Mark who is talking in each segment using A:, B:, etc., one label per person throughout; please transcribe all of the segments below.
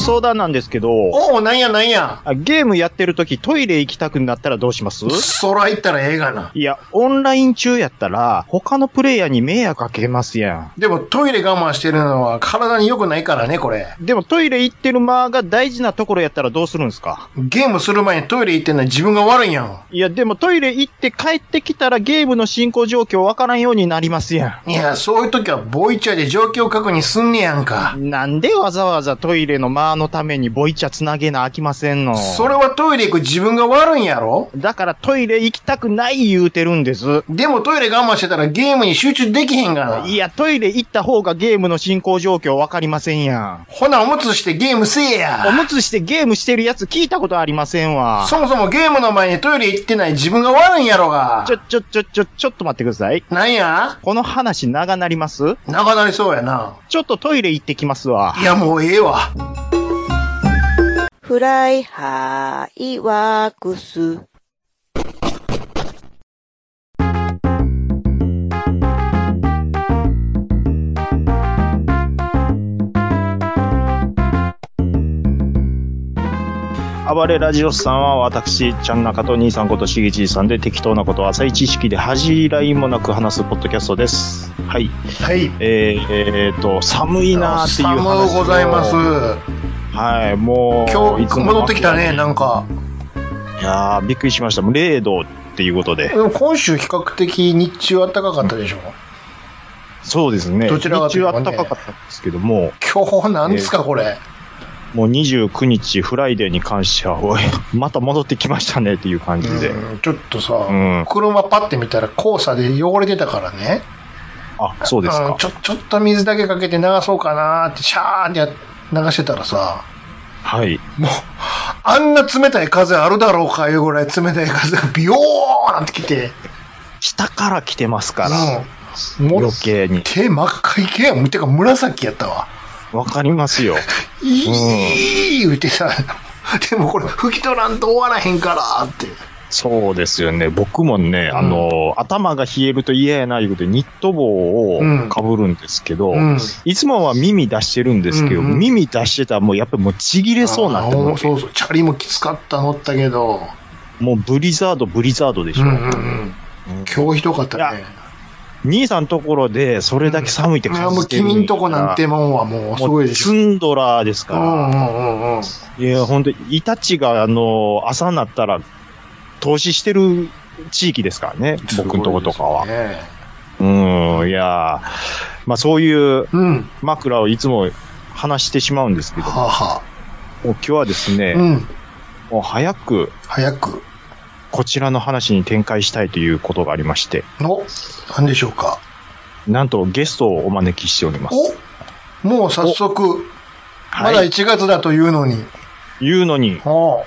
A: 相談なんですけど、
B: おお、なんやなんや。
A: あゲームやってるときトイレ行きたくなったらどうします
B: そら行ったらええがな。
A: いや、オンライン中やったら、他のプレイヤーに迷惑かけますや
B: でもトイレ我慢してるのは体に良くないからね、これ。
A: ん。でもトイレ行ってる間が大事なところやったらどうするんですか
B: ゲームする前にトイレ行ってんのは自分が悪いんやん。
A: いや、でもトイレ行って帰ってきたらゲームの進行状況わからんようになりますや
B: いや、そういう時はボイチャで状況確認すんねやんか。
A: ん。なんでわざわざトイレの間のためにボイチャつなげなあきませんの
B: それはトイレ行く自分が悪いんやろ
A: だからトイレ行きたくない言うてるんです。
B: でもトイレ我慢してたらゲームに集中できへんがな。
A: いや、トイレ行った方がゲームの進行状況わかりませんやん。
B: ほな、おむつしてゲームせえ
A: お
B: や。
A: むつしてゲームしてるやつ聞いたことありませんわ。
B: そもそもゲームの前にトイレ行ってない自分が悪いんやろが
A: ち。ょ、ちょ、ちょ、ちょ、ちょっと待ってください。
B: なんや
A: この話長なります
B: 長なりそうやな。
A: ちょっとトイレ行ってきますわ。
B: いや、もうええわ。
C: フライハイワークス。
A: 暴れラジオスさんは私、ちゃん中と兄さんことしげじいさんで適当なことを浅い知識で恥じらいもなく話すポッドキャストです。はい。
B: はい。
A: えー、えーと、寒いなーっていう話を。
B: 寒うございます。
A: はい、もう。
B: 今
A: いつ
B: 日、
A: もの
B: 戻ってきたね、なんか。
A: いやー、びっくりしました。もう0度っていうことで
B: で。も今週比較的日中暖かかったでしょ
A: そうですね。
B: どちらがと
A: 日
B: い
A: 中
B: う
A: は
B: とね
A: 暖かかったんですけども、
B: 今日なんですか、これ。
A: もう29日フライデーに関しては、おいまた戻ってきましたねっていう感じで。
B: うんちょっとさ、
A: ん
B: 車パッて見たら黄砂で汚れてたからね。
A: あ、そうです
B: あの
A: か。
B: ちょ、ちょっと水だけかけて流そうかなーって、シャーってや流してたらさ、
A: はい。
B: もう、あんな冷たい風あるだろうかいうぐらい冷たい風がビヨーなんてきて、
A: 下から来てますから、
B: うんもう
A: 余計に。
B: 手真っ赤いけやん。てか紫やったわ。
A: わかりますよ。
B: いい、言うてさ、 でもこれ拭き取らんと終わらへんからって。
A: そうですよね。僕もね、あの、頭が冷えると嫌やないうことで、ニット帽を
B: うん
A: かぶるんですけど、
B: うん
A: いつもは耳出してるんですけど、
B: うんうん
A: 耳出してたらもうやっぱりもうちぎれそうなって
B: あ
A: も
B: ーそうそう。チャリもきつかった乗ったけど。
A: う、もうブリザード、ブリザードでしょ。
B: ん。今日ひどかった
A: い
B: ね。
A: 兄さんところでそれだけ寒いって
B: いや、
A: 感
B: もう
A: じてる
B: 君んとこなんてもんはもうす
A: も
B: ごいうでしょ。
A: ツンドラーです
B: う
A: か
B: んうんうんうん。
A: ら。いや、本当イタチが、あの、朝になったら、投資してる地域ですからね、僕んとことかは。
B: すごいですね
A: うん、いやーまあそういう
B: うん。
A: 枕をいつも話してしまうんですけど、も
B: はあ、は
A: う今日はです
B: あ。
A: ね、
B: うん。
A: もう早く
B: 早く。
A: こちらの話に展開したいということがありまして、
B: の、なんでしょうか。
A: なんとゲストをお招きしております。
B: おもう早速、まだ
A: はい。
B: 1月だというのに。
A: 言うのに、
B: おう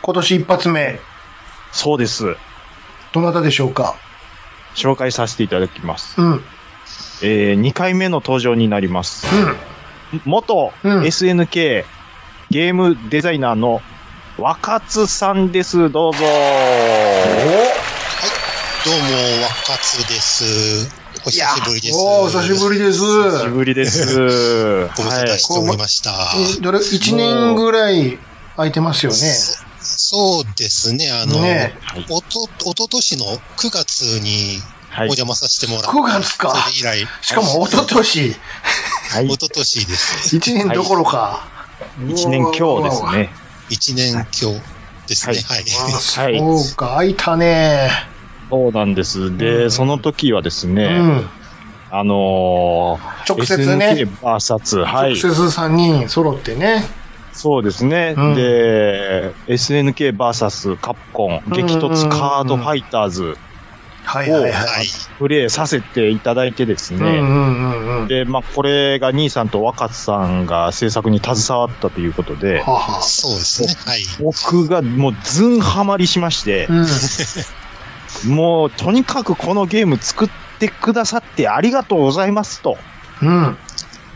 B: 今年一発目、
A: そうです。
B: どなたでしょうか。
A: 紹介させていただきます。
B: うん。うん。
A: えー、2回目の登場になります。元
B: うん
A: SNK ゲームデザイナーの若津さんです。どうぞ。
D: どうも、若津です。お久しぶりです。
B: おお久しぶ
D: り。
B: りです。
A: 久しぶり です。
D: ご無沙汰
A: は
D: しておりました。
B: えどれ、1年ぐらい空いてますよね。
D: そそうですね、あの、
B: ね
A: い。
D: おと、おととしの9月にお
A: はい。はい。
D: 邪魔させてもらって、
B: 9月か。
D: それ以来、
B: しかも、おととし、
A: はい
D: おととしです。
B: 1年どころか。
A: 一年今日ですね。
D: 1年今日ですね、はい。
A: は
B: う
A: い。
B: わ。そうか、空いたね。
A: そうなんです。
B: うんう
A: で、
B: ん
A: その時はです
B: う
A: ね、
B: ん。
A: あのー、
B: 直接ね。
A: SNKVS、は
B: 直
A: い。
B: 接3人揃ってね。
A: そうですね。
B: うん
A: で、SNKVS カプコン、激突カードファイターズ、
B: はいはいは
D: はいい。。
A: プレイさせていただいてです
B: うんう
A: ね。
B: んうんうん。
A: で、まあ、これが兄さんと若津さんが制作に携わったということで、
B: はは。
D: そうですね、はい。
A: 僕がもうずんハマりしまして
B: う、ん。
A: もうとにかくこのゲーム作ってくださってありがとうございますと、
B: うん。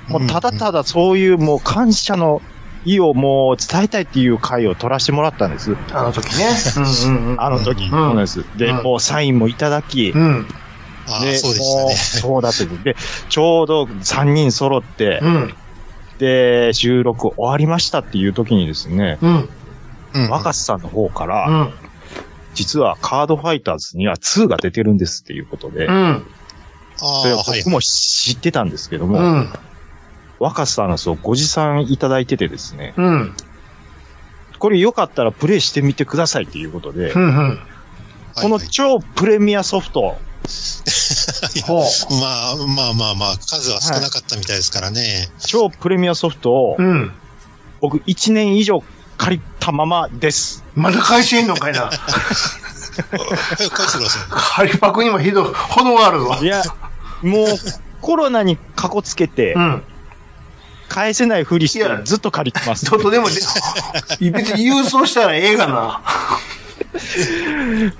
A: もうただ
D: だ、
A: ただそういうもう感謝の意をもう伝えたいっていう回を取らせてもらったんです。
B: あの時ね。うんうんうん。
A: あの時、
D: うん
A: そうなんです。で、
B: うん
A: こうサインもいただき、
B: うん。
D: あ
A: で
D: ーそうで
A: こう
D: し
A: そうだったんです。で、ちょうど3人揃って
B: う、ん。
A: で、収録終わりましたっていう時にですね、
B: うん。
D: うん。
A: 若狭さんの方か
B: う
A: ら、
B: ん。
A: 実はカードファイターズには2が出てるんですっていうことで
B: う、ん。
D: あ
A: それ
D: あ、
A: を
D: はい
A: 僕。も知ってたんですけど
B: う
A: も、
B: ん。
A: 若狭さんのそうご持参いただいててですね、
B: うん。
A: これよかったらプレイしてみてくださいっていうことで、
B: うん。うん。
A: この
D: はいはい
A: 超プレミアソフト、
B: ほ
D: まあまあまあまあ、数は少なかったみたいですからね。
A: 超プレミアソフトを
B: う。うん。
A: 僕1年以上借りたままです。
B: まだ返してんのかいな。
D: はい、返してください。
B: ハリパクにもひどい、ほどがあるぞ。
A: いや、もうコロナにかこつけて
B: う、ん。
A: 返せないふりし
B: い
A: て
B: や
A: ずっと借りてます
B: ちょ。っとでも、で別に郵送したらえ えがな。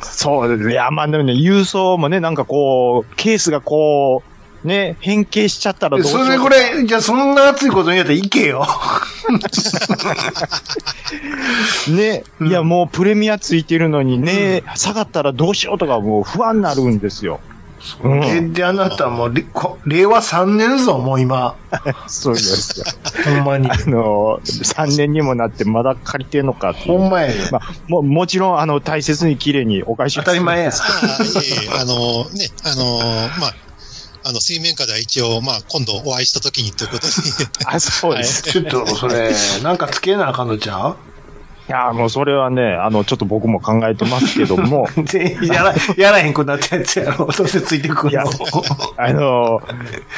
A: そうですね。いや、まあでもね、郵送もね、なんかこう、ケースがこう、ね、変形しちゃったらどうしよ
B: そうれぐらい、じゃあそんな熱いことにやったら行けよ。
A: ね、
B: うん
A: いや、もうプレミアついてるのにね、下がったらどうしようとかもう不安になるんですよ。うん
B: で、で、あなたもう、りこ令和3年ぞ、もう今。
A: そうですよ。
B: ほんまに。
A: あの、3年にもなってまだ借りてんのかっていう
B: ほんまやで。
A: まあ、も、もちろん、あの、大切に綺麗にお返し
B: 当たり前や。
D: まあ、ええ あのね、あのまあ、あの、水面下では一応、まあ、今度お会いした時にと いうことで、
A: あ、そうです。
B: ちょっと、それ、なんかつけなあかんの ちゃ
A: い、や、もうそれはね、あの、ちょっと僕も考えてますけども、
B: うで、やら、やらへんくなったやつや ろ。どうせついてく
A: い
B: る
A: や
B: の。
A: あの、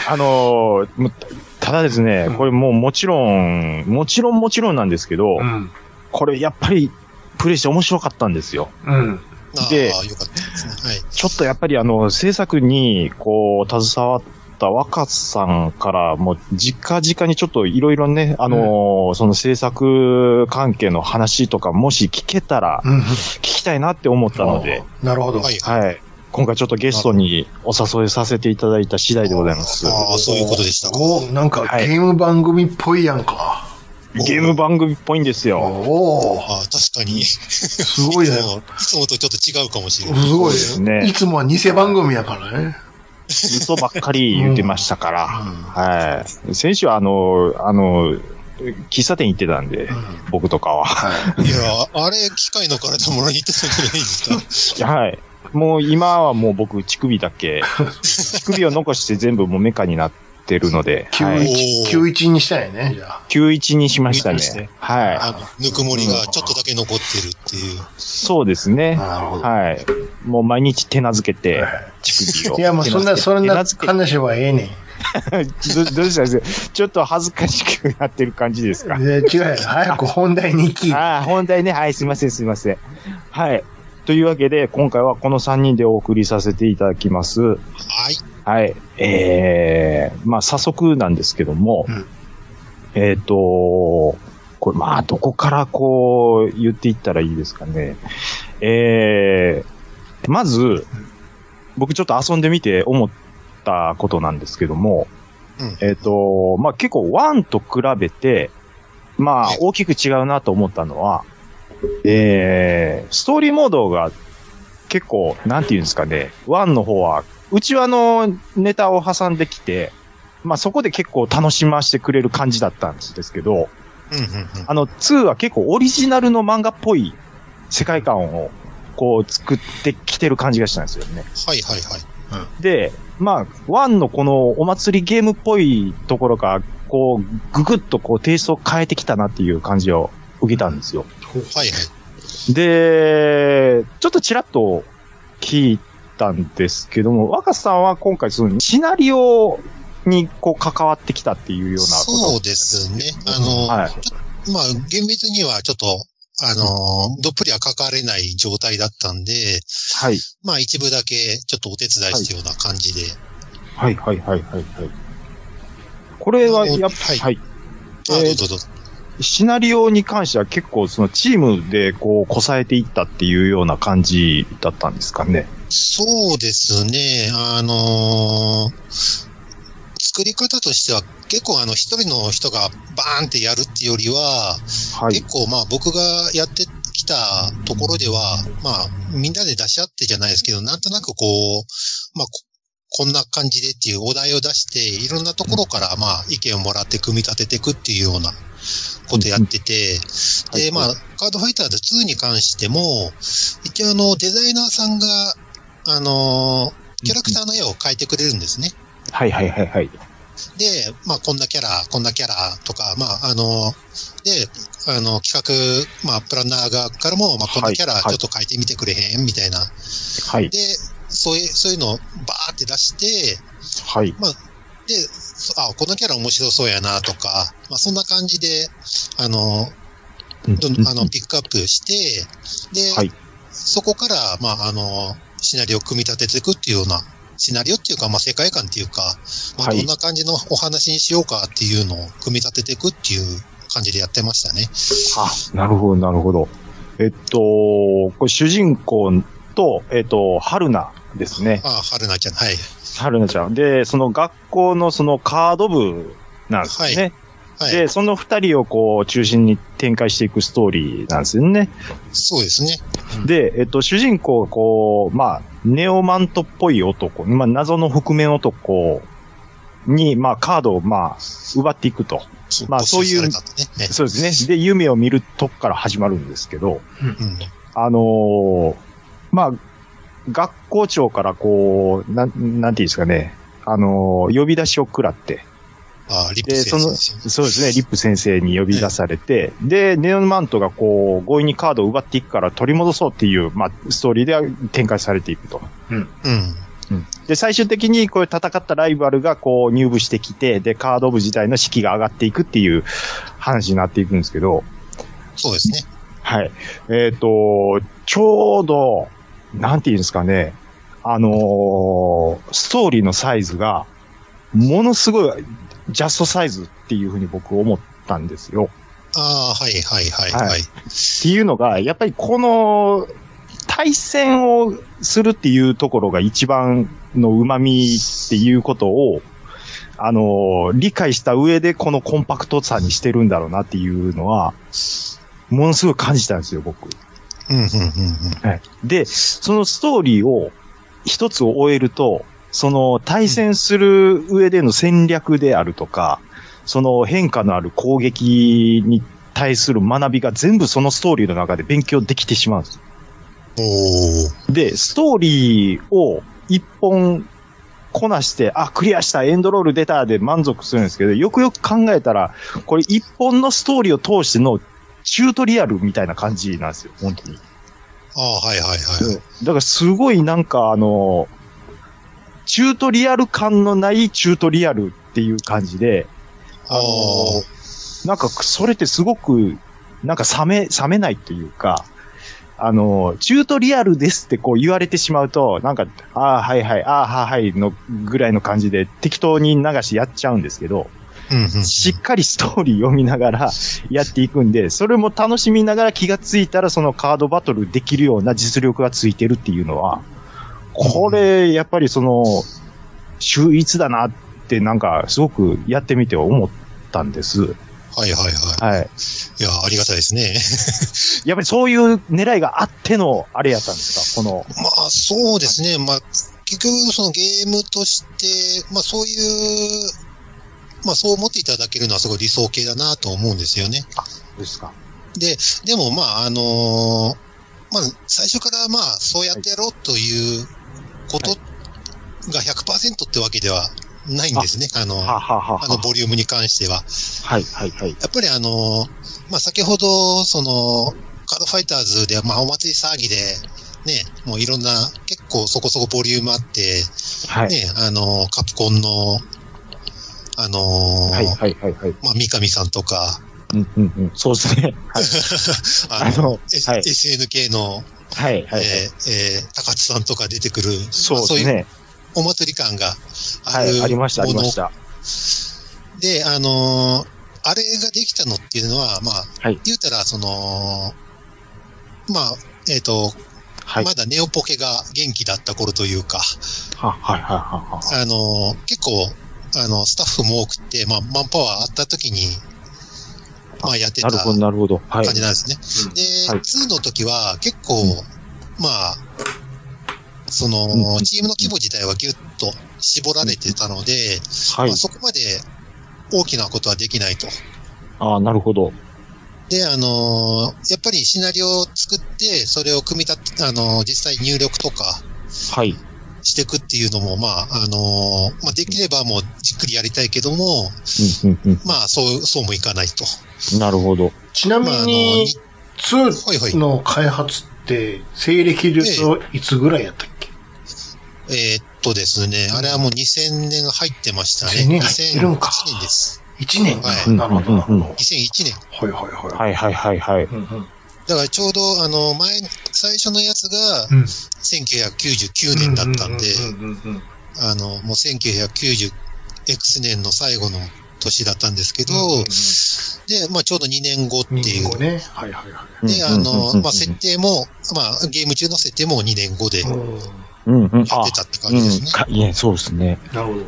A: あの、もうただですね、これもうもちろん、もちろんもちろんなんですけど、
B: うん。
A: これやっぱり、プレイして面白かったんですよ。
B: うん。
D: ああ、
A: で
D: よかったですね。はい。
A: ちょっとやっぱりあの、制作に、こう、携わった若さんから、もう、直々にちょっといろいろね、あのその制作関係の話とか、もし聞けたら、
B: うん。
A: 聞きたいなって思ったので、
B: なるほど。
D: はい。
A: はい。今回ちょっとゲストにお誘いさせていただいた次第でございます。
D: ああ、そういうことでしたか。
B: おなんか
A: はい
B: ゲーム番組っぽいやんか。
A: ゲーム番組っぽいんですよ。
B: おお
D: ああ、確かに。す
B: すごいね
D: い。つもとちょっと違うかもしれない。
B: すごい
A: すね
B: いつもは偽番組やからね。
A: 嘘ばっかり言ってましたから。
B: うん
A: はい。先週はあの、あの、喫茶店行ってたんで、
B: うん
A: 僕とかは。
B: はい
D: や、あれ、機械の体もらいに行ったんじゃないですか。
A: はい。もう今はもう僕乳首だ け、乳首を残して全部もうメカになってるので、はいい、
B: い。91、91にしたんやね、じゃあ。
A: 91にしました
D: 91ね
A: ね。は
D: あの、ぬくもりがちょっとだけ残ってるっていう。
A: い。そうですね。
B: なるほど。
A: はい。もう毎日手なずけて、乳首を。
B: いや、もうそんな、そん
A: 手
B: な
A: なず けて
B: 話はええねん。
A: どどうしたんですかちょっと恥ずかしくなってる感じですか
B: いや違うよ。早く本題に行き。
A: ああ、本題ね。はい、すいません、すいません。はい。というわけで、今回はこの3人でお送りさせていただきます。
D: はい。
A: はい。えー、まあ、早速なんですけども、
B: うん
A: えっ、と、これ、まあ、どこからこう、言っていったらいいですかね。えー、まず、僕ちょっと遊んでみて思ったことなんですけども、
D: うん
A: えっ、と、まあ、結構1と比べて、まあ
D: はい、
A: 大きく違うなと思ったのは、えー、ストーリーモードが結構、なんていうんですかね、1の方は、うちはあの、ネタを挟んできて、まあそこで結構楽しませてくれる感じだったんですけど、
D: うんうんうん。
A: あの、2は結構オリジナルの漫画っぽい世界観を、こう作ってきてる感じがしたんですよね。
D: はいはいはい。
A: で、まあ、1のこのお祭りゲームっぽいところが、こう、ぐぐっとこうテイストを変えてきたなっていう感じを受けたんですよ。
D: はいはい。
A: で、ちょっとちらっと聞いたんですけども、若狭さんは今回そのシナリオにこう関わってきたっていうようなこと。
D: そうですね。あの、
A: はい
D: ちょまあ、厳密にはちょっと、あの、どっぷりはかかれない状態だったんで、
A: はい。
D: まあ一部だけちょっとお手伝いしたような感じで。
A: はいはいはいはいはい。これはやっぱ、
D: は
A: はいい、
D: あ、
A: え
D: どう
A: ー
D: ぞどうぞ。
A: シナリオに関しては結構そのチームでこうこさえていったっていうような感じだったんですかね。
D: そうですね。あのー作り方としては結構あの一人の人がバーンってやるっていうよりは、
A: はい
D: 結。構まあ僕がやってきたところでは、まあみんなで出し合ってじゃないですけど、なんとなくこう、まあここんな感じでっていうお題を出して、いろんなところから、まあ、意見をもらって組み立てていくっていうようなことやってて、
A: はい
D: で、まあ、カードファイターズ2に関しても、一応あの、デザイナーさんが、あのーキャラクターの絵を描いてくれるんですね。
A: はいはいはいはい。
D: で、まあ、こんなキャラ、こんなキャラとか、まあ、あの、で、あの、企画、まあ、プランナー側からも、まあ、こんなキャラ
A: はい
D: ちょっと変えてみてくれへんみたいな。
A: はい。
D: で、そういう、そういうのをバーって出して、
A: はい。
D: で、そあ、このキャラ面白そうやなとか、まあ、そんな感じで、あの、どんあの、ピックアップして、で、
A: はい
D: そこから、まあ、あの、シナリオを組み立てていくっていうような、シナリオっていうか、まあ、世界観っていうか、まあ、
A: はい
D: どんな感じのお話にしようかっていうのを組み立てていくっていう感じでやってましたね。
A: あ、なるほど、なるほど。えっと、これ主人公と、えっと、春菜ですね。
D: あ、春菜ちゃん、はい。
A: 春菜ちゃん。で、その学校のそのカード部なんですね。
D: はい。
A: で、その二人をこう中心に展開していくストーリーなんですよね。
D: そうですね。
A: で、えっと、主人公がこう、まあ、ネオマントっぽい男、まあ、謎の覆面男に、まあ、カードを、まあ、奪っていくと。まあ
D: 没収
A: そういう
D: されたってね。
A: そうですね。で、夢を見るとこから始まるんですけど、
D: うん。
A: あのーまあ、学校長からこう、なん、なんていうんですかね、あのー呼び出しを食らって、
D: あ、リップ
A: で、そ
D: 先生
A: の、
D: ですよね
A: そうですね、リップ先生に呼び出されて、で、ネオマントがこう、強引にカードを奪っていくから取り戻そうっていう、まあ、ストーリーでは展開されていくと。
D: うん。
A: で、最終的にこういう戦ったライバルがこう入部してきて、で、カード部自体の士気が上がっていくっていう話になっていくんですけど、
D: そうですね。
A: はい。えっ、と、ちょうど、なんて言うんですかね、あのーストーリーのサイズが、ものすごい、ジャストサイズっていうふうに僕思ったんですよ。
D: ああ、はい、はい、はい、
A: はい
D: はい。
A: っていうのが、やっぱりこの、対戦をするっていうところが一番の旨味っていうことを、あの、理解した上でこのコンパクトさにしてるんだろうなっていうのは、ものすごい感じたんですよ、僕。
D: うん、うん、うん、うん。
A: で、そのストーリーを一つを終えると、その対戦する上での戦略であるとか、その変化のある攻撃に対する学びが全部そのストーリーの中で勉強できてしまうんです。
D: おー。
A: で、ストーリーを一本こなして、あ、クリアした、エンドロール出たで満足するんですけど、よくよく考えたら、これ一本のストーリーを通してのチュートリアルみたいな感じなんですよ、本当に。
D: ああ、はいはいはい。
A: だからすごいなんかあの、チュートリアル感のないチュートリアルっていう感じで、
D: ああ、
A: なんかそれってすごく、なんか冷め、冷めないというか、あの、チュートリアルですってこう言われてしまうと、なんか、ああ、はいはい、ああ、ははいのぐらいの感じで適当に流してやっちゃうんですけど、
D: うんうん。
A: しっかりストーリー読みなが らやっていくんで、それも楽しみながら気がついたらそのカードバトルできるような実力がついてるっていうのは、これ、やっぱりその、秀逸だなってなんかすごくやってみて思ったんです。
D: はいはいは
A: はい。
D: い。いや、ありがたいですね。
A: やっぱりそういう狙いがあってのあれやったんですかこの、
D: まあ、そうですね。まあ、結局、そのゲームとして、まあ、そういう、まあ、そう思っていただけるのはすごい理想形だなと思うんですよね。
A: ですか
D: でも、まあ、あのーまあ、最初から、まあ、そうやってやろうということが100%ってわけではないんですね。あの、
A: はあはあはあ
D: あの、ボリュームに関しては。
A: はいはいはい。
D: やっぱりあの、まあ、先ほど、その、カードファイターズでは、まあ、お祭り騒ぎで、ね、もういろんな、結構そこそこボリュームあって、
A: はい。
D: ね、あの、カプコンの、あの、
A: はいはいはいはい。
D: まあ、三上さんとか、
A: うんうんうん。そうですね。はい。
D: あ
A: あ
D: の、
A: の、
D: S-
A: はい
D: SNK の、
A: はいはいはい。
D: えーえー高津さんとか出てくる、
A: そう
D: まあ
A: で
D: そう
A: す
D: いう
A: ね。
D: お祭り感があ
A: は
D: るもの、
A: い。ありましたありました。
D: で、あのーあれができたのっていうのは、まあ、
A: はい
D: 言うたら、その、まあ、えっ、と、
A: はい。
D: まだネオポケが元気だった頃というか、
A: は、はい、はい、は、は。
D: あのー結構、あの、スタッフも多くて、まあ、マンパワーあった時に、まあ、やってた
A: なるほど、
D: 感
A: なるほど。はい。
D: じなんですね。で、
A: はい
D: 2の時は結構、まあ、その
A: うん、
D: チームの規模自体はぎゅっと絞られてたので、
A: はい
D: まあ、。そこまで大きなことはできないと。
A: ああ、なるほど。
D: で、あのーやっぱりシナリオを作って、それを組み立て、あのー実際入力とか
A: はい。
D: していくっていうのも、まあ、あのーまあ、できればもうじっくりやりたいけども、
A: うんうん
D: まあ、そう、そうもいかないと。
A: うん。なるほど。
B: ちなみ
D: まあ、あのー
B: に
D: に、はいは
B: 2
D: い
B: の開発って、西暦で言うといつぐらいやったっけ
D: えーっとですね、あれはもう2000年入ってました
B: 2000年
D: ね。
B: 入ってるんか
D: 2001年です。
B: ?1 年
D: は
B: か。
D: い
B: なるほど、なるほ
A: うん
B: ど。
A: うんうん
B: はい
D: 2001年。
B: はいはい。
A: はいはいはいはい。
B: うんうん
D: だからちょうど、あの、前、最初のやつが
B: うん
D: 1999年だったんで、
B: うんうんうんうん
D: あの、もう 1990X 年の最後の年だったんですけど、で、まあちょうど2年後ってい
B: 日
D: う。
B: 本語ね。はいはいは
D: で、あの、まあ設
A: 定。
D: 定も、まあゲーム中の設定も2年後で
B: い。
D: やっ
B: うん
A: うんうん。あ
D: てたって感
A: う
D: じです
A: ん
D: ね。
A: か。いや、そうですね。
B: なるほど。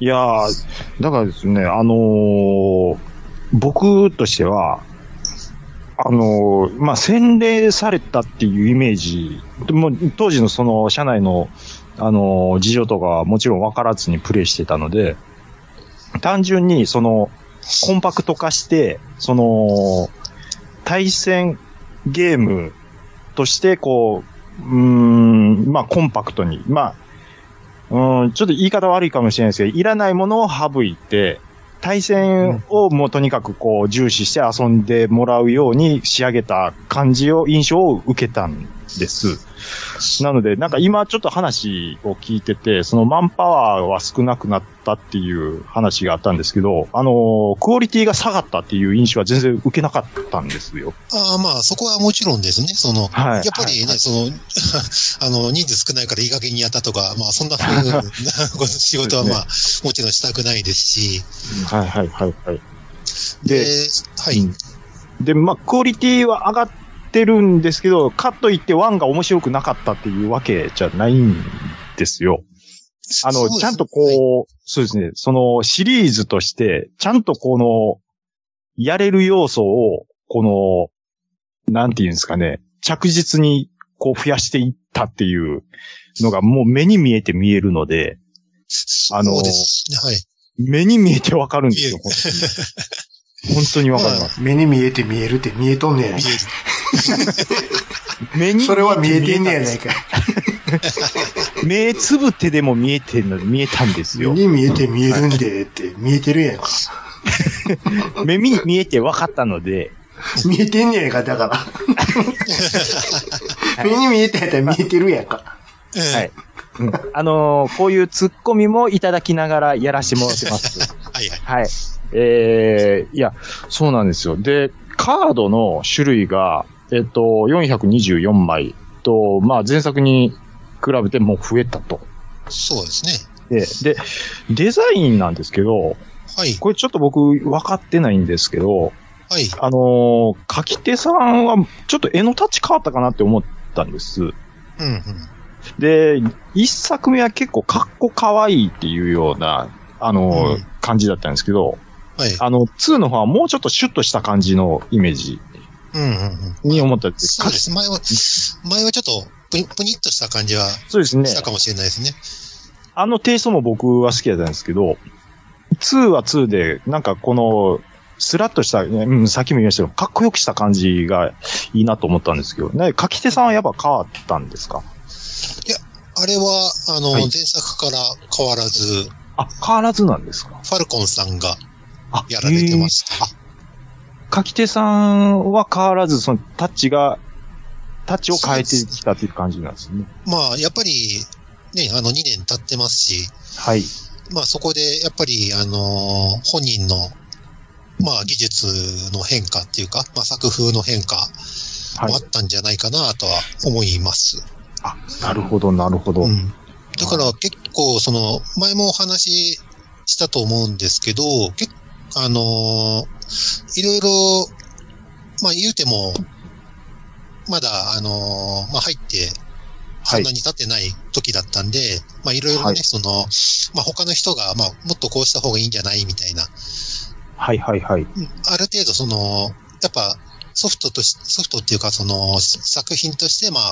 A: いやー、だからですね、あのー僕としては、あのーまあ、洗礼されたっていうイメージ、もう当時のその、社内の、あのー事情とかはもちろん分からずにプレイしてたので、単純に、その、コンパクト化して、その、対戦ゲームとして、こう、うーん、まあ、コンパクトに、まあ、うん、ちょっと言い方悪いかもしれないですけど、いらないものを省いて、対戦をもうとにかくこう重視して遊んでもらうように仕上げた感じを、印象を受けたんです。なので、なんか今ちょっと話を聞いてて、そのマンパワーは少なくなったっていう話があったんですけど、あのークオリティが下がったっていう印象は全然受けなかったんですよ。
D: ああ、まあそこはもちろんですね、その、
A: はい。
D: やっぱりね、
A: はい
D: その、 あの、人数少ないからいい加減にやったとか、まあ、そんなふうなご仕事は、まあ、もちろんしたくないですし、
A: はいはいはいはい。
D: で、はい、
A: うんで、まあ、クオリティは上がってるんですけど、かといってワンが面白くなかったっていうわけじゃないんですよ。あ
D: そう
A: の、
D: です
A: ちゃんとこう、
D: はい
A: そうですね、そのシリーズとして、ちゃんとこの、やれる要素を、この、なんていうんですかね、着実にこう増やしていったっていうのがもう目に見えて見えるので、あの
D: そうですね、はい。
A: 目に見えてわかるんですよ、本当に。本当にわかります。
B: 目に見えて見えるって見えとんねや
D: 見える。
A: 目に
B: それは見えてんねやないかい。
A: 目つぶってでも見えてんの、見えたんです
B: 目
A: よ。
B: に見えて見えるんでって見えてるやんか。
A: 目に見えて分かったので、
B: 見えてんねやんか、だから。目に見えてやったら見えてるやんか。
A: は
D: はい
A: い。うんあのーこういうツッコミもいただきながらやらせてもらって ます。
D: はいはい。
A: はい。えー、いや、そうなんですよ。で、カードの種類が、えっと、424枚と、まあ前作に比べてもう増えたと。
D: そうですね。
A: で、で、デザインなんですけど、
D: はい。
A: これちょっと僕分かってないんですけど、
D: はい。
A: あのー書き手さんは、ちょっと絵のタッチ変わったかなって思ったんです。
D: うんうん。
A: で、一作目は結構かっこ可愛いっていうような、あのー
D: うん
A: 感じだったんですけど、
D: はい。
A: あの、2の方はもうちょっとシュッとした感じのイメージ
D: うんうんうん。
A: に思ったって、
D: そうです。前は、前はちょっと、ぷに、ぷにっとした感じは
A: そうですね
D: し。たかもしれないですね。
A: あのテイストも僕は好きだったんですけど、2は2で、なんかこの、スラッとした、うん、さっきも言いましたけど、かっこよくした感じがいいなと思ったんですけど、ね、書き手さんはやっぱ変わったんですか
D: あれは、あの、
A: はい
D: 前作から変わらず、
A: あ、変わらずなんですか
D: ファルコンさんが
A: あ
D: やられてました。
A: 書き手さんは変わらず、そのタッチが、タッチを変えてきたという感じなんですね。
D: まあ、やっぱり、ね、あの、2年経ってますし、
A: はい。
D: まあ、そこで、やっぱり、あのー本人の、まあ、技術の変化っていうか、まあ、作風の変化
A: は
D: もあ
A: い。
D: ったんじゃないかなとは思います。
A: なるほど、なるほど。
D: うん。だから、結構、その、前もお話ししたと思うんですけど、結あのーいろいろ、まあ、言うても、まだ、あのーまあ、入って
A: は
D: そん
A: い
D: な。に経ってない時だったんで、まあいろいろね、
A: はい
D: その、まあ他の人が、まあもっとこうした方がいいんじゃないみたいな。
A: はい、はい、はい。
D: うんある程度その、やっぱソフトとし、ソフトっていうかその作品としてまあ、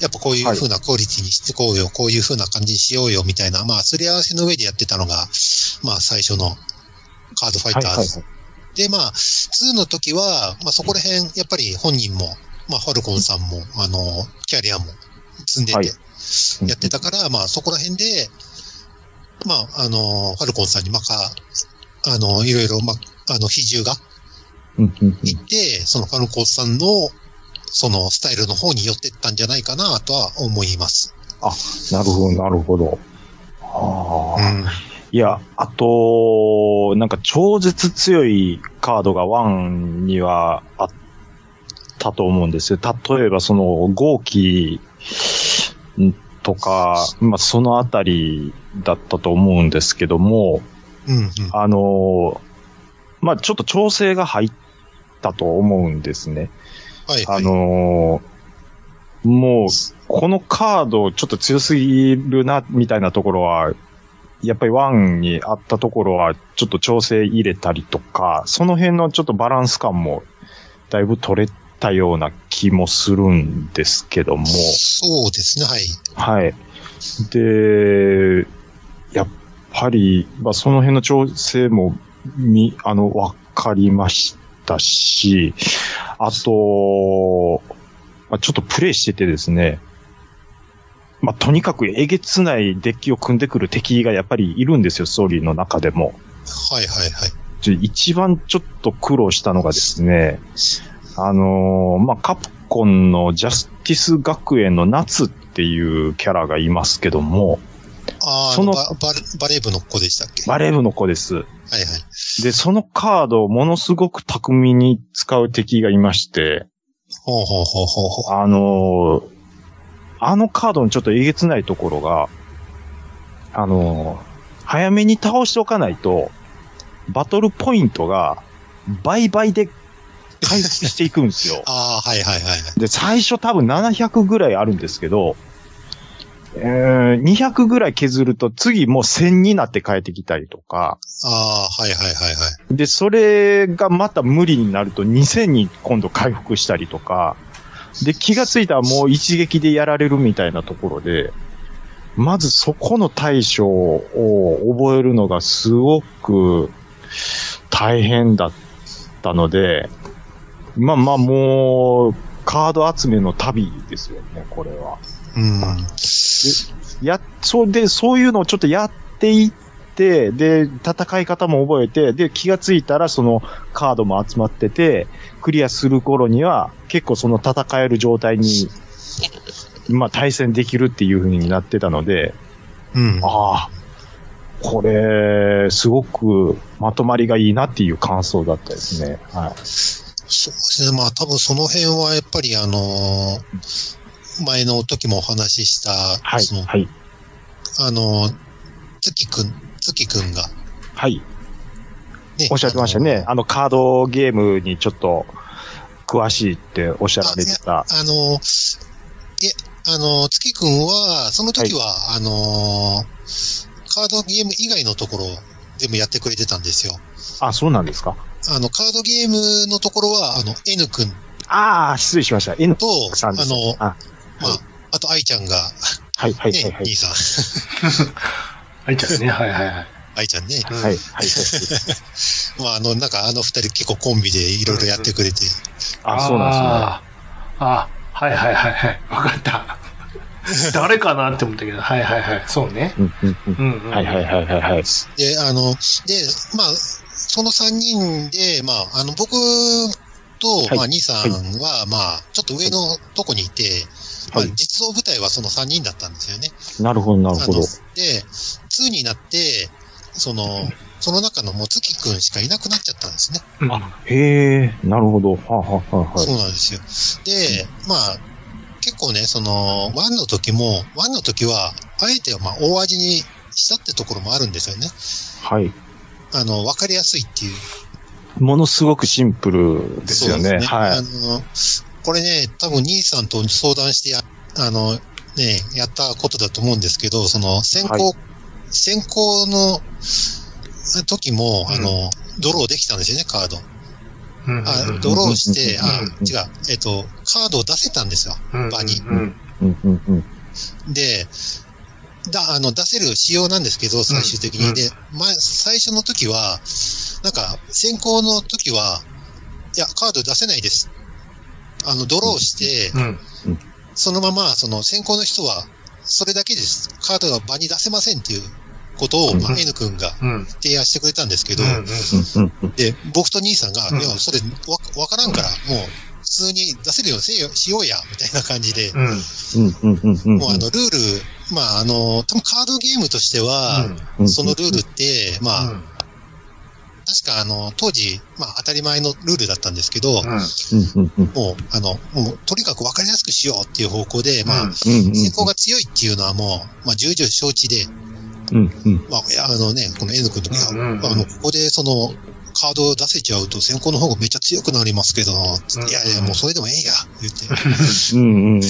D: やっぱこういう風なクオリティにしてこうよ、こういう風な感じにしようよみたいな、まあ、すり合わせの上でやってたのが、まあ、最初のカードファイ
A: はい
D: ターズ。
A: はい。
D: で、まあ、2の時は、まあ、そこら辺、やっぱり本人も、まあ、ファルコンさんも、あの、キャリアも積んで
A: はい
D: て、やってたから、まあ、そこら辺で、まあ、あの、ファルコンさんに、まあ、かあの、いろいろ、まあ、あの、比重が
A: うんうんうん
D: いって、そのファルコンさんの、そのスタイルの方に寄ってったんじゃないかなとは思います。
A: なるほど、なるほど。あ
D: う
A: あ。
D: ん。
A: いや、あと、なんか超絶強いカードが1にはあったと思うんですよ。例えばその号機んとか、まあそのあたりだったと思うんですけども、
D: うん、うん。
A: あのーまあちょっと調整が入ったと思うんですね。
D: はい、は
A: あ
D: い。
A: のーもう、このカードちょっと強すぎるな、みたいなところは、やっぱりワンにあったところは、ちょっと調整入れたりとか、その辺のちょっとバランス感も、だいぶ取れたような気もするんですけども、
D: そうですね、はい。
A: はい。で、やっぱり、まあ、その辺の調整も、み、あの、わかりましたし、あと、まあ、ちょっとプレイしててですね、まあ、とにかくえげつないデッキを組んでくる敵がやっぱりいるんですよ、ストーリーの中でも。
D: はい、はい、はい。
A: ちょ一番ちょっと苦労したのがですね、あのーまあ、カプコンのジャスティス学園の夏っていうキャラがいますけども、
D: あーあ
A: そ
D: の
A: の
D: バ、バレバレー部の子でしたっけは
A: バレー部の子です。
D: い、はい。
A: で、そのカードをものすごく巧みに使う敵がいまして、
D: ほうほうほうほうほう。。
A: あのーあのカードのちょっとえげつないところが、あのー早めに倒しておかないと、バトルポイントが倍々で回復していくんですよ
D: ああ、はいはいはい。
A: で、最初多分700ぐらいあるんですけど、えー200ぐらい削ると次もう1000になって変えてきたりとか、
D: ああ、はいはいはいはい。
A: で、それがまた無理になると2000に今度回復したりとか、で、気がついたらもう一撃でやられるみたいなところで、まずそこの対処を覚えるのがすごく大変だったので、まあまあもう、カード集めの旅ですよね、これは。
D: うん。は
A: や、そうで、そういうのをちょっとやっていって、で、戦い方も覚えて、で、気がついたらそのカードも集まってて、クリアする頃には結構その戦える状態に、まあ対戦できるっていう風になってたので、
D: うん。
A: ああ、これ、すごくまとまりがいいなっていう感想だったですね。はい。
D: そうですね。まあ多分その辺はやっぱりあのー前の時もお話しした、
A: はい
D: そ。の、
A: はい。
D: あのー月くん、月くんが、
A: はい。
D: ね。
A: おっしゃってましたね。あのカードゲームにちょっと詳しいっておっしゃられてた。
D: あのー。あのー、いえ、あのー月くんは、その時は、あのーカードゲーム以外のところを全部やってくれてたんですよ。
A: あ、そうなんですか
D: あの、カードゲームのところは、あの、N くん
A: ああ、失礼しました。N
D: と、
A: さ
D: あ
A: んです。
D: の、
A: あ、
D: あと、愛ちゃんが、
A: はい、はい、
D: ね
A: はい、はい。
D: 兄さん、
B: あいちゃんね。はいはいはい。
D: 愛ちゃんね。
B: うん
A: はい、はい。はい
D: まあ、あの、なんか、あの二人結構コンビでいろいろやってくれて、
A: あ、そうなん
B: んですね。あはいはいはいはい。わかった。誰かなって思ったけど、はいはいはい。そう
A: で
B: ね。
A: すね。うん、うん、
B: うん、う。
A: うんん。はい、はい、はい、はい、はい。
D: で、あの、で、まあ、その三人で、まあ、あの、僕と、
A: はい
D: まあ、兄さんは、まあ、ちょっと上のとこにいて、
A: はい
D: まあ、実装部隊はその三人だったんですよね。
A: なるほど、なる
D: あ
A: ほ
D: の
A: ど。、
D: で、2になって、その、その中のもう月くんしかいなくなっちゃったんですね。
B: うん。
A: へえ、なるほど。はあ、はあ、はあ、はい。
D: そうなんですよ。で、まあ、結構ね、その、ワンの時も、ワンの時は、あえて、まあ、大味にしたってところもあるんですよね。
A: はい。
D: あの、わかりやすいっていう。
A: ものすごくシンプルですよ
D: そう
A: ね。は
D: あ
A: い。
D: の、これね、多分兄さんと相談してや、あの、ね、やったことだと思うんですけど、その、先行、先行の時も、あの、ドローできたんですよね、カード。
B: うん
D: あドローして、
A: うん
D: あ
A: うん、
D: 違う、えっと、カードを出せたんですよ。
B: うん
D: 場に
B: うん。
A: うんうんうん。
D: で、だ、あの、出せる仕様なんですけど、最終的に。
B: うん
D: で、前、最初の時は、なんか、先行の時は、いや、カード出せないです。あの、ドローして、
B: うん。
D: そのまま、その、先行の人は、それだけです。カードが場に出せませんっていうことを、まあ
B: うん
D: N 君が
B: うん。
D: 提案してくれたんですけ
B: う
D: ど、
B: ん。
A: うんうん
D: で、僕と兄さんが、
B: うん
D: いや、それ、わ、わからんから、もう、普通に出せるようにせよ、しようや、みたいな感じで、
B: うん。う
A: う
B: ん。
A: んうんうんうん。
D: もうあの、ルール、まあ、あの、多分カードゲームとしては、
A: うん
D: そのルールって、まあ、
B: うん
D: 確かあの、当時、まあ当たり前のルールだったんですけど、
B: う
A: うん
B: ん。
A: うんうん
D: もう、あの、もう、とにかく分かりやすくしようっていう方向で、まあ、
A: うんうん
D: 先行が強いっていうのはもう、まあ、重々承知で、
A: うんうん
D: まあ、いや、あのね、この N 君とか、
B: うんうんうん
D: あの、ここでその、カードを出せちゃうと先行の方がめっちゃ強くなりますけど、
B: んうん
D: いやいや、もうそれでもええや、言って。
A: うんうん。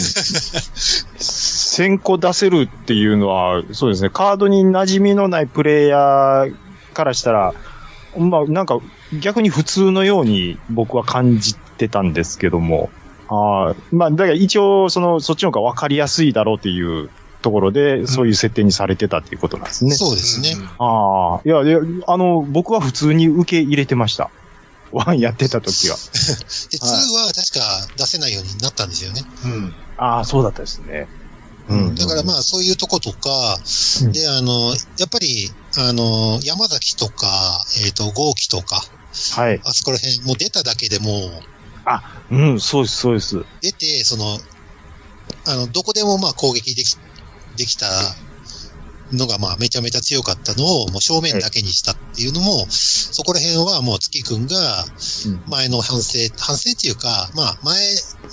A: 先行出せるっていうのは、そうですね、カードに馴染みのないプレイヤーからしたら、まあなんか逆に普通のように僕は感じてたんですけども、あーまあだから一応そのそっちの方が分かりやすいだろうっていうところで、そういう設定にされてたっていうことなんですね。
D: そうですね。
A: ああ、いや、いや、あの、僕は普通に受け入れてました。ワンやってた時は。
D: で、2
A: はい
D: は確か出せないようになったんですよね。
B: うん。
A: ああ、そうだったですね。うん
D: だからまあそういうとことか、
A: うん
D: で、あの、やっぱり、あの、山崎とか、えっ、と、豪輝とか、
A: はい。
D: あそこら辺、もう出ただけでも、
A: うん、そうです、そうです。
D: 出て、その、あの、どこでもまあ攻撃でき、できたのがまあめちゃめちゃ強かったのを、もう正面だけにしたっていうのも、そこら辺はもう月くんが
A: うん、
D: 前の反省、反省っていうか、まあ前、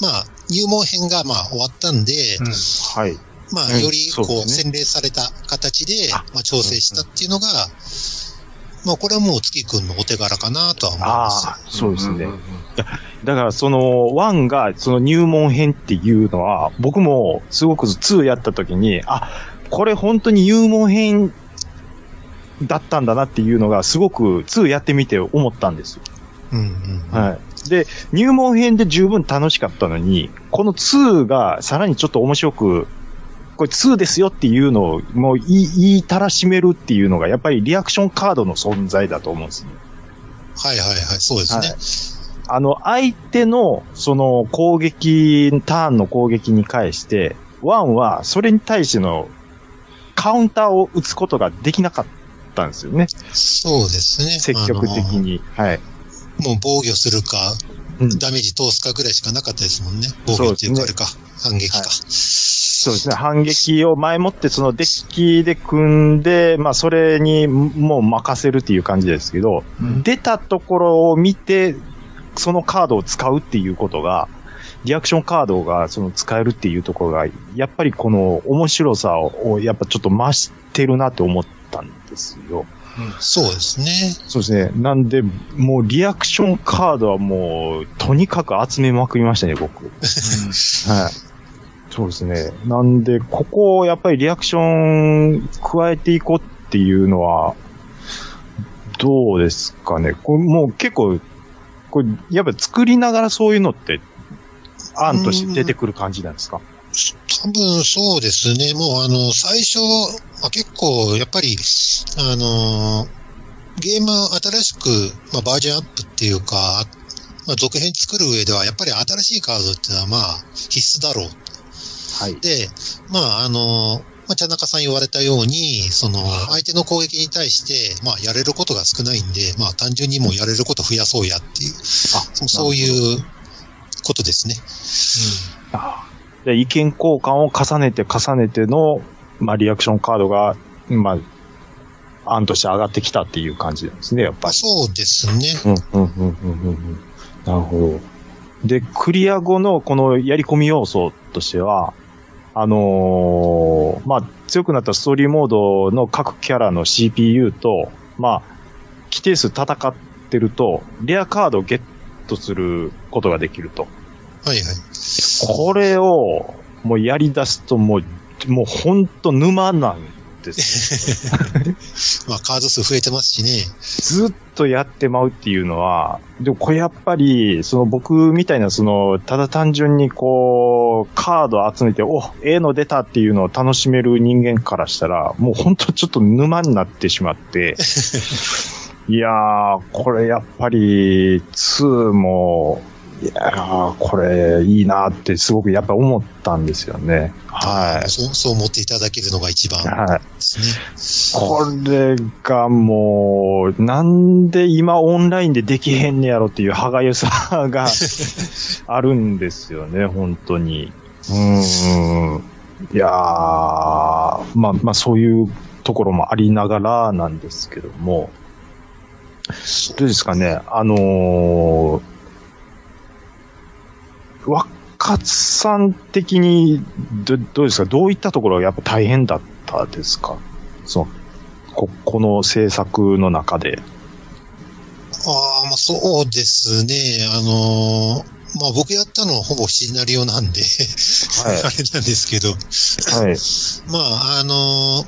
D: まあ入門編がまあ終わったんで、
B: うん。
A: はい。
D: ま
A: う
D: あ、
A: ん
D: より、
A: そう
D: こ
A: で
D: う、
A: す
D: 洗練された形で
A: あ、
D: まあ、調整したっていうのが、まあ、これはもう月くんのお手柄かなとは思い
A: あ
D: ます。
A: あ、そうですね
B: ん。ん
A: だから、その、ワンが、その入門編っていうのは、僕も、すごく2やった時に、あ、これ本当に入門編だったんだなっていうのが、すごく2やってみて思ったんですよ。
D: うんうん。
A: はい。で、入門編で十分楽しかったのに、この2がさらにちょっと面白く、これ2ですよっていうのをもう言い言いたらしめるっていうのが、やっぱりリアクションカードの存在だと思うんですね。
D: はいはいはい、そうですね。
A: あの、相手の、その、攻撃、ターンの攻撃に対して、ワンは、それに対しての、カウンターを打つことができなかったんですよね。
D: そうですね。
A: 積極的に。はい。
D: あの。もう防御するか、
A: うん
D: ダメージ通すかぐらいしかなかったですもんね。防御っていうか、
A: そう
D: あ
A: で
D: れか、反撃か。
A: はいそうですね。反撃を前もって、そのデッキで組んで、まあ、それに、もう任せるっていう感じですけど、出たところを見て、そのカードを使うっていうことが、リアクションカードがその使えるっていうところが、やっぱりこの面白さをやっぱちょっと増してるなって思ったんですよ。
D: そうですね。
A: そうですね。なんで、もうリアクションカードはもう、とにかく集めまくりましたね、僕。はい。そうですね。なんで、ここをやっぱりリアクション加えていこうっていうのは、どうですかね。これもう結構、これやっぱ作りながらそういうのって、案として出てくる感じなんですか
D: 多分そうですね。もうあの、最初、まあ、結構やっぱり、あのー、ゲームを新しく、まあ、バージョンアップっていうか、まあ、続編作る上ではやっぱり新しいカードっていうのはまあ必須だろう。
A: はい。
D: で、まああのー、まあ、田中さん言われたように、その、相手の攻撃に対して、まあ、やれることが少ないんで、まあ、単純にもうやれること増やそうやっていう、
A: あ
D: そういうことですね。
A: で意見交換を重ねて重ねての、まあ、リアクションカードが、まあ、案として上がってきたっていう感じなんですね、やっぱり。
D: そうですね。
A: うん、うん、うん、うん、うん。なるほど。で、クリア後のこのやり込み要素としては、あのーまあ、強くなったストーリーモードの各キャラの CPU と、まあ、規定数戦ってると、レアカードをゲットすることができると。
D: はいはい。
A: これを、もうやり出すともう、もうほんと沼なんことです。
D: まあ、カード数増えてますしね。
A: ずっとやってまうっていうのは、でもこれやっぱり、その僕みたいな、その、ただ単純にこう、カード集めて、お、ええの出たっていうのを楽しめる人間からしたら、もうほんとちょっと沼になってしまって、いやー、これやっぱり、2も、いやー、これいいなってすごくやっぱ思ったんですよね。はい。
D: そう、そう思っていただけるのが一番で
A: はい。
D: すね。
A: これがもう、なんで今オンラインでできへんねやろっていう歯がゆさがあるんですよね、本当に。うん。いやー、まあまあそういうところもありながらなんですけども、
D: そう
A: どうですかね、あのー、若津さん的にど、どうですか、どういったところがやっぱ大変だったですかそのこ、この制作の中で。
D: ああ、まあ、そうですね。あのーまあ、僕やったのはほぼシナリオなんで、
A: はい
D: あれなんですけど、
A: はい。
D: まあ、あのー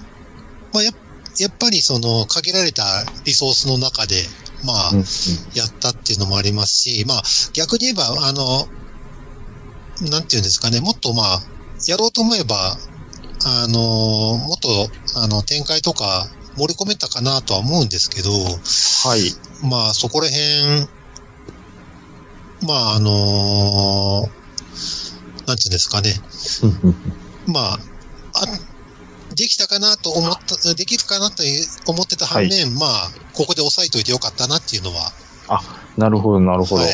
D: まあ、やっやっぱりその限られたリソースの中で、まあ、
A: うん
D: やったっていうのもありますし、まあ、逆に言えば、あの、なんていうんですかね、もっとまあ、やろうと思えば、あの、もっと、あの、展開とか盛り込めたかなとは思うんですけど、
A: はい。
D: まあ、そこら辺、まあ、あの、なんていうんですかね、まあ、あ、できたかなと思った、できるかなという思ってた反面、まあ、ここで押さえといてよかったなっていうのは、
A: なるほど、なるほど。
D: はい。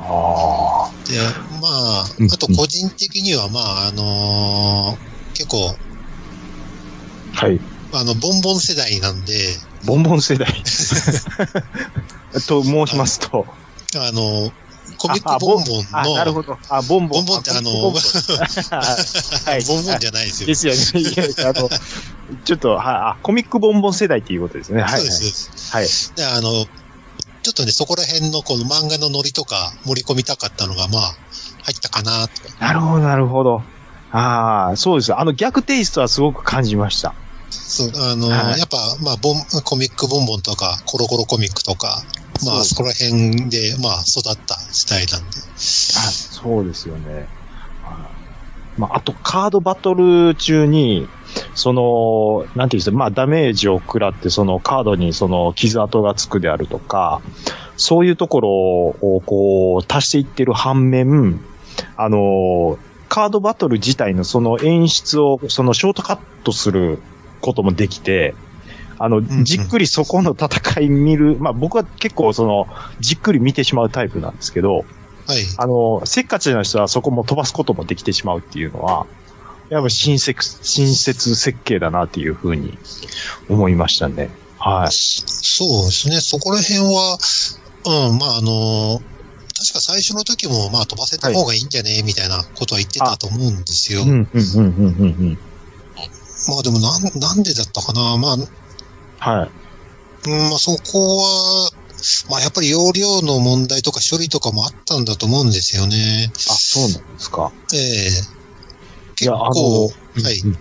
A: あ
D: で、まあ
A: うん、
D: あと個人的には、まあ、あのー結構、
A: あ。はい。
D: あの、ボンボン世代なんで、
A: ボンボン世代。 と申しますと。
D: あのーコミックボンボン
A: あ、なる
D: の、
A: ほど。あ、ボンボン。
D: ボンボンってあの
A: ボ ンボンはい。
D: ボンボンじゃないです
A: で
D: よ。
A: すよね。いや、あの、ちょっと、はい、あ、コミックボンボン世代っていうことですね。はい。
D: そうです。
A: はい。
D: で、あの、ちょっとね、そこら辺のこの漫画のノリとか盛り込みたかったのが、まあ、入ったかなと。
A: なるほど、なるほど。ああ、そうです。あの逆テイストはすごく感じました。
D: そう、あのー
A: はい
D: やっぱ、まあ、ボン、コミックボンボンとか、コロコロコミックとか、まあ、
A: そ
D: そこら辺で、まあ、育った世代なんで。
A: あそうですよね。あまあ、あと、カードバトル中に、その、なんていうんですか、まあ、ダメージを食らって、そのカードにその傷跡がつくであるとか、そういうところをこう、足していってる反面、あの、カードバトル自体のその演出を、そのショートカットすることもできて、あの、
D: ん
A: じっくりそこの戦い見る、まあ僕は結構その、じっくり見てしまうタイプなんですけど、
D: はい。
A: あの、せっかちな人はそこも飛ばすこともできてしまうっていうのは、やっぱ親切、親切設計だなっていうふうに思いましたね。はい。
D: そうですね、そこら辺は、うん、まあ、あの、確か最初の時も、まあ、飛ばせた方がいいんじゃね、みたいなことは言ってたと思うんですよ。
A: うん、うん、うん、うん、うんうん。
D: まあ、でもなん、なんでだったかな。まあ、うん
A: はい。
D: まあ、そこは、まあ、やっぱり容量の問題とか処理とかもあったんだと思うんですよね。
A: あ、そうなんですか。
D: ええ
A: い
D: 結
A: や、あの、
D: 構、はい。
A: うん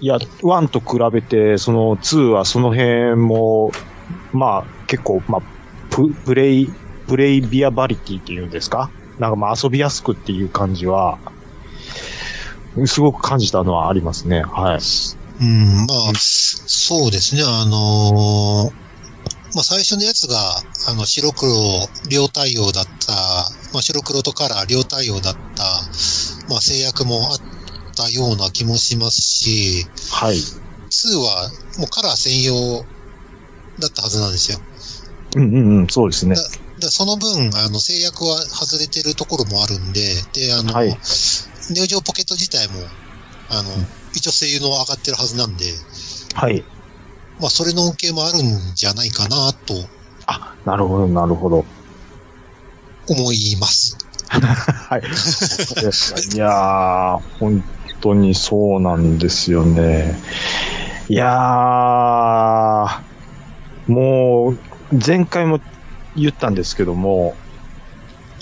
A: いや、1と比べて、その2はその辺も、まあ、結構、まあ、ププレイ、プレイビアバリティっていうんですかなんかまあ遊びやすくっていう感じは、すごく感じたのはありますね。はい。
D: うん、ま
A: う
D: あ
A: ん、
D: そうですね、あのーまあ最初のやつが、あの、白黒両対応だった、まあ白黒とカラー両対応だった、まあ制約もあったような気もしますし、
A: はい。
D: 2はもうカラー専用だったはずなんですよ。
A: うんうんうん、そうですね。
D: でその分、あの、制約は外れてるところもあるんで、で、あの、
A: はい
D: ネオジオポケット自体も、あの、一応性能上がってるはずなんで、
A: はい。
D: まあ、それの恩恵もあるんじゃないかなと
A: あ、なるほど、なるほど。
D: 思います。
A: はい。いやー、本当にそうなんですよね。いやー、もう、前回も言ったんですけども、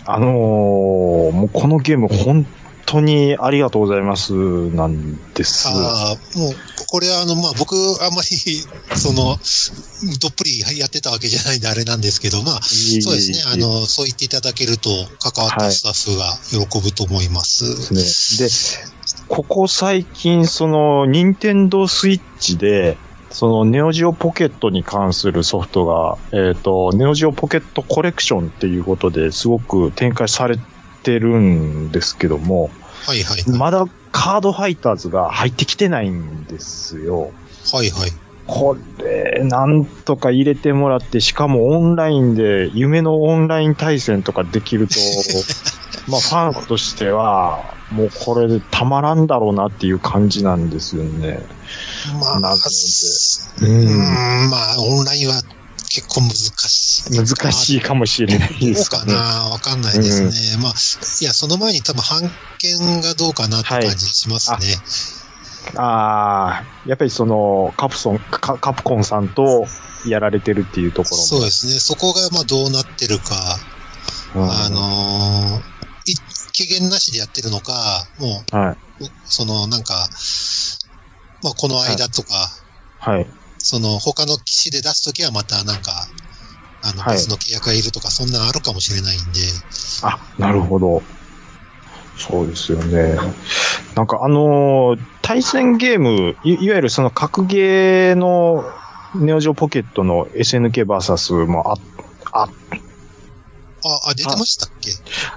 A: あのー、もうこのゲーム本当にありがとうございますなんです。
D: ああ、もう、これはあの、まあ、僕、あんまり、その、どっぷりやってたわけじゃないんであれなんですけど、まあ、そうですね。あの、そう言っていただけると、関わっ
A: は
D: た
A: い
D: スタッフが喜ぶと思います。
A: ですね。で、ここ最近、その、任天堂スイッチで、その、ネオジオポケットに関するソフトが、えっ、と、ネオジオポケットコレクションっていうことですごく展開されてるんですけども、
D: はいはい。
A: まだカードファイターズが入ってきてないんですよ。
D: はいはい。
A: これ、なんとか入れてもらって、しかもオンラインで、夢のオンライン対戦とかできると、まあ、ファンとしては、もうこれでたまらんだろうなっていう感じなんですよね。
D: ま
A: な
D: あ、
A: るほどう
D: うーん、まあ、オンラインは結構難しい。
A: 難しいかもしれないです
D: ど
A: か
D: う
A: ね
D: か。なわかんないですね。まあ、いや、その前に多分、判件がどうかなって感じしますね。
A: ああ、やっぱりその、カプソン、カカプコンさんとやられてるっていうところも。
D: そうですね。そこが、まあ、どうなってるか、
A: うん
D: あのーい期限なしでやってるのか、も
A: は
D: う、その、なんか、まあ、この間とか、
A: はい。
D: その他の機種で出すときはまたなんか、あの、
A: はい
D: 別の契約がいるとか、そんなのあるかもしれないんで、
A: あ、なるほど。そうですよね。なんかあのー対戦ゲームい、いわゆるその格ゲーのネオジオポケットの SNK バーサスもあっ
D: あ、あ、出てましたっけ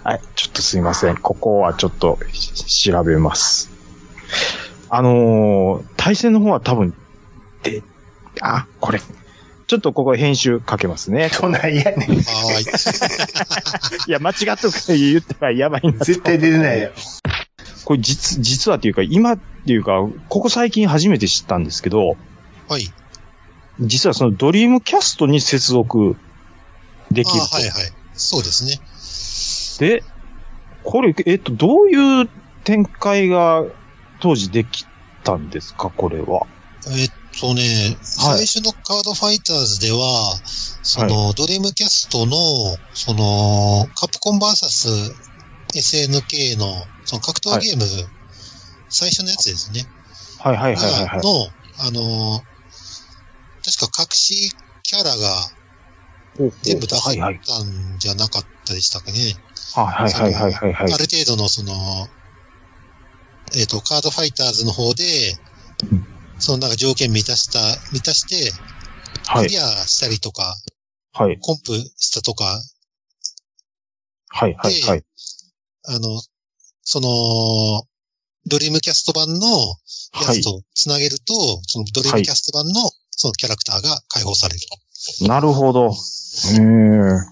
A: はい、ちょっとすいません。ここはちょっとし調べます。あのー対戦の方は多分、で、あ、これ。ちょっとここ編集かけますね。
B: どないやねん。
D: あはい。
A: いや、間違っとく言ったらやばいな。
B: 絶対出てないよ。
A: これ実、実はっていうか、今っていうか、ここ最近初めて知ったんですけど、
D: はい。
A: 実はそのドリームキャストに接続 できる
D: あ
A: と。
D: はいはい。そうですね。
A: で、これ、えっと、どういう展開が当時できたんですか、これは。
D: えっとね、
A: はい
D: 最初のカードファイターズでは、その、ドリームキャストの、その、カプコンバーサス SNK の、その格闘ゲーム、最初のやつですね。
A: はいはいはいはい、はい。
D: の、あの、確か隠しキャラが、全部出
A: はいはい。
D: したんじゃなかったでしたかね。
A: はいはいはいはいはい。
D: ある程度のその、えっ、と、カードファイターズの方で
A: うん、
D: そのなんか条件満たした、満たして、
A: は
D: ク
A: い
D: リアしたりとか、
A: はい
D: コンプしたとか、
A: はいはいはい。
D: あの、その、ドリームキャスト版のや
A: は
D: つとつなげると、そのドリームキャスト版のそのキャラクターが解放される。
A: い。なるほど。ええ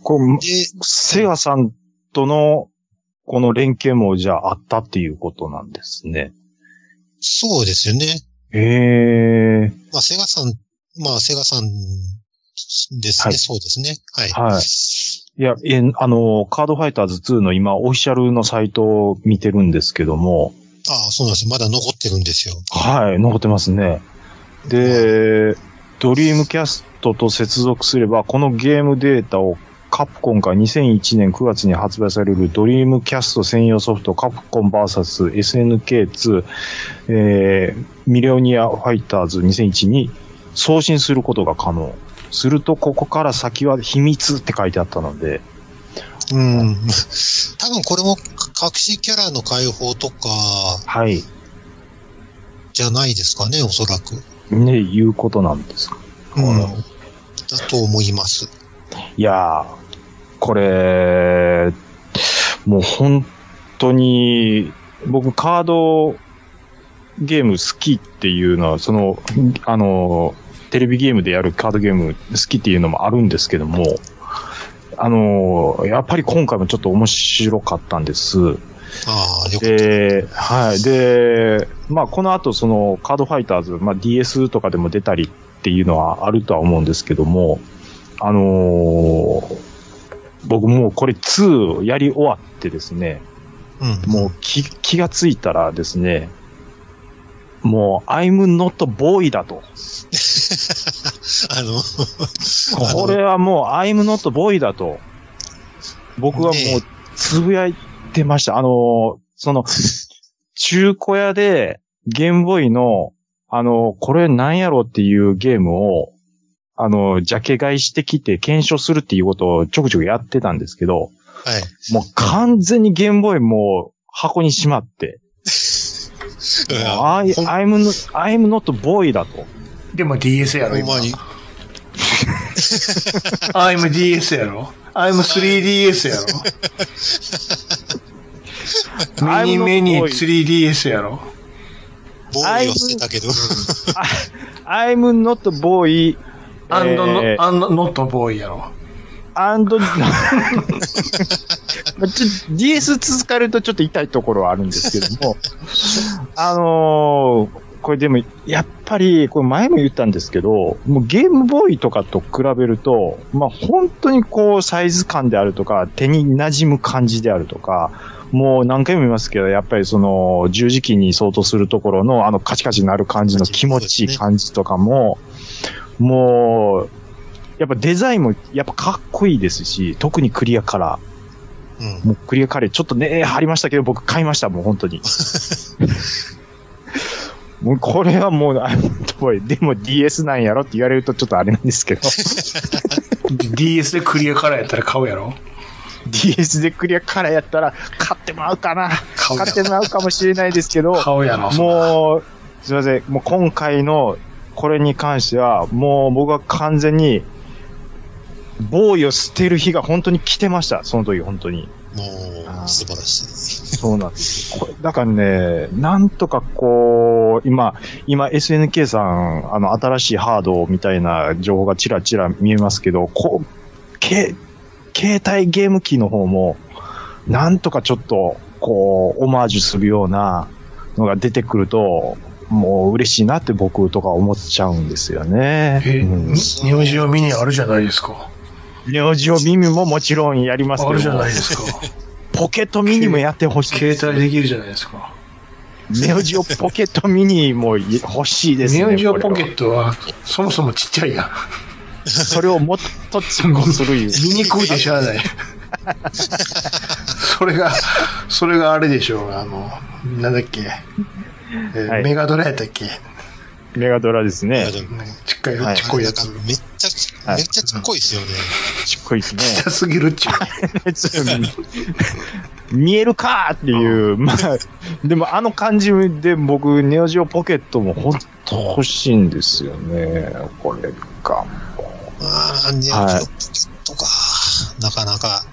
A: これ、
D: で、
A: セガさんとの、この連携もじゃああったっていうことなんですね。
D: そうですよね。
A: ええ
D: まあ、セガさん、まあ、セガさんですね。
A: はい
D: そうですね。はい。
A: はい。いや、え、あの、カードファイターズ2の今、オフィシャルのサイトを見てるんですけども、
D: ああ、そうなんですよ。まだ残ってるんですよ。
A: はい、残ってますね。で、ドリームキャストと接続すれば、このゲームデータをカプコンが2001年9月に発売されるドリームキャスト専用ソフトカプコン VSSNK2、えーミレオニアファイターズ2001に送信することが可能。すると、ここから先は秘密って書いてあったので、
D: うん。 多分これも隠しキャラの解放とか
A: はい。
D: じゃないですかね、おそらく。
A: ね、いうことなんですか。
D: うん
A: うん。
D: だと思います。
A: いやー、これ、もう本当に、僕カードゲーム好きっていうのは、その、あの、テレビゲームでやるカードゲーム好きっていうのもあるんですけども、あの、やっぱり今回もちょっと面白かったんです。
D: ああ、よかった。
A: で、はい。で、まあ、この後、その、カードファイターズ、まあ、DS とかでも出たりっていうのはあるとは思うんですけども、あのー僕もうこれ2をやり終わってですね、
D: うん。
A: もう気気がついたらですね、もう、I'm not boy だと。
D: あの、あの
A: これはもう、I'm not boy だと。僕はもう
D: ねえ、
A: つぶやいてました。あのーその、中古屋で、ゲームボーイの、あの、これなんやろっていうゲームを、あの、ジャケ買いしてきて検証するっていうことをちょくちょくやってたんですけど、
D: はい。
A: もう完全にゲームボーイもう箱にしまって、
D: うん
A: あ I,
D: ほん
A: I'm, not- I'm not boy だと。
B: でも DS やろ、
D: ほん
B: 今
D: ま。に。
B: I'm DS やろ ?I'm 3DS やろミニメニ 3DS やろ
D: 防衛をしてたけど。
A: I'm not boy,
B: アンドノ
A: えー
B: ットボーイやろ
A: and, まあちょ DS 続かれるとちょっと痛いところはあるんですけども、あのーこれでも、やっぱり、これ前も言ったんですけど、もうゲームボーイとかと比べると、まあ本当にこうサイズ感であるとか、手に馴染む感じであるとか、もう何回も言いますけど、やっぱりその十字キーに相当するところのあのカチカチなる感じの気持ちいい感じとかも、もう、やっぱデザインもやっぱかっこいいですし、特にクリアカラー。
D: うん。
A: もうクリアカレー、ちょっとね、貼りましたけど、僕買いました、もう本当に。 もうこれはもう、あの、おいでも DS なんやろって言われるとちょっとあれなんです けど、
B: で ?DS でクリアカラーやったら買うやろ
A: DS でクリアカレーやったら、買ってもらうかな。
B: 買うや
A: 買っ
B: ろ
A: てもらうかもしれないですけど、
B: 買うやろ
A: もう、すいません、もう今回のこれに関しては、もう僕は完全に、ボーイを捨てる日が本当に来てました、その時本当に。
D: も
A: あー
D: う、素晴らし
A: そうなんです。これだからね、なんとかこう、今、今 SNK さん、あの、新しいハードみたいな情報がちらちら見えますけど、こう、け、携帯ゲーム機の方も、なんとかちょっと、こう、オマージュするようなのが出てくると、もう嬉しいなって僕とか思っちゃうんですよね。
B: え、
A: うん
B: ニオジオミニあるじゃないですか。
A: ネオジオミニももちろんやります
B: ある
A: け
B: じゃ
A: ど
B: ない、です か。
A: ポケットミニもやってほしいです。
B: 携帯できるじゃないですか。
A: ネオジオポケットミニも欲しいですね。
B: ネオジオポケ
A: こ
B: ットは、そもそもちっちゃいやん。
A: れはそれをもっと突っ込す るいう。
B: 見にくいでしゃあ ない。それが、それがあれでしょう、あの、なんだっけ、えー
A: はい
B: メガドラやったっけ、
A: メガドラです
D: い。い
A: ね
D: や。でも
B: なんかちっかい、
A: はい
B: ちっこいやつ
D: な。んかめっちゃち、
A: はい
D: めっちゃちっこいですよね。
A: ちっこいですね。
B: ちっちゃすぎるっちゅう。
A: 見えるかーっていう、まあ、でもあの感じで僕、ネオジオポケットも本当欲しいんですよね。これが。
D: ああ、ネオジオポ
A: はい
D: ケットか。なかなか、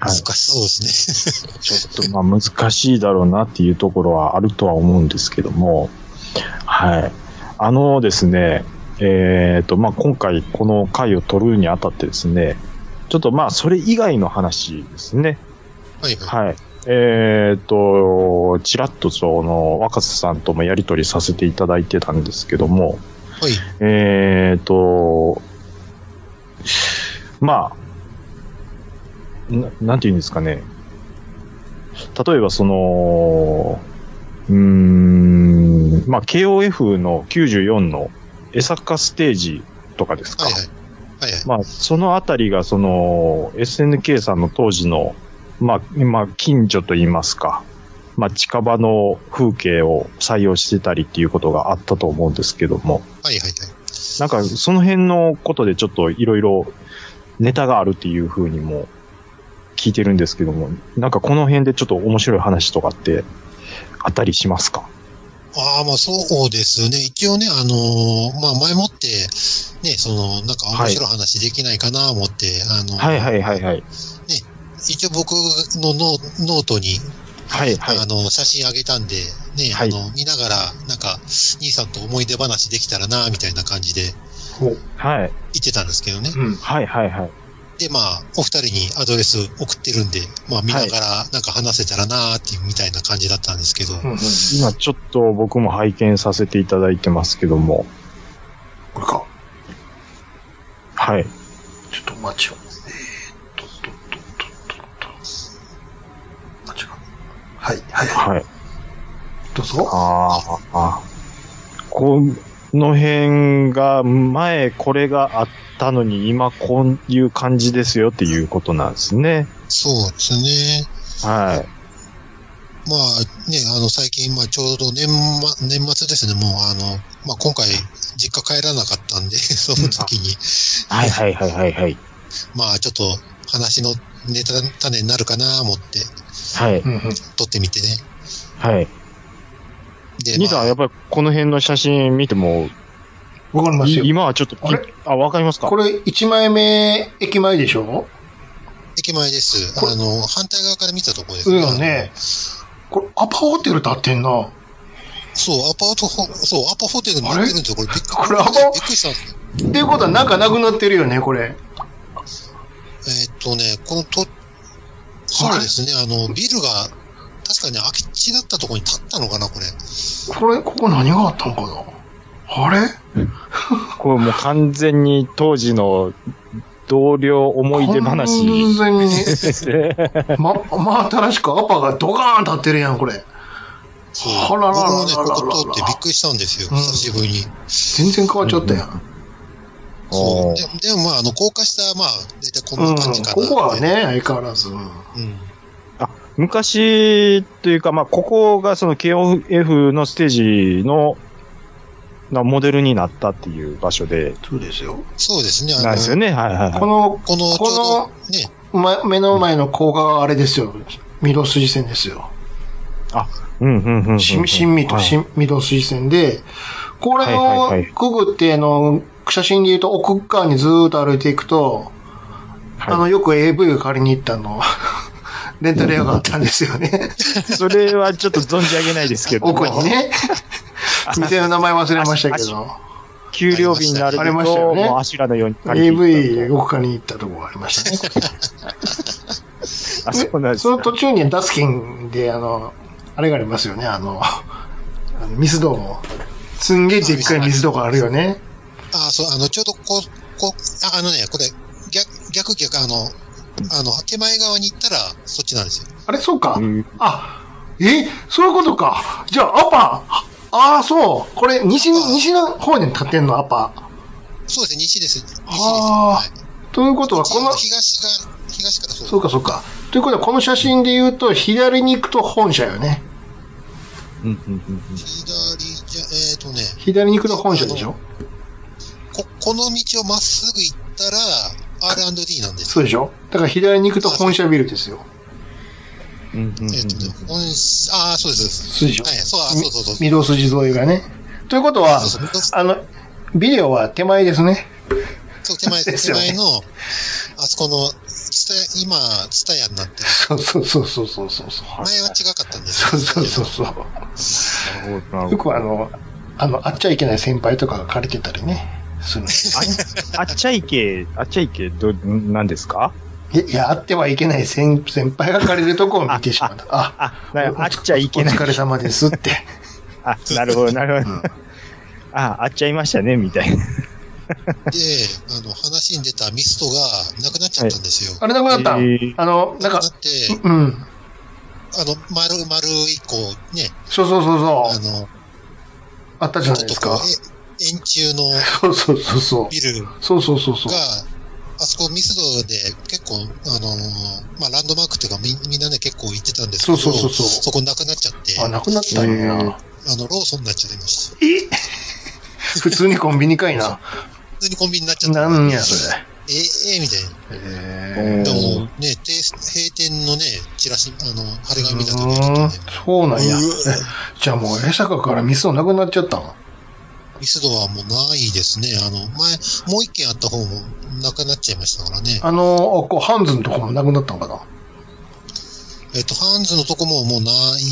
D: 難しそうですね。
A: ちょっとまあ難しいだろうなっていうところはあるとは思うんですけども、はい。あのですね、えっ、と、まあ今回この回を取るにあたってですね、ちょっとまあそれ以外の話ですね。
D: はいはい。
A: はい。えっ、と、ちらっとその若狭さんともやりとりさせていただいてたんですけども、
D: はい。
A: えっ、と、まあ、ななんて言うんですかね。例えばその、うーん、まあ KOF の94の江坂ステージとかですか。
D: はいはい。はいはい。
A: まあそのあたりがその SNK さんの当時の、まあ今近所と言いますか。まあ近場の風景を採用してたりっていうことがあったと思うんですけども。
D: はいはいはい。
A: なんか、その辺のことでちょっといろいろネタがあるっていう風にも聞いてるんですけども、なんかこの辺でちょっと面白い話とかってあったりしますか
D: ああ、まあそうですね。一応ね、あのーまあ前もって、ね、その、なんか面白い話できないかな思って、あの、
A: はいはいはい。
D: 一応僕のノノートに、
A: はいはい
D: あ。の、写真あげたんで、ね、
A: はい
D: あの、見ながら、なんか、兄さんと思い出話できたらな、みたいな感じで
A: はい。
D: 言ってたんですけどね。
B: うん。
A: はいはいはい。
D: で、まあ、お二人にアドレス送ってるんで、まあ見ながら、なんか話せたらな、っていうみたいな感じだったんですけど、
B: うん、こ
A: 今ちょっと僕も拝見させていただいてますけども、
B: れか。
A: はい。
B: ちょっと待ちを。えーっと、と、と、と、と、と。あ、違う。はい、はい、はい
A: はい。
B: どうぞ。
A: あーあー。この辺が、前これがあったのに今こういう感じですよっていうことなんですね。
D: そうですね。
A: はい。
D: まあね、あの、最近、まあ、ちょうど年末、年末ですね、もう、あの、まあ、今回、実家帰らなかったんで、 その時に、
A: はいはいはいはいはい。
D: まあ、ちょっと、話のネタ、種になるかなと思って、
A: はい。
B: うんうん。
D: 撮ってみてね。
A: はい。
D: で、
A: 兄
D: ま
A: さ
D: あ
A: ん、やっぱりこの辺の写真見ても、
B: わかります
A: い
B: よ。
A: 今はちょっとピ
B: あれ
A: あ、わかりますか
B: これ、1枚目、駅前でしょ
D: 駅前です。
B: これ
D: あの、反対側から見たところです
B: うんよね。これ、アパホテル建ってんな。
D: そう、アパートホ、そう、アパホテルになってるんですよ。これ、びっくり
B: これアパ
D: びっくりしたんですよ。
B: っていうことは、中なくなってるよね、これ。
D: えーっとね、このと、そうですね、あの、ビルが、確かに空き地だったところに立ったのかな、これ。
B: これ、ここ何があったのかなあれ
A: これもう完全に当時の同僚思い出話。
B: 完全に、
A: で
B: ま、ま、新しくアパがドカーン立ってるやん、これ。
D: そう。
B: あらららららら
D: 僕もね、ここ通ってびっくりしたんですよ、
B: うん
D: 久しぶりに。
B: 全然変わっちゃったやん。
D: そ
A: お
D: う。
A: ー
D: ででもまあ、あの、高架下、まあ、だいたいこん
B: うん。
D: な感じかな。
B: ここは。ね、相変わらず。うん
D: うん。
A: 昔というか、まあ、ここがその KOF のステージの、なモデルになったっていう場所で、
B: そうですよ。
D: そうですね、あ
A: なんですよ
D: の、
A: ね。はいはい
B: こ
A: は
B: の、
D: この、ちょうど
B: こ、
D: ね、
B: の、ま、目の前の高架があれですよ。御堂筋線ですよ。
A: い。うん、うん、うんうん。
B: し新見と
A: はい
B: 新御堂筋線で、これを
A: はいはいはい
B: くぐって、あの、写真で言うと奥側にずーっと歩いていくと、
A: はい
B: あの、よく AV を借りに行ったあの、 レンタル屋があったんですよ ね。
A: それはちょっと存じ上げないですけど。
B: 奥 にね。店の名前忘れましたけど、
A: 給料日になると、
B: ありましたよね
A: もうアシュラのように借りてい
B: AV
A: ったと
B: 奥側に行ったとこがありましたね。
A: あ、そうなんです
B: そ
A: ね
B: の途中にダスキンで、あの、あれがありますよね、あの、あのミスドも。すんげえでっかいミスドがあるよね。
D: ああ、そう、あの、ちょうどこう、こう、ああのね、これ、逆、逆逆、あの、あの、手前側に行ったら、そっちなんですよ。
B: あれ、そうか。
A: うん
B: あ、え、そういうことか。じゃあ、アパ、ああ、そう。これ、西に、西の方に立ってんの、アパ。
D: そうですね、西です。西です。
B: あ
D: い。
B: ということは、この、
D: 東が、東からそう。
B: そうか、そうか。ということは、この写真で言うと、左に行くと本社よね。
A: うんうんうんうん
D: 左じゃ、えっ、とね、
B: 左に行くと本社でしょ
D: こ、この道をまっすぐ行ったら、R&D なんです。
B: そうでしょだから、左に行くと本社ビルですよ。
A: うんうんうん
D: えっ、とね、ここに、ああ、そうです。
B: そうでしょ
D: はい、そう、あそうそうそう。
B: 御堂筋沿いがね。ということは
D: そう、そうそう
B: あの、ビデオは手前ですね。
D: そう手前、
B: です
D: 手
B: よね
D: 前の、あそこの、ツタヤ、今、ツタヤになってる。
B: そうそうそうそうそうそう。そう
D: 前は違かったんです。
B: そうそうそううそ
A: な
B: う。
A: るほどなる
B: よ
A: ほ
B: くあの、あの、あっちゃいけない先輩とかが借りてたりね。するんですよ
A: どあっちゃいけ、あっちゃいけ、ど、ん何ですか
B: いやいや、あってはいけない先先輩が借りるとこを見てしまった。あ、
A: あ、なあっちゃいけない
B: お。疲れ様ですって。
A: あ、なるほど、なるほど。あ、あっちゃいましたね、みたいな。
D: で、あの、話に出たミストがなくなっちゃったんですよ。
B: あれなくなった、
A: えー
B: あの、なんか
D: な、って、
B: うん。
D: あの、丸、丸一個ね、
B: そうそうそう
D: あ
B: そう。
D: の、
B: あったじ
D: ち
B: ゃ
D: ょ
B: ない
D: っ
B: で
D: と
B: す
D: こ
B: か。
D: う、え円柱の
B: そうそうそうそう。
D: ビルが、
B: そうそうそうそう。
D: あそこミスドで結構、あのーまあ、ランドマークっていうかみみんなね結構行ってたんですけど、
B: そうそうそうそう
D: こなくなっちゃって、
B: あ、
D: あ
B: なくなったん
A: え
B: や
A: ー。
D: の、ローソンになっちゃいました。
B: 普通にコンビニかいな。
D: 普通にコンビニになっちゃった。
B: なんや、それ。
D: えええみたいな。
B: え
D: で
A: おー
D: もね、て閉店のね、チラシ、あの、貼れ紙見た時にちょっと
B: ー、
D: ね、
B: そうなんや。
D: うわ
B: じゃあもう江坂からミスをなくなっちゃったの
D: ミスドはもうないですね。あの、前、もう一軒あった方もなくなっちゃいましたからね。
B: あの、こう、ハンズのとこもなくなったのかな
D: えっと、ハンズのとこももうないで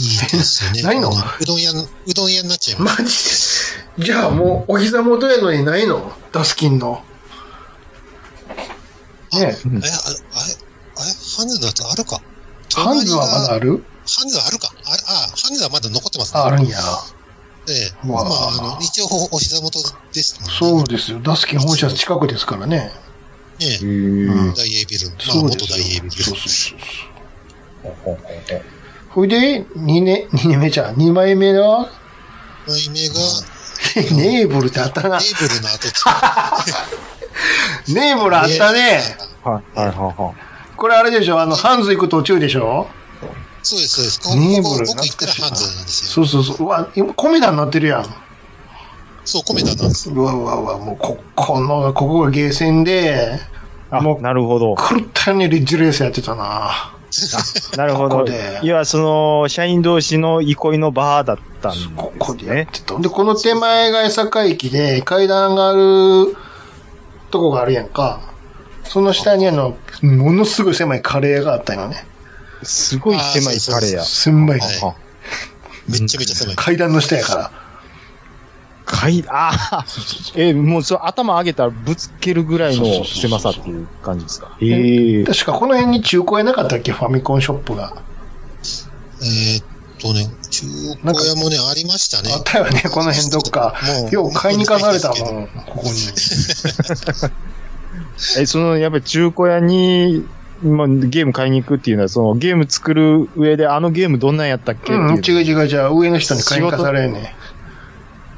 D: すよね。
B: ないの
D: あうどん屋、うどん屋になっちゃいま
B: マ
D: し
B: ジでじゃあもう、お膝元やのにないのダスキンの。ね
D: た。あれ、あれ、あれ、あれハンズだとあるか。
B: ハンズはまだあ
D: る。
B: る
D: ハンズはあるか。あれ、あ、ハンズはまだ残ってますね。
B: ああるんや。
D: え
B: う
D: え。ま
B: わ
D: あ、あの、一応、お膝元ですも
B: そう
D: んね。
B: ですよ。ダスキン本社近くですからね。
D: ええ。
B: うん
D: 大英ビル。まあ、
B: そうで
D: 元
B: す
D: 大英
B: よ
D: ビ。ル。
B: そうそうそうそう。ほいで、2年、二年目じゃん、2枚目は、
D: 二枚目が、
B: ネーブルってあったな
D: ネ。ーブルの跡地。 あ
B: ネーブルあったね。
A: はい、はい、はい、はい。
B: これあれでしょあの、ハンズ行く途中でしょ
D: そうです、そうです。ここ
B: ネーブル
D: 奥行ったらハンズなんですよ。
B: そうそうそう。うわ、今、コメダになってるやん。
D: そう、コメダなんです。
B: うわうわうわ、もう、こ、この、ここがゲーセンで、
A: あ
B: も、う
A: なるほど。
B: 狂ったようにリッジレースやってたな。
A: なるほ
B: ここ
A: ど。
B: で
A: いや、その、社員同士の憩いの場だったんです
B: ここでやっ
A: ね。
B: てた。で、この手前が江坂駅で、階段があるとこがあるやんか。その下にあの、ものすごい狭いカレーがあったよね。
A: すごい狭いカレーや。
B: 狭い。
D: そう
A: あ
D: めっちゃめちゃ狭い。
B: 階段の下やから。
A: かい、ああ、え、もうそれ頭上げたらぶつけるぐらいの狭さっていう感じですか。ええ
B: 確かこの辺に中古屋なかったっけファミコンショップが。
D: えーっとね、中古屋もね、ありましたね。
B: あったよね、この辺どっか
D: も。う
B: よう買いに行かされたもん、ここに。
A: え、その、やっぱり中古屋に、まあ、ゲーム買いに行くっていうのは、その、ゲーム作る上で、あのゲームどんなんやったっけっていう
B: うん、違う違う違う、上の人に買いに行かされんね。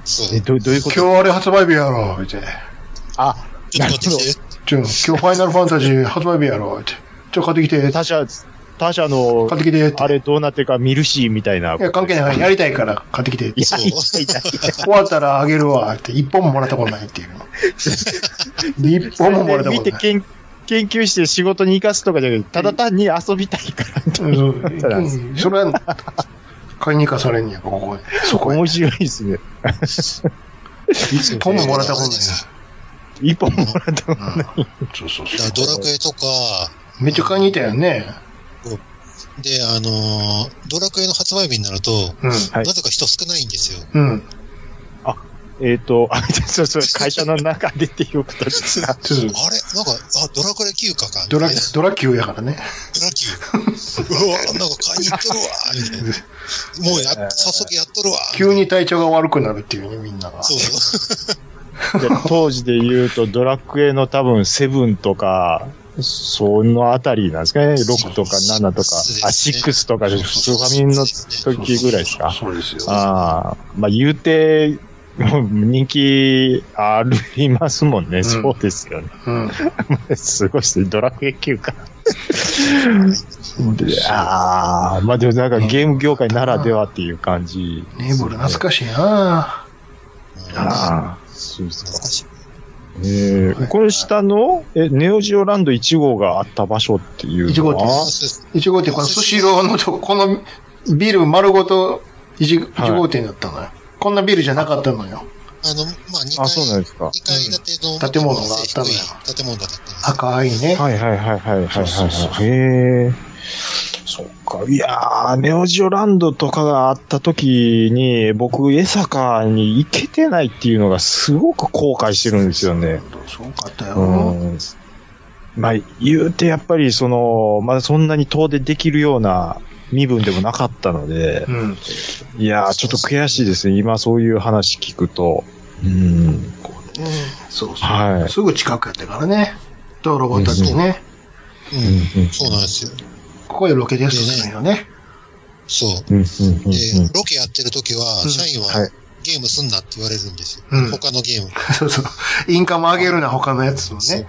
D: そう。
A: え、
D: ちょ
A: どどういうこ
B: 今
A: と
B: 日あれ発売日やろ、みたいな。
A: あ、
D: っと待ってきて。
B: ちょ、今日ファイナルファンタジー発売日やろ、みたいな。ちょ、買ってきて、買
A: 他社、他社の、
B: ってきて、って
A: あれどうなってるか見るし、みたいな。
B: いや、関 係ない。やりたいから買ってきて。
A: いや、
D: そう
A: いやいやいや
B: 終わったらあげるわ、って。一本ももらったことないっていう。で一本ももらった
A: 見
B: こ
A: て
B: とない。
A: 研研究して仕事に生かすとかじゃなくて、ただ単に遊びたいから。
B: うんうんそれは、買いに行かされんねや、ここへそこへ
A: 面。白いですね。
B: 一本ももらったことないな。
A: 一本もらった
B: うんそうそう
D: だか
B: そ
D: らドラクエとか、
B: う。めっちゃ買いに行ったよね。
D: で、あのードラクエの発売日になると、
B: うん。
A: はい
D: なぜか人少ないんですよ。
B: うん。
A: えっ、と、あ、そうそう、会社の中でっていうこと ですか。
B: そう
D: あれなんか、あ、ドラクエ9かか。
B: ドラ
D: みたいな、
B: ドラキューやか らね。
D: ドラ9。うわ、なんか買いに行っとるわ、みたいな。もうやっ、早速やっとるわ。
B: 急に体調が悪くなるっていうね、みんなが。
D: そうそう。
A: で当時で言うと、ドラクエの多分、セブンとか、そのあたりなんですかね。6とか7とか、あ、6とかで、スーファミンの時ぐらいですか。
B: そうですよ。
A: ああ、まあ言うて、もう人気ありますもんね。そうですよね。
B: うん。
A: すごいっすね。ドラクエ9か。ああ、まあでもなんかゲーム業界ならではっていう感じ。
B: ネーブル懐かしいな
A: ああ、そうですか。
D: 昔
A: ええこれ下の、え、ネオジオランド1号があった場所っていうのは。
B: 1号
D: あ そうです
B: いちご店、このスシローのとこのビル丸ごといちいちご店だったのよ。こんなビルじゃなかったのよ。
D: あの、まあ、2
A: あ、そうなん
D: 階、
A: ですか。
D: 二階建ての、
B: ん建物があったのよ
D: 低い建物だったんです。
B: 赤いね。
A: はいはいはいはいはいはい
B: そうそうそ
A: はい。へえ。そっか。いやー、ネオジオランドとかがあった時に、僕、江坂に行けてないっていうのがすごく後悔してるんですよね。
B: そうかった
A: う
B: よ。
A: ん。まあ、言うてやっぱりその、まだそんなに遠出できるような身分でもなかったので
B: う、ん。
A: いやー、ちょっと悔しいですね。今そういう話聞くと。うん。
B: そうそ
A: は
B: う。
A: い
B: すぐ近くやったからね。道路渡ってね。
D: うん。そうなんですよ。
B: ここでロケですするよね。
D: そう。
A: うん。うん。うん。
D: で
A: うん。、
D: ロケやってる時は、社員
A: は、
D: はいゲームすんなって言われるんですよ。
B: うん
D: 他のゲーム。
B: そうそう。インカム上げるな、他のやつもね。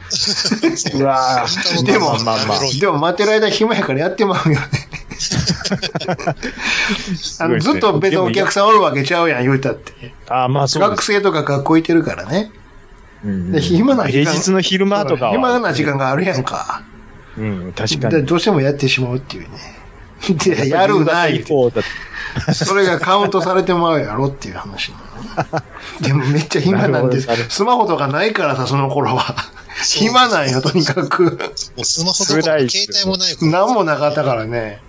A: うわ
D: イン
A: ー、
D: カム
B: で
A: ま
B: も
A: あまあまあ。
B: でも待ってる間暇やからやってまうよね。あのずっと別にお客さんおるわけちゃうやん、言うたって。
A: あー、まあそうです
B: 学生とか学校行ってるからね。
A: うん
B: で暇な時間
A: 平日の昼間とかは。
B: 暇な時間があるやんか。
A: うん、確か
B: で
A: に。
B: どうしてもやってしまうっていうね。 で、やるな、言うて
A: 方だ
B: それがカウントされてまうやろっていう話な の。でもめっちゃ暇なんです
A: なるほど。
B: スマホとかないからさ、その頃は。暇なんよ、とにかく。
D: もうスマホどこ
A: 辛い
D: ろ
A: っすよ
D: 携帯もないから。
B: なんもなかったからね。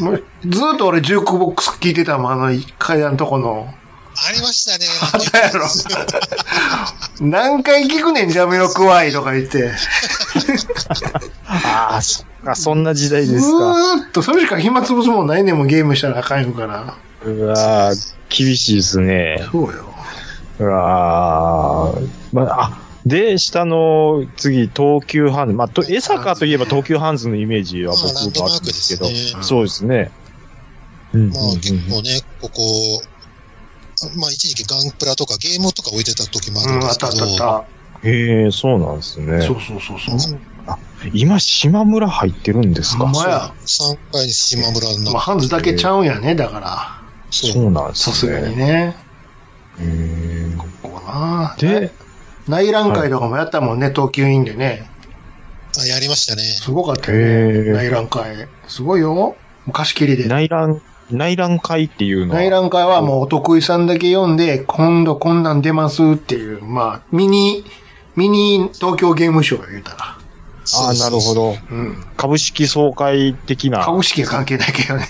B: もうずっと俺ジュークボックス聞いてたもん、あの階段のとこの。
D: ありましたね。
B: あったやろ。何回聞くねん、ジャミロクワイとか言って。
A: ああ、そっか、そんな時代
B: ず
A: ですか。
B: ーっと、それしか暇つぶすもんないねんもん、ゲームしたらあかんよから。
A: うわー厳しいですね。
B: そうよ。
A: うわーまあ、あ、で、下の、次、東急ハンズ。まあ、と江坂といえば東急ハンズのイメージは僕
D: まあランド
A: もある
D: マー
A: ん
D: ク
A: で
D: ですす
A: け
D: ね
A: ど。そうですね。うんうん
D: まあ結構ね、ここ、まあ一時期ガンプラとかゲームとか置いてた時もあ
B: う
D: るん
B: ん、
D: で
B: あっ
D: す
B: た
D: け
B: あ
D: ど、
B: ったあっ
A: へえ、そうなんですね
B: た。そ。うそうそうそう。
A: 今、島村入ってるんです
B: ほ
A: か
B: んまや。
D: 3回に島村の
B: まあ、
D: 中。
B: ハンズだけちゃうんやね、だから。
D: そう。
A: そうなんです
B: さ
A: ね。
B: すがにね。
A: へ
B: こうな
A: ー。で、
B: 内覧会とかもやったもんね、東急委員でね。
D: あ、やりましたね。
B: すごかったよ
A: へ
B: ね。
A: ー
B: 内覧会。すごいよ。もう貸し切りで。
A: 内覧、内覧会っていうのは。
B: 内覧会はもうお得意さんだけ読んで、今度こんなん出ますっていう、まあ、ミニ、ミニ東京ゲームショーや言うたら。
A: ああ、なるほ
D: ど。
A: ど。
B: うん。
A: 株式総会的な。
B: 株式は関係ないけどね。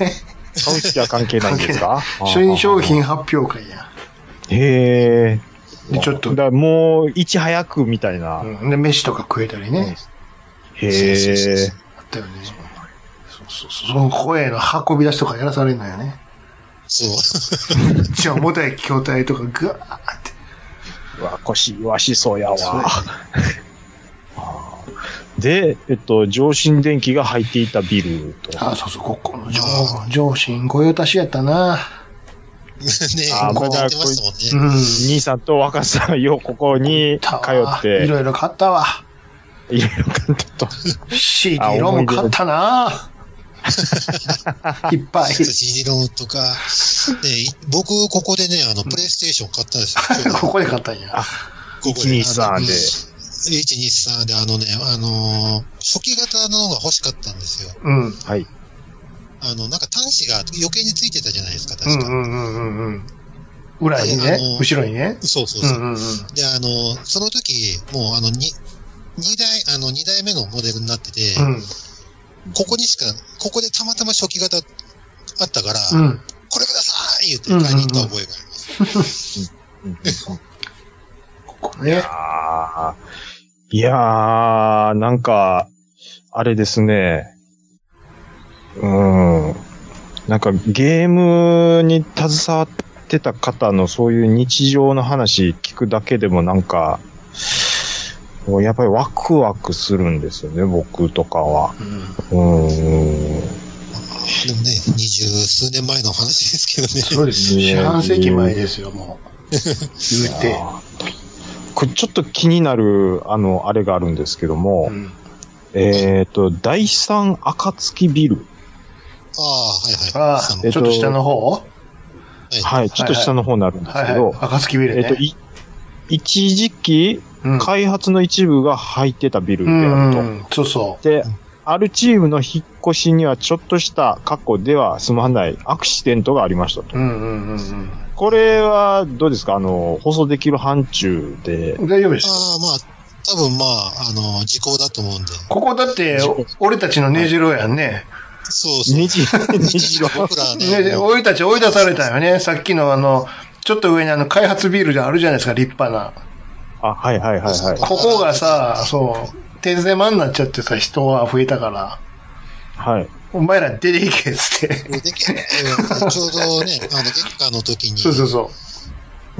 A: 株式は関係ないんですか
B: 新商品発表会や。
A: へえ。
B: で、ちょっと
A: だか、らもう、いち早くみたいな。
B: うん。で、飯とか食えたりね。
A: へ
D: そうそうそう
A: え。
B: あったよね。そうそうそう。その声の運び出しとかやらされるのよね。
D: そう。
B: じゃあ、重たい筐体とかガーって。
A: うわ、腰、わしそうやわ。あー で、えっと、上新電機が入っていたビルと。
B: あ、そうそう、ここの上、上心御用達やったな。
D: ねえ、
A: あ
D: こ
A: ま
D: う
A: だ
D: やってましたもんね。
B: うん。
A: 兄さんと若さんようここに通っ
B: い
A: て、
B: ろいろ買ったわ。
A: いろいろ買ったと。
B: CD
A: あ
B: ロム買っ たないっぱい。
D: CD ロムとか、ね、僕、ここでね、あの、プレイステーション買ったんですよ。
B: ここで買ったんや。
D: ここで。
A: 123で。
D: 123で、あのね、あのー初期型のが欲しかったんですよ。
B: うん。うん
A: はい。
D: あの、なんか端子が余計についてたじゃないですか、
B: う
D: 確
B: ん
D: か。
B: うんうんうん。裏にね
D: あの、
B: 後ろにね。
D: そうそう
B: う
D: そう。
B: んうんうん。
D: で、あのーその時、もう、あの、に二代、あの、二代目のモデルになってて、
B: うん。
D: ここにしか、ここでたまたま初期型あったから、
B: うん。
D: これください言って買いに行った覚えがあります。
B: ここね。
A: ああ。いやー、なんか、あれですね。うーん。なんかゲームに携わってた方のそういう日常の話聞くだけでもなんか、もうやっぱりワクワクするんですよね、僕とかは。うーん。
D: でもね、二十数年前の話ですけどね。
B: そうです。四半世紀前ですよ、もう。言うて。
A: これちょっと気になる、あの、あれがあるんですけども、
B: うん
A: えっ、と、第三暁ビル。
D: ああ、はいはい。
B: ああ、
D: はい
B: ちょっと下の方は
A: はい、ちょっと下の方になるんです
B: い
A: け
B: はい
A: ど。、
B: 暁ビル
A: えっと、
B: ね。
A: い一時期、
B: うん
A: 開発の一部が入ってたビル
B: う
A: であると。
B: んうん。そうそ
A: で、あるチームの引っ越しにはちょっとした過去では済まないアクシデントがありましたと。
B: う。うんうんうん
A: これはどうですかあの、放送できる範疇で
B: う。ん。大丈夫ですよ。
D: ああ、まあ、多分まあ、あの、時効だと思うんで。
B: ここだって、俺たちのねじろやんね。
D: そうそう。
A: ね じ、ねじろ
D: 僕ら
B: ね
D: ね、
B: で、俺たち追い出されたよね。さっきのあの、ちょっと上にあの、開発ビールであるじゃないですか、立派な。
A: あ、はいはいはいはい。
B: ここがさ、そう、点狭になっちゃってさ、人は増えたから、
A: はい。
B: お前ら出ていけっつって。
D: できうんちょうどね、あの、月下の時に、
B: そうそうそ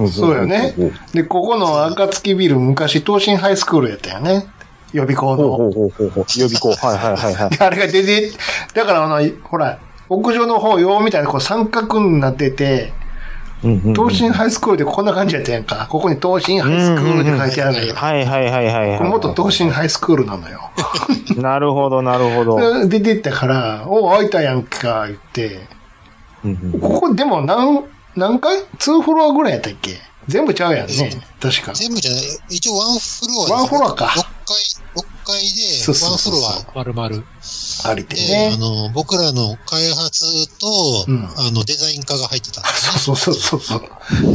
B: そうよね
A: ほう
B: う。で、ここの暁ビル、昔、東進ハイスクールやったよね。予備
A: ほ
B: 校
A: う
B: の。
A: ほうほうほう。予備校。はいはいはいはい。
B: で、あれが出て、だからあの、ほら、屋上の方よみたいな、こう三角になってて、
A: うんうんうん
B: 東進ハイスクールでこんな感じやったやんか。ここに東進ハイスクールって書いてあるのよ。
A: はいはいはいはいはい。
B: これ元東進ハイスクールなのよ。
A: なるほどなるほど。
B: で出てったから、おう、開いたやんか、言って。
A: うんうん
B: ここでも何、何回 ?2 フロアぐらいやったっけ全部ちゃうやんね。確か。
D: 全部じゃない、一応ワンフロア
B: ワンフロアか
D: 6階、六階
B: そう
D: で、
B: そ
D: ワ
B: う
D: ンフ
B: そう
D: ロ
B: そう
D: ア丸々。
B: ありて
D: で、あ
B: ね。
D: の、僕らの開発と、
B: うん
D: あの、デザイン科が入ってたんですね。
B: そうそうそうそう。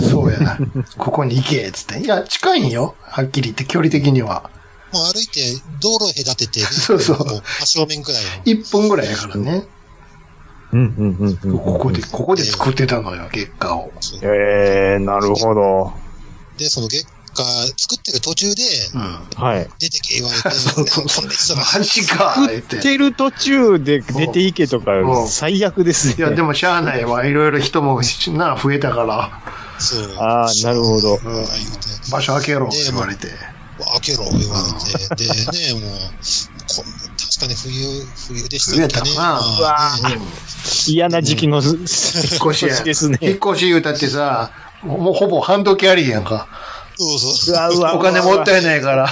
B: そうや な。ここに行け、つって。いや、近いんよ。はっきり言って、距離的には。
D: もう歩いて、道路隔ててね、
B: そうそう
D: も真正面くらいの。
B: 1分ぐらいやからね。
A: うんうんうんうんうん
B: ここで、ここで作ってたのよ、結果を。
D: そう
A: ええー、なるほど。
D: で、その月下、作ってる途中で、
B: うん。
A: はい。
D: 出てけ言われ て、
B: そうそうそう
D: 飛んできたら、
B: マジか、言って。
A: てる途中で出ていけと
B: うん
A: か、最悪ですね。
B: いや、でもしゃあないわ。いろいろ人もしな、増えたから、
D: そう。
A: ああ、なるほど。
D: ああ言うて、
B: 場所開けろ、
D: で
B: 言われて。
D: 開けろ、言われて。で、ね、もう、こん確かに冬、冬でしたっけね。
B: 冬やったかな
D: ああ
A: うわあ
D: ね
A: 嫌な時期の、引っ
B: 引っ越しや。
A: ですね。
B: 引っ越し言うたってさ、もうもうほぼハンドキャリーやんか。
D: そうそう。
A: うわうわ
B: お金もったいないから。
D: で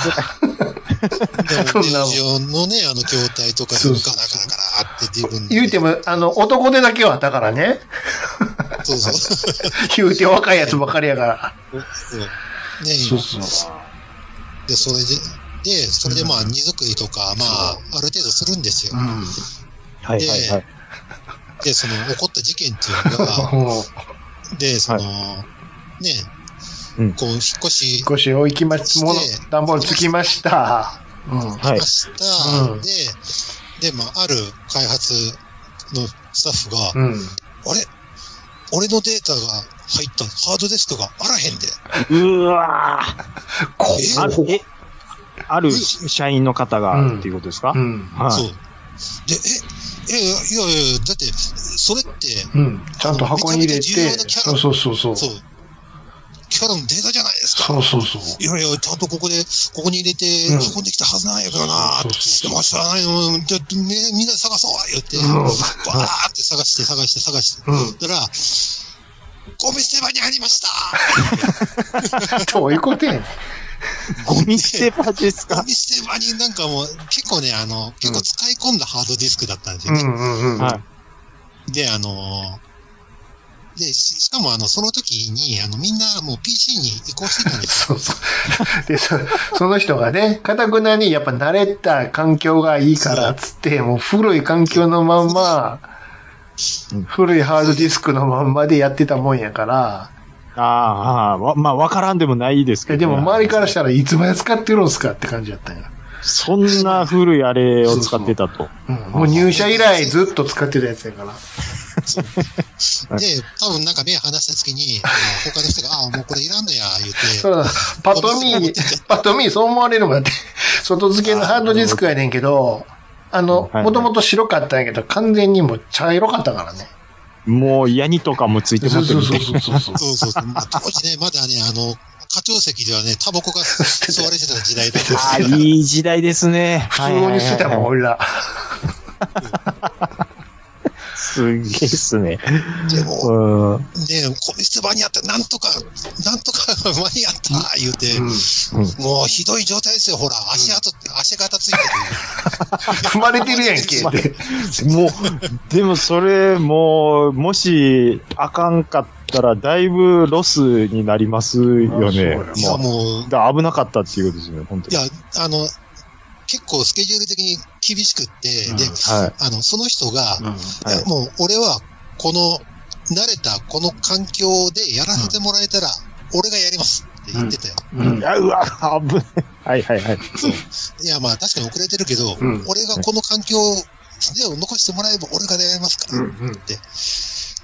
B: そ
D: も、
B: んなもん
D: ネオジ オのね、あの、筐体とか、ガ
B: そ
D: ラ
B: う
D: ガ
B: そう
D: ラガラガラって自分で
B: 言うても、あの、男手だけは、だからね。
D: そ うそう。
B: 言うて若いやつばかりやから。
D: そうね
B: そうそう。
D: で、それで、で、それでまあ、荷造りとか、まあ、ある程度するんですよ
B: う。ん。
A: はいはいはい。
D: で、その、起こった事件っていうの が、で、その、ね、
A: うん
D: こう、引っ越し
B: 少しお行きまし、もの、段ボールつきました。うん。
A: はい
D: ま。した。
B: うん
D: で、で、まあ、ある開発のスタッフが、
B: うん。
D: あれ俺のデータが入ったハードディスクがあらへんで。
A: うわー
B: こ
D: え
A: ある、え、ある社員の方
B: うん
A: がっていうことですか
B: うん。
D: そう
A: は。
D: で、え、え、いやいやいや、だって、それって、
B: うん。ちゃんと箱に入れて、そうそうそうそう。
D: そ、
B: そう
D: キャラのデータじゃないですか。
B: うそうそう。
D: いやいや、ちゃんとここで、ここに入れて
B: うん
D: 運んできたはずなんやけどな、
B: そうそうそう
D: まあ、知らないよ、じゃあみみんなで探そう言って、
B: うん
D: バーって探して探して探して、
B: うん。
D: たら、ゴミ捨て場にあり ました
B: どういうことやねん。
A: ゴミ捨て場です
D: ゴ
A: か
D: ミ捨て場になんかもう、結構ね、あの、結構使い込んだハードディスクだったんです
B: う
D: よね。
B: んうんうん。
A: は
D: で、あのーで、ししかもあの、その時に、あの、みんなもう PC に移行してた んです
B: そうそう。 で、そその人がね、かたくなにやっぱ慣れた環境がいいから、つって、もう古い環境のまんま
A: うん、
B: 古いハードディスクのまんまでやってたもんやから、
A: い。あーあー、わまあ、わからんでもないですけ
B: え
A: ど。
B: でも周りからしたらいつまで使ってるんすかって感じだったんや。
A: そんな古いあれを使ってたと。
B: うん、もう入社以来ずっと使ってたやつやから。
D: よ。で、多分なんか目離した時に、あの他の人が、ああ、もうこれいらんのや、言って、
B: そうだ、パト ミー、パトミーそう思われるもんだって、外付けのハードディスクやねんけど、あの、
A: はい
B: もともと白かったんやけど、完全にもう茶色かったからね。
A: もう、ヤニとかもついて
B: そ
A: ま
B: う
A: す
B: そ
A: よ
B: うそ
A: ね
B: う。そうそう。
D: そうそうそう。まあ、当時ね、まだね、あの、課長席ではね、タバコが
B: てた
D: 吸われてた時代だ った
A: ああ、
D: んですよ。
A: いい時代です ね。
B: 普通に捨てたもん、
A: ん。
B: 俺ら。
A: すげえっすね。
D: でも、ね、
A: うん。
D: コミステ場にあって、なんとか、なんとか間に合った、言うて、
B: うん。
D: もうひどい状態ですよ、ほら、足跡、足型ついてる。
B: 踏まれてるやんけって。
A: もう、でもそれ、もう、もし、あかんかったら、だいぶロスになりますよね。
B: あそう
D: いや、
A: も
D: もう
A: う、、だから危なかったっていうことですよね、本当
D: い
A: に。
D: や、あの、結構スケジュール的に厳しくって、
B: うん
D: で、
A: はい
D: あの、その人が、
B: うん
A: はい
D: いやもう俺はこの慣れたこの環境でやらせてもらえたら、俺がやりますって言ってたよ。
B: うん
A: いや、うわ、危ない。はいはいはい。
D: いや、まあ確かに遅れてるけど、
B: うん
D: 俺がこの環境で残してもらえば俺がやりますか
B: う
D: ら、
B: ん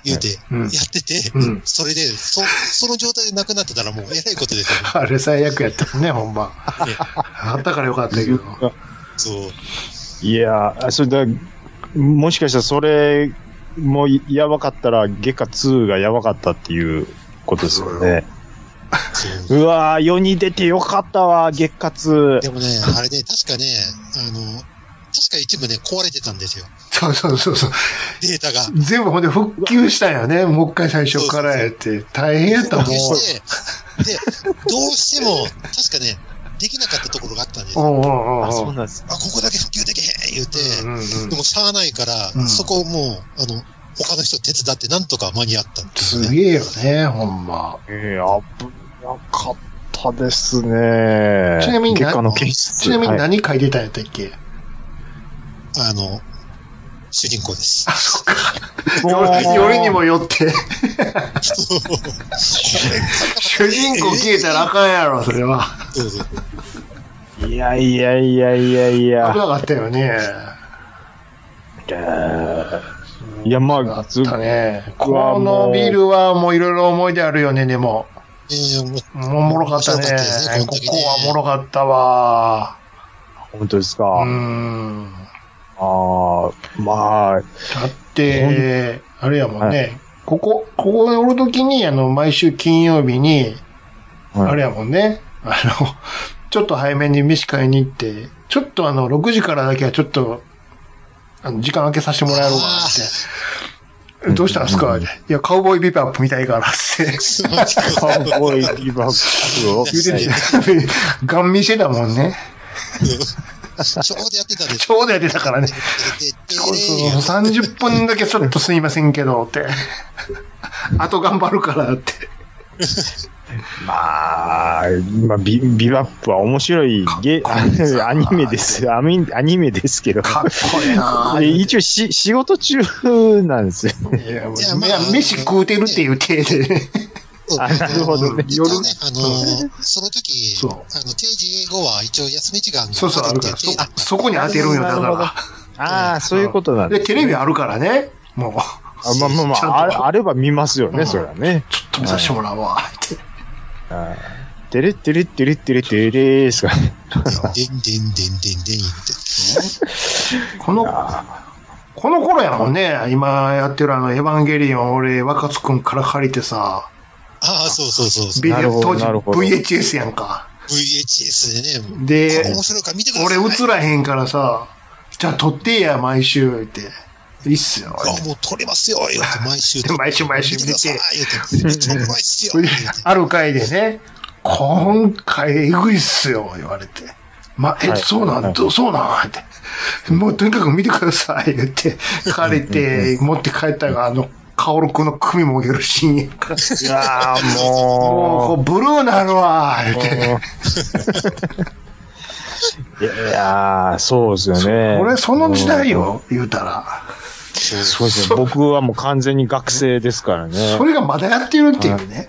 D: 言うて、
B: うん
D: やってて、
B: うん
D: それで、そ、その状態で亡くなってたらもうえらいことですよ。
B: あれ最悪やったもんね、ほんま。
D: ね
B: あったからよかったけど。
D: そう。
A: いや、それだ、もしかしたらそれ、もうやばかったら、ゲカ2がやばかったっていうことですよね。
D: そう
A: うわー、世に出てよかったわ、月下2。
D: でもね、あれね、確かね、あの、確か一部ね、壊れてたんですよ。
B: そうそうそうそう。
D: データが。
B: 全部ほんで復旧したんやね。もう一回最初からやって。大変やったもん。
D: してで、どうしても、確かね、できなかったところがあったんです
B: う
D: よ。
B: んうんうん。
A: あ、そううんなんです。
D: あ、ここだけ復旧できへん言うて、
B: うんうん
D: でもしゃあないから、
B: うん
D: そこをもう、あの、他の人手伝ってなんとか間に合ったんです
B: す
D: ね。
B: げえよね、ほんま。
A: ええ危なかったですね。
B: ちなみに
A: 結果の検出。
B: ちなみに
A: はい
B: 何書いてたんやったっ け
D: あの、主人公です。
A: もう
B: よりにもよっ て。主人公消えたらあかんやろ、それは。
D: どうぞ
A: いやいやいやいやい
B: 危な
A: や。
B: かったよね。
A: いや、ま
B: あ
A: あ、ず
B: ったね。
A: 僕は
B: こ
A: も
B: の
A: う
B: ビルはもういろいろ思い出あるよね、でも。
D: えーもう
B: もうおもろかったね。
D: 面白かったですね
B: こ
D: この時ね
B: こはおもろかったわ。
A: 本当です
B: う
A: か。
B: ん。
A: ああ、まあ、
B: だって、あれやもん
A: は
B: ね。ここ、ここにおるときに、あの、毎週金曜日に、
A: はい
B: あれやもんね。あの、 ちょっと早めに飯買いに行って、ちょっとあの、6時からだけはちょっと、あの、時間空けさせてもらえるわ、って。
A: ー
B: どうしたんですかっていや、カウボーイビバップみたいから、って。
A: カウボーイビバップを。
B: 言うてたよガン見してたもんね。
D: ちょうどやってたんです
B: ちょうどやってたからね。
D: で、で、
B: そう
D: で、
B: そう30分だけちょっとすいませんけど、 って。あと頑張るから、って。
A: まあ、まあ、ビビバップは面白いゲ
B: かっこいいです
A: あアニメです。アミアニメですけど。
B: かっこええな
A: で一応し、仕事中なんですよ。
B: いや、も
D: いやま
B: う
D: あ
B: いや飯食うてるっていう体で。
D: そう
A: あなるほどね
D: 一応ね、あの、その時、
B: そう
D: あの、定時後は一応休み時間が
B: そうそう、あ
D: あ
B: る
D: る
B: から。
D: っていう
B: そ、そこに当てるんよ、だ
A: なるほど
B: か
A: ああ、そういうことなん
B: ら。
A: で
B: で、
A: す。
B: テレビあるからね。もう、
A: あまあまあま
B: ちゃんと
A: あ、ああれば見ますよね、それはね。
B: ちょっと見させてもらうわ、って。
A: あーてれってれってれってれってれーすか。
D: でんでんでんでんでんって。
B: この、この頃やもんね。今やってるあの、エヴァンゲリオン、俺、若津くんから借りてさ、
D: ああ、そうそうそうそう。
B: ビデ
A: なる
B: オ、
A: ほど
B: 当時
A: なるほど
B: VHS やんか。
D: VHS でね、
B: で、
D: 面白いから見てくださ
B: 俺
D: い。
B: 映らへんからさ、じゃあ撮ってや、毎週、って。いいっすよ、
D: あもう撮れますよ、言うて、毎週
B: で。毎週毎週
D: 見
B: 見
D: て
B: て
D: ください、言うて。めっちゃうまいっすよ、言うて。
B: ある回でね、今回えぐいっすよ、言われて。ま、え、
A: はい
B: そうなん、
A: はい
B: どそうなんって。もうとにかく見てください、言って、借りて、持って帰ったが、あの、カオルくんの首もげるシーンやから。
A: いやー
B: もう、こう、ブルーなるわ、言って。
A: いやー、そうですよね。
B: 俺、その時代よ、言うたら。
D: そう
A: そうですね。僕はもう完全に学生ですからね
B: そ。れがまだやってるっていうね。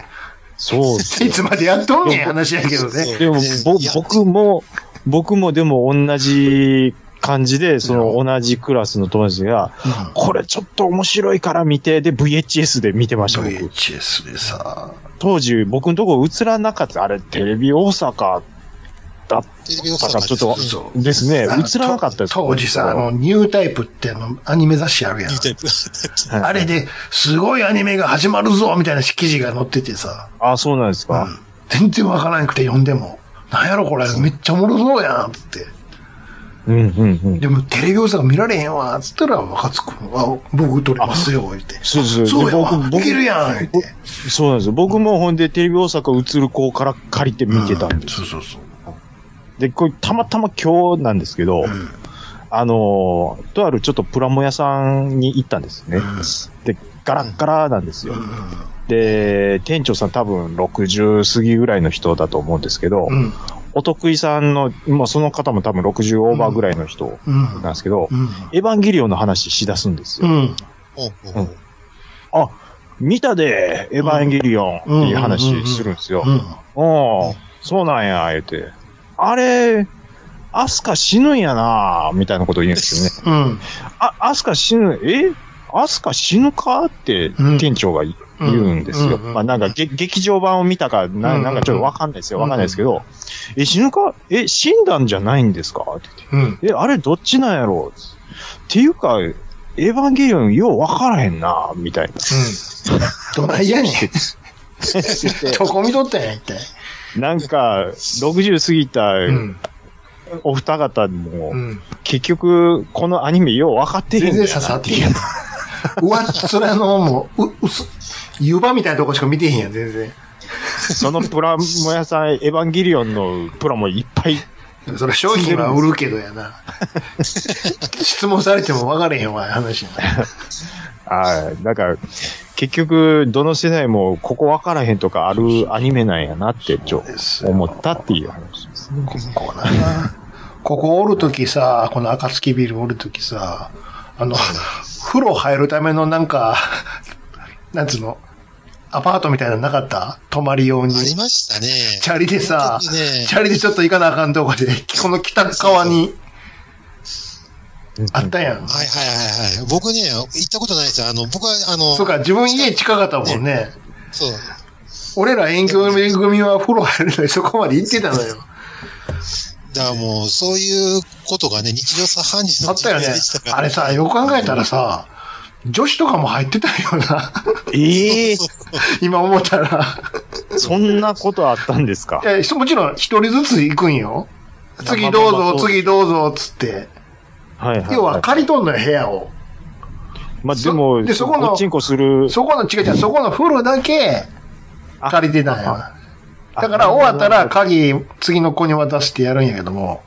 A: そうです
B: い
A: よ。
B: つまでやっとんねん、話やけどね。
A: でも、ぼ
D: いや、
A: 僕も、僕もでも同じ感じで、その同じクラスの友達が、これちょっと面白いから見て、で、VHS で見てました、僕。
B: VHS でさ、
A: 当時、僕のとこ映らなかった。あれ、テレビ大阪
D: テレビ大
A: とか、
D: 阪
A: ちょっと
D: です
A: ですね、
D: ね、
B: あの
A: 映らなかったです。
B: と当時さ、あの、ニュータイプってあのアニメ雑誌あるやん
D: 言。うて
A: はい
B: あれで、すごいアニメが始まるぞみたいな記事が載っててさ、
A: あ、そうなんですか。
B: 全然わからなくて読んでも、なんやろこれ、めっちゃおもろそうやんつって。
A: うん、うん、うん。
B: でもテレビ大阪見られへんわ、つったら若津くんは、僕撮りますよ、言って。
A: そうそう。で
B: そうやわ
A: 僕、、
B: いける
A: 僕、
B: やん、言って。
A: そうなんですよ。僕もほんで、テレビ大阪映る子から借りて見てたん
B: うん
A: です。
B: そうそうそう。
A: で、これ、たまたま今日なんですけど、
B: ん
A: あのー、とあるちょっとプラモ屋さんに行ったんですね。で、ガラッガラなんですよ。で、店長さん多分60過ぎぐらいの人だと思うんですけど、
B: うん。
A: お得意さんの、まあその方も多分60オーバーぐらいの人
B: うん。
A: なんですけど、
B: うん。
A: エヴァンゲリオンの話しだすんです
B: う
A: よ。
B: ん。
D: ほうほうほう
A: あ、見たで、エヴァンゲリオンっていう話するんですよ。
B: うん。
A: うん、そうなんや、言うて。あれ、アスカ死ぬんやな、みたいなこと言うんですよね。
B: うん。
A: あ、アスカ死ぬ、えアスカ死ぬかって
B: うん
A: 店長が言うんですよ。
B: うんうん
A: まあなんかげ劇場版を見たかな、
B: うん
A: なんかちょっとわかんないですよ。わかんないですけど、え、死ぬかえ、死んだんじゃないんですかって言
B: うん。
A: ってえ、あれどっちなんやろうっていうか、エヴァンゲリオンようわからへんな、みたいな。
B: どないやね ん。ど
A: で
B: こ見とったんや、一体。
A: なんか、60過ぎた
B: うん。
A: お二方も、
B: うん。
A: 結局、このアニメよう分かってへん
B: 全
A: ねんな
B: 然刺さってへんやん。上っ面の、もう、う、薄、湯場みたいなとこしか見てへんやん、全然。
A: そのプラモ屋さん、エヴァンゲリオンのプラもいっぱい。
B: それ商品は売るけどやな。質問されても分かれへんわ、話やな。
A: ああ、だから、結局、どの世代もここ分からへんとかあるアニメなんやなって、ちょ
B: そうです、よ
A: 思ったっていう話ですね。
B: こうな。ここおるときさ、この暁ビルおるときさ、あの、風呂入るためのなんか、なんつうの、アパートみたいなのなかった泊まり用に。
D: ありましたね。
B: チャリでさ
D: 本当にね、
B: チャリでちょっと行かなあかんとこで、この北側にあったやん。
D: はいはいはいはい。僕ね、行ったことないですよ。あの、僕は、あの、
B: そうか、自分家近かったもんね。
D: そう。
B: 俺ら遠距離組は風呂入るのにそこまで行ってたのよ。
D: だからもう、そういうことがね、日常茶飯事
B: あ
D: の
B: っ
D: 時
B: たよ
D: 代
B: ね
D: でした。から。
B: あれさ、よく考えたらさ、女子とかも入ってたよな。
A: ええ
B: 今思ったら。
A: そんなことあったんですか
B: いや、もちろん一人ずつ行くんよ。次どう
A: まあまあま
B: ぞ、
A: あ
B: 次どうぞ、つって。
A: はいはい、はい。
B: 要は借りとんのよ、部屋を。
A: まあ
B: そ
A: でも、
B: でそこの
A: おっちんこする。
B: そこの、違う違う、そこの風呂だけ借りてたん
A: あ
B: や。だから終わったら鍵、次の子に渡してやるんやけども、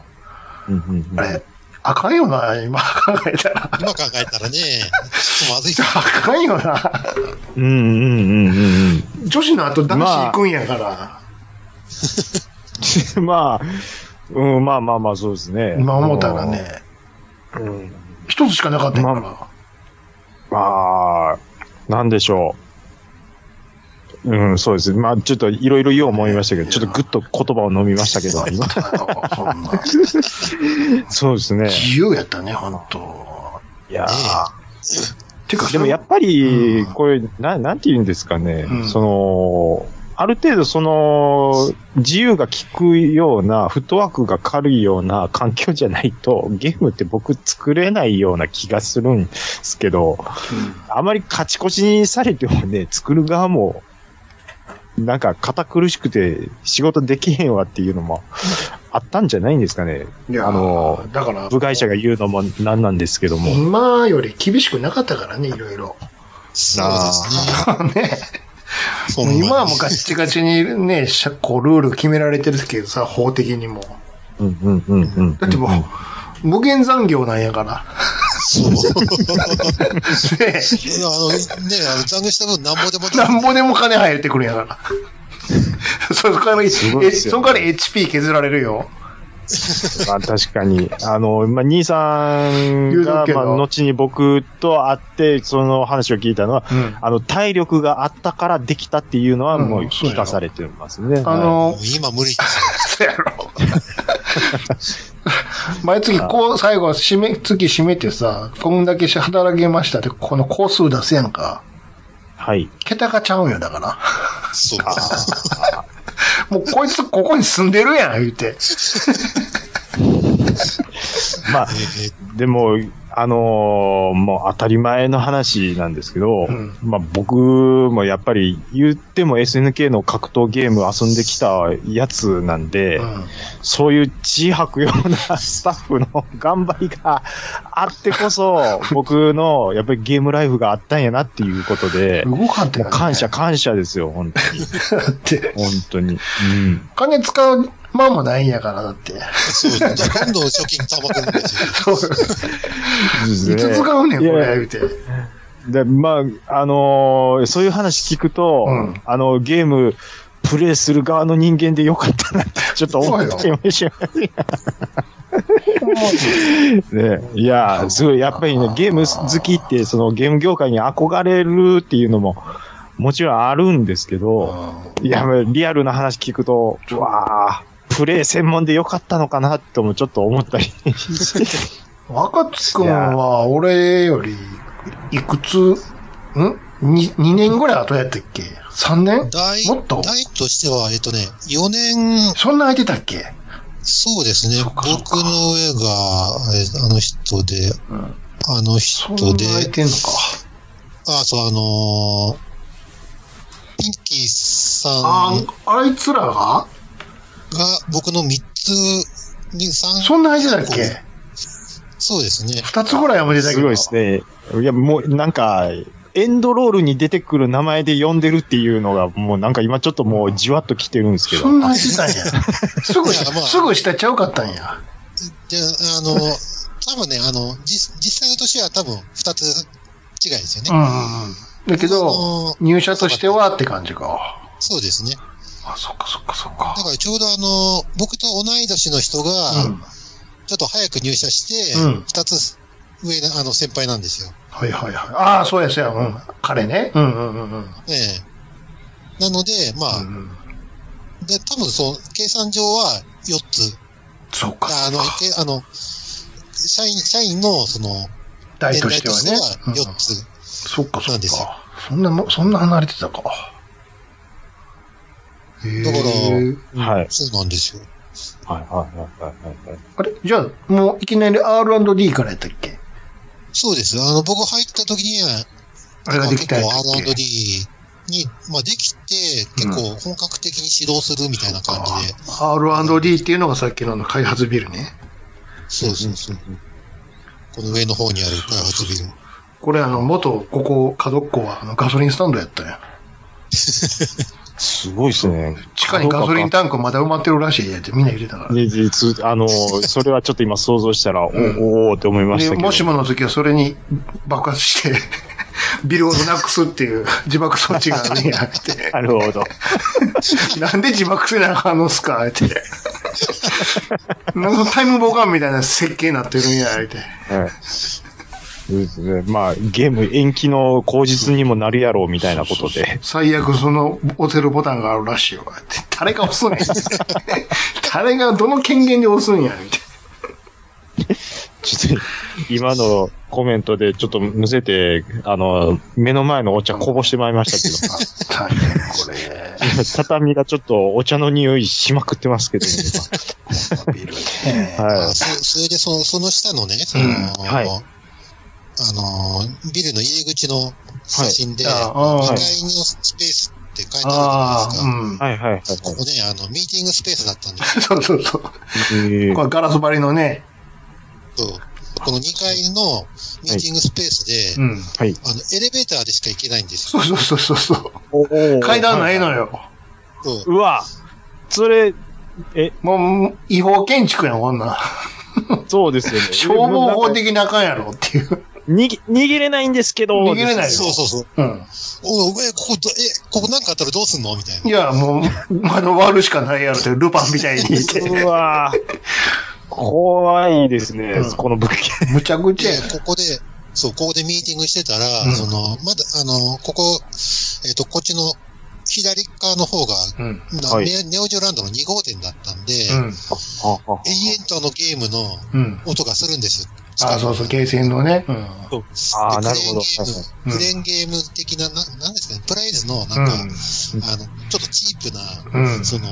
A: うんうんうん
B: あれ、あかんよな、今考えたら。
D: 今考えたらね、ちょっとまずい。
B: あかんよな。
A: うんうんうんうん
B: 女子の後男子行くんやから。
A: うん。 まあ、うん、まあまあまあ、そうですね。
B: 今思ったらね、うん。一つしかなかったんやから。
A: あの。まあ、なんでしょう。うん、そうです。まあ、ちょっといろいろ言おう思いましたけど、ちょっとぐっと言葉を飲みましたけど、今
B: ほんま
A: そうですね。
B: 自由やったね、ほんと。
A: いやー
D: ね
B: てか、
A: でもやっぱ
B: う
A: り
B: ん、
A: これ、な、なんて言うんですかね。
B: うん
A: その、ある程度その、自由が利くような、フットワークが軽いような環境じゃないと、ゲームって僕作れないような気がするんですけど、あまりカチコチにされてもね、作る側も、なんか堅苦しくて仕事できへんわっていうのもあったんじゃないんですかね。
B: いや
A: あの、
B: だから、
A: 部外者が言うのもなんなんですけども。
B: 今より厳しくなかったからね、いろいろ。
D: そうで
B: ね。
D: すね。ほんまに
B: 今はもうガチガチにね、しゃこうルール決められてるけどさ、法的にも。
A: うんうんうんうんうん。
B: だってもう、無限残業なんやから。
D: そう。
B: ね
D: あの、ね、あの、残業した分なんぼでも。
B: なんぼでも金入ってくるんや から。そこから、え
A: すごいっすよ
B: そこから HP 削られるよ。
A: まあ確かに。あの、まあ、兄さ
B: 言
A: ん
B: うと
A: が
B: く、けど
A: まあ、後に僕と会って、その話を聞いたのは、
B: うん。
A: あの、体力があったからできたっていうのは、
B: うん
A: もう
B: そう
A: 聞
B: やろ
A: かされてますね。
B: あ
A: はい
B: の、
D: 今無理。
B: そうやろ。 毎月こう、最後、締め、月締めてさ、こんだけ働けましたって、この工数出すやんか。
A: はい。
B: 桁がちゃうんよ、だから。
D: そう。
B: もうこいつ、ここに住んでるやん、言うて。
A: まあ、
D: えー
A: でも、あのーもう当たり前の話なんですけど、
B: うん
A: まあ僕もやっぱり言っても SNK の格闘ゲーム遊んできたやつなんで、
B: うん。
A: そういう血吐くようなスタッフの頑張りがあってこ そ、僕のやっぱりゲームライフがあったんやなっていうことで、
B: 動かんって、
A: もう感謝。感謝ですよ、本当に。
B: だって、
A: 本当に。うん。
B: 金使う間もないんやから、だって。
D: そう。じゃあ今度貯金溜まってるんですよ。
B: そう。いつ使うねん、こ
A: いや
B: れ、言うて。
A: で、まあ、あのーそういう話聞くと、
B: うん
A: あの、ゲーム、プレイする側の人間でよかった なって、ちょっと思ってました ね。いやー、すごい、やっぱりね、ゲーム好きって、そのゲーム業界に憧れるっていうのも、もちろんあるんですけど、いや、リアルな話聞くと、うわあプレイ専門でよかったのかなともちょっと思ったりして。
B: 若津くんは、俺より、いくつ、んに ?2 年ぐらい後やったっけ ?3 年
D: 代、
B: もっと
D: 代としては、えっとね、4年、
B: そんな空いてたっけ
D: そうですね。
B: そっ
D: 僕
B: かそっか
D: の上が、えーあの人で、
B: うん
D: あの
B: そん
D: 人
B: な空い
D: で、
B: てんのか。
D: あ、そう、あのーピンキーさ
B: あ
D: ん、
B: あいつらが
D: が僕の3つに3、
B: そんな空いてたっけ
D: そうですね。
B: ?2 つぐらいはめてたけ
A: す
B: ど。
A: ごいですね。いや、もうなんか、エンドロールに出てくる名前で呼んでるっていうのが、もうなんか今ちょっともうじわっと来てるんですけど
B: そ。んな空いてたん や。すぐ
D: いやまあ
B: すぐ下ちゃうかったんや。
D: で、あの、多分ね、あの、じ実際の年は多分2つ違いですよ
B: うん
D: ね。
B: うんうん。だけ
D: あ
B: ど、
D: の
B: 入社としてはって感じか。
D: そうですね。
B: あ、そっかそっかそっか
D: だ。からちょうどあの、僕と同い年の人が、
B: うん
D: ちょっと早く入社して、
B: うん
D: 2つ上の、あの、先輩なんですよ。
B: はいはいはい。ああ、そうやそうや。うん。彼ね。うんうんうんうん。
D: ええなので、まあ、
B: うんうん
D: で、多分そう、計算上は4つ。
B: そうか。
D: あの、けあの、社員、社員の、その、
B: 代と
D: 代
B: して
D: と
B: は
D: して
B: ね。
D: は
B: うん
D: 4つ。
B: そっかそ
D: な
B: っ
D: んですよ
B: か。そんなも、そんな離れてたか。へー
D: だから
A: はい。
D: そうなんですよ。
A: はいはいはいはいはい。
B: あれじゃあ、もういきなり R&D からやったっけ
D: そうです。あの、僕入った時には、
B: あれができたや
D: 結
B: つ
D: 構
B: だっけ
D: R&D に、まあ、できて、結構本格的に指導するみたいな感じで。
B: R&D っていうのがさっきのあの開発ビルね。
D: そうそうそう。この上の方にある開発ビル。
B: これあの、元、ここ、角っこはあのガソリンスタンドやったんや。
A: すごいですね。
B: 地下にガソリンタンクまだ埋まってるらしいやってみんな入れたから。
A: で、でつあの、それはちょっと今想像したら、お
B: ん
A: おおーって思いました
B: で
A: けど。
B: もしもの時はそれに爆発して、 ビルをなくすっていう自爆装置があるんや って。
A: なるほど。
B: なんで自爆せなあかんのっすかって。なんかタイムボカンみたいな設計になってるんや、って。
A: はいそうですね。まあ、ゲーム延期の口実にもなるやろうみたいなことで。
B: 最悪その押せるボタンがあるらしいわ。って誰が押すんや。誰がどの権限で押すんや、みたい
A: ちょっと、今のコメントでちょっとむせて、あの、目の前のお茶こぼしてまいりましたけど、
B: な。大変これ。
A: 畳がちょっとお茶の匂いしまくってますけ ど、
B: ビルね。
A: 今は
D: あ
A: い。
D: そそれでその、その下のね、その、
B: うん
A: はい
D: あの、ビルの入り口の写真で、
B: ああ、
D: 2
B: はい
D: 階のスペースって書いてあ
B: あ
D: るじゃない
B: あ、うん。
A: はいはいはいはい。
D: ですか。ここね、あの、ミーティングスペースだったんです
B: そうそうそう。
A: えー
B: これガラス張りのね。
D: けど、この2階のミーティングスペースで、
B: うん。
A: はい。
D: あの、エレベーターでしか行けないんです
B: そ
D: よ。
B: うそうそうそうそう。
A: おー
B: 階段ないの。よ。
D: そう
A: うわそれ、
B: もう、違法建築やん、こんなん。
A: そうですよね。
B: 消防法的なあかんやろっていう。
A: 逃げ、逃げれないんですけど。
B: 逃げれないよ
D: そうそうそう。
B: うん。
D: おうえ、ここど、え、ここなんかあったらどうすんのみたい
B: い
D: な。
B: や、もう、窓割るしかないやろって、ルパンみたいに言って。
A: うわぁ。怖いですね、
B: うん
A: この物件。
B: むちゃくちゃ
D: で
B: や、
D: ここで、そう、ここでミーティングしてたら、
B: うん
D: その、まだ、あの、ここ、えっ、と、こっちの左側の方が、
B: ん。うん。
D: な
A: はい
D: ネネオジオランドの2号店だったんで、永遠とあのゲームの
B: うん。
D: 音がするんですよ。
B: あ、そうそう、ゲーセンのね。うん。
A: ああ、
D: で
A: なるほど。
D: クレーンゲーム、クレーンゲーム的な、ななんですかね、プライズの、なんか、あの、ちょっとチープな、
B: うん。うん。
D: その、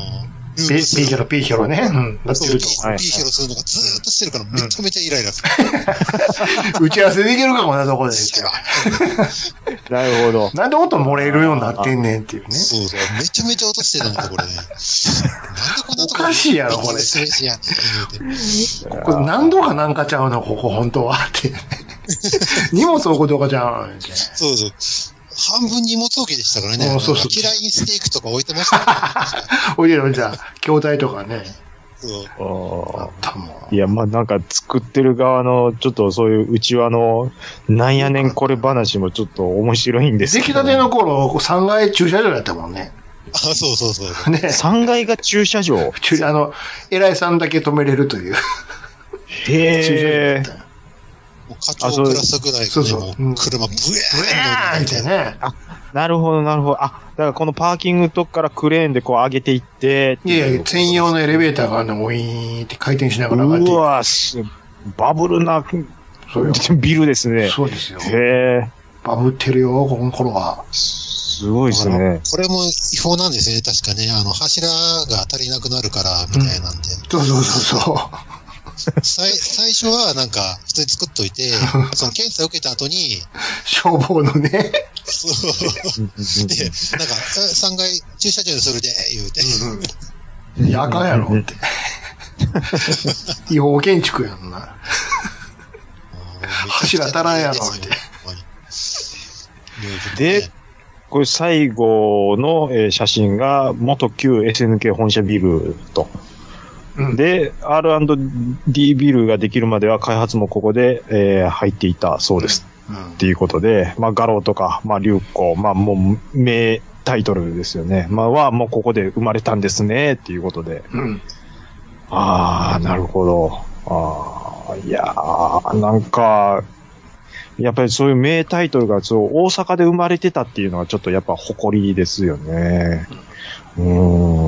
D: ル
B: ピ
D: ー
B: ピ
D: ル
B: ー
D: する
B: ヒョロ、ピーヒョロね。うん。なっ
D: そう
B: て
D: ピー
B: ると。
A: はい
D: ピーヒロするのがずーっとしてるから、めちゃめちゃイライラする。
B: 打ち合わせできるか、こんなとこで。
A: なるほど。
B: なんで音漏れるようになってんねんっていうね。
D: そうそう。めちゃめちゃ落としてたんだ、これね。なんでこんなと
B: お
D: こ
B: かしいやろこれ
D: 失礼しやって言うて
B: これ何度かなんかちゃうの、ここ本当は。 って。荷物置くとかちゃうのって
D: そうそう。半分荷物置きでしたからね。
B: うんそうそう
D: 嫌いにステーキとか置いてましたから。
B: おいでよ、じゃあ、筐体とかね。
D: そう
B: あったもん。
A: いや、まあなんか作ってる側の、ちょっとそういう内輪の、なんやねんこれ話もちょっと面白いんです
B: 出
A: けど。
B: 来たての頃、3階駐車場だったもんね。
D: あ、そうそうそう。
B: ね。
A: 3階が駐車場。
B: 駐あの、偉いさんだけ止めれるという
A: へ
B: 駐
A: え
B: 車。場だった。
D: もう課長クラスぐらい
B: そう
D: で
B: そう
D: も
B: うん
D: う車ブエ
B: ブエーン
D: ーン
B: っ
D: っててね。
B: ね。
A: なるほど、なるほど。あ、だからこのパーキングのとこからクレーンでこう上げていってって
B: いうやいや、専用のエレベーターがあるの、ウィーンって回転しながら上がって
A: う
B: いく。
A: わすバブルな
B: そうよ。
A: ビルですね。
B: そうですよ。
A: へえ、
B: バブってるよ、この頃は。
A: すごいですね。
D: これも違法なんですよね、確かね。あの、柱が足りなくなるから、みたいなんで。
B: そうそうそうそう。
D: 最最初はなんか、普通に作っと いて、その検査受けた後に、
B: 消防のね。
D: そうで、なんか、3階駐車場にするで、言うて。
B: いや、あかんやろって。違法建築やんな。柱足らんやろ
D: ほんまに
A: で、これ最後の、えー写真が元旧 SNK 本社ビルと。
B: うん
A: で、R&D ビルができるまでは開発もここで、えー入っていたそうです。
B: うん
A: っていうことで、まあ、画廊とか、まあ、流行、まあ、もう、名タイトルですよね。まあ、は、もうここで生まれたんですね、っていうことで。
B: うん。
A: ああ、なるほど。ああ、いやー、なんか、やっぱりそういう名タイトルがそう大阪で生まれてたっていうのはちょっとやっぱ誇りですよね。うーん。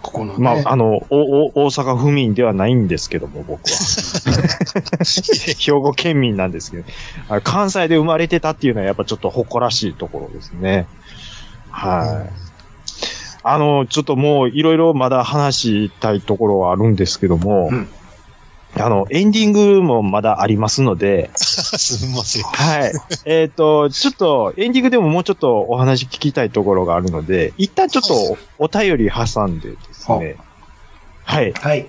B: ここのね。
A: まあ、あの、おお大阪府民ではないんですけども、僕は。 兵庫県民なんですけど、あ関西で生まれてたっていうのはやっぱちょっと誇らしいところですね。はい。あの、ちょっともういろいろまだ話したいところはあるんですけども、
B: うん
A: あの、エンディングもまだありますので、
D: すみません。
A: はい。えっ、と、ちょっと、エンディングでももうちょっとお話聞きたいところがあるので、一旦ちょっとお便り挟んでですね。はい。
B: はい。
D: はい。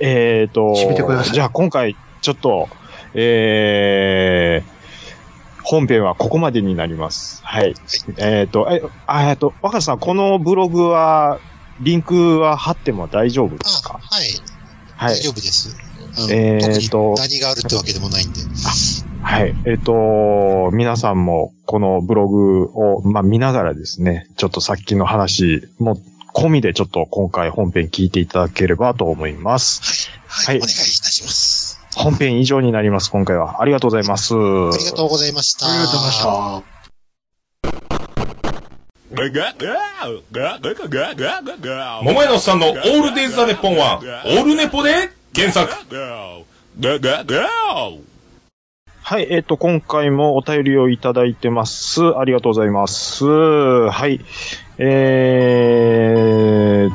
A: えっ、と
B: 締めてください
A: じゃあ今回、ちょっと、えー、本編はここまでになります。はい。えっ、と、え、あえっと、若狭さん、このブログは、リンクは貼っても大丈夫で
D: あ、
A: すか
D: はい。
A: はい
D: 大。丈夫です。あの
A: えー
D: 特に
A: と
D: 何があるってわけでもないんで。
A: はい。えっ、と、皆さんもこのブログを、まあ、見ながらですね、ちょっとさっきの話も込みでちょっと今回本編聞いていただければと思います。
D: はい。
A: はい
D: お願いいたします。
A: 本編以上になります、今回は。ありがとうございます。
D: ありがとうございました。
B: ありがとうございました。
E: 桃屋のおっさんのオールデイズ・ザ・ネッポンは、オールネポで原作。
A: はい、えっ、と、今回もお便りをいただいてます。ありがとうございます。はい。えー、っ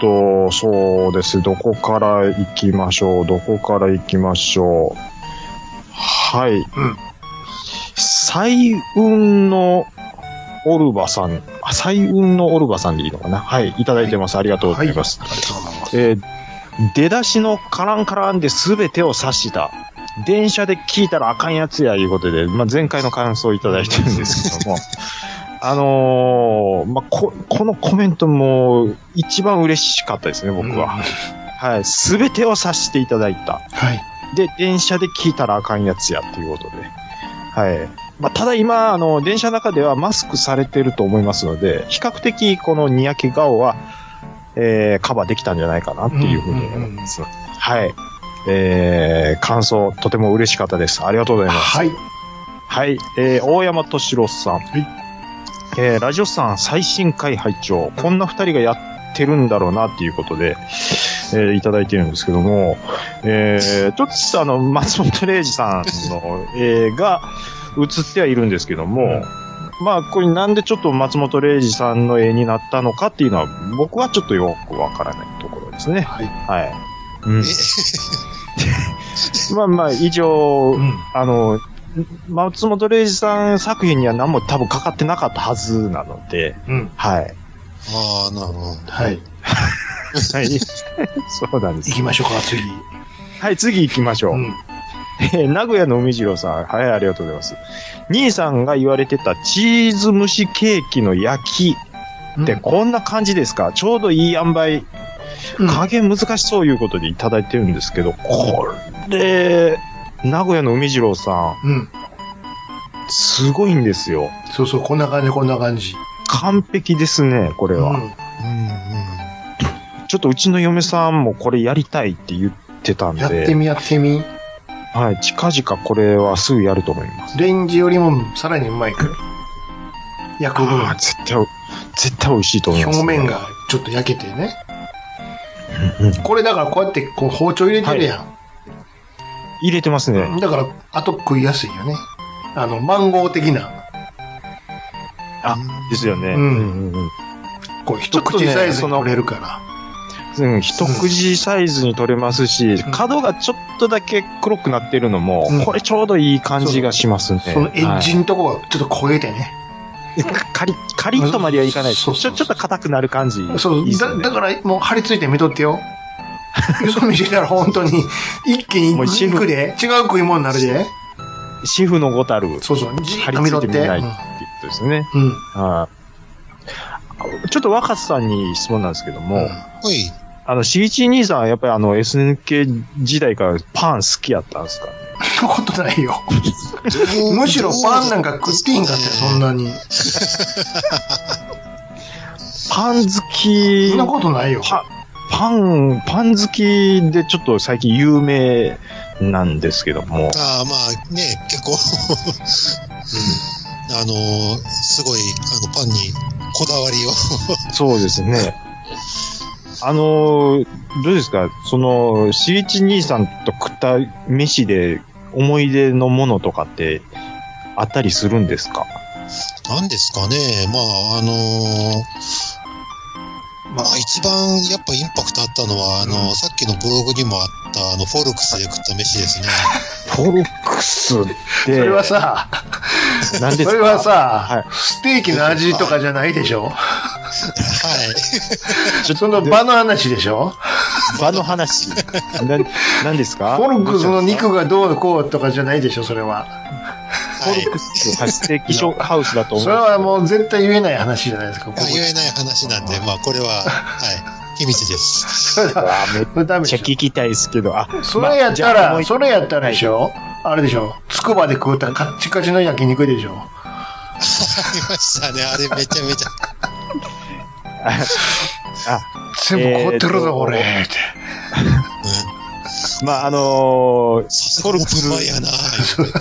A: と、そうです。どこから行きましょうどこから行きましょうはい。
B: ん
A: 彩雲のオルバさん。あ彩雲のオルバさんでいいのかなはい。いただいてます。ありがとうございます。
B: ありがとうございます。
A: えー出だしのカランカランで全てを指した。電車で聞いたらあかんやつや、いうことで、まあ、前回の感想をいただいてるんですけども、 あのーまあ、こ、このコメントも一番嬉しかったですね、僕は。はい。すべてを指していただいた。
B: はい。
A: で、電車で聞いたらあかんやつやっていうことで。はい。まあ、ただ今、あの、電車の中ではマスクされてると思いますので、比較的このにやけ顔は、えー、カバーできたんじゃないかなっていうふうに思います。はい。えー、感想、とても嬉しかったです。ありがとうございます。
B: はい。
A: はい、えー大山敏郎さん。
B: はい
A: えーラジオさん最新回拝聴こんな二人がやってるんだろうなっていうことで、えーいただいてるんですけども、えーちょっとあの、松本零士さんの、えーが映ってはいるんですけども、まあ、これなんでちょっと松本零士さんの絵になったのかっていうのは、僕はちょっとよくわからないところですね。
B: はい
A: はい。うん、 まあまあ、以上
B: う、ん。
A: あの、松本零士さん作品には何も多分かかってなかったはずなので、
B: うん。
A: はい。
D: ああ、なるほど。
B: はい。
A: はい。そうなんで
B: 行
A: す。
B: きましょうか、次。
A: はい、次行きましょう。
B: うん。
A: えー名古屋の海次郎さん。はい、ありがとうございます。兄さんが言われてたチーズ蒸しケーキの焼きってこんな感じですか、ちょうどいい塩梅
B: うん
A: 加減難しそういうことでいただいてるんですけど、これ、名古屋の海次郎さ
B: うん。
A: ん、すごいんですよ。
B: そうそう、こんな感じ、こんな感じ。
A: 完璧ですね、これは。
B: うん
D: うんうん。
A: ちょっとうちの嫁さんもこれやりたいって言ってたん
B: やって
A: で、
B: み、やってみ。
A: はい、近々これはすぐやると思います。
B: レンジよりもさらにうまいから。焼
A: あ
B: く
A: あ、
B: 分、
A: 絶対、絶対美味しいと思います、
B: 表面。がちょっと焼けてね。これだからこうやってこう包丁入れてるやん。
A: 入れてますね。
B: だから、あと食いやすいよね。あの、マンゴー的な、
A: あ、ですよね。
B: うん
A: うんうん
B: こう、一
A: ちょっと
B: 口
A: ね
B: サイズ
A: そ
B: に
A: の
B: 取れるから。
A: うん。一口サイズに取れますし、
B: ん
A: 角がちょっとだけ黒くなってるのも、
B: うん
A: これちょうどいい感じがしますね。
B: そのエッジ
A: はい
B: のとこがちょっと焦げてね。
A: カリッ、カリッとまではいかないです。ち
B: そう
A: ょ、
B: そう
A: ちょ
B: そう
A: っと硬くなる感じ。
B: そう
A: いいっす
B: だ、
A: よね
B: だからもう張り付いて見 とってよ。よそ見してたら本当に、一気に
A: もうシェフ
B: 行くで、違う食い物になるで。
A: シェフのごたる。
B: そうそう、じ
A: 張
B: っと
A: り付
B: 見とっ
A: いて
B: て。
A: みないって
B: う
A: いうんことですね。
B: うん。
A: はい。ちょっと若狭さんに質問なんですけども、
D: はい。
A: あの、しぎち兄さんはやっぱりあの、SNK 時代からパン好きやったんですか
B: そんなことないよ。むしろパンなんか食っていいんかって、そん
D: な。
B: なに。
A: パン好き
B: そんなことないよ。
A: パ、パン、パン好きでちょっと最近有名なんですけども、
D: ああ、まあね、結構、あのーすごい、あの、パンにこだわりを。
A: そうですね。あのー、どうですかその、しぎち兄さんと食った飯で思い出のものとかってあったりするんですか
D: なんですかね。まあ、あのー
B: まあ
D: まあ、一番やっぱインパクトあったのは、あのーさっきのブログにもあった、あの、フォルクスで食った飯ですね。
A: フォルクスって、
B: それはさ、
A: 何ですか
B: それはさ、
A: はい
B: ステーキの味とかじゃないでしょ
D: はい。
A: ちょっ
B: その場の話でしょ
A: 場の話。な、何です
B: フ
A: か
B: ォルクスの肉がどうこうとかじゃないでしょそれは。
A: コルクス発生気象ハウスだと思う。
B: それはもう絶対言えない話じゃないですか、ここ
D: あ言えない話なんで、まあ、これは、はい、秘密です。
B: それだ
A: あめっ
B: それダメで
A: ちゃ
B: し
A: 聞きたいですけど、あ、
B: ょ。それ
A: ま
B: やった
A: あじゃあも
B: ら、
A: う一
B: それやったらでしょ、あれでしょつくばで食うたカッチカチの焼肉でしょ
D: ありましたね。あれめちゃめちゃ。
B: 全部凍っ
A: え
B: てる
A: ー
B: ぞ、
A: と
B: 俺。って。
D: うん。
A: まあ、あのー
D: さすがオープン前やな言うて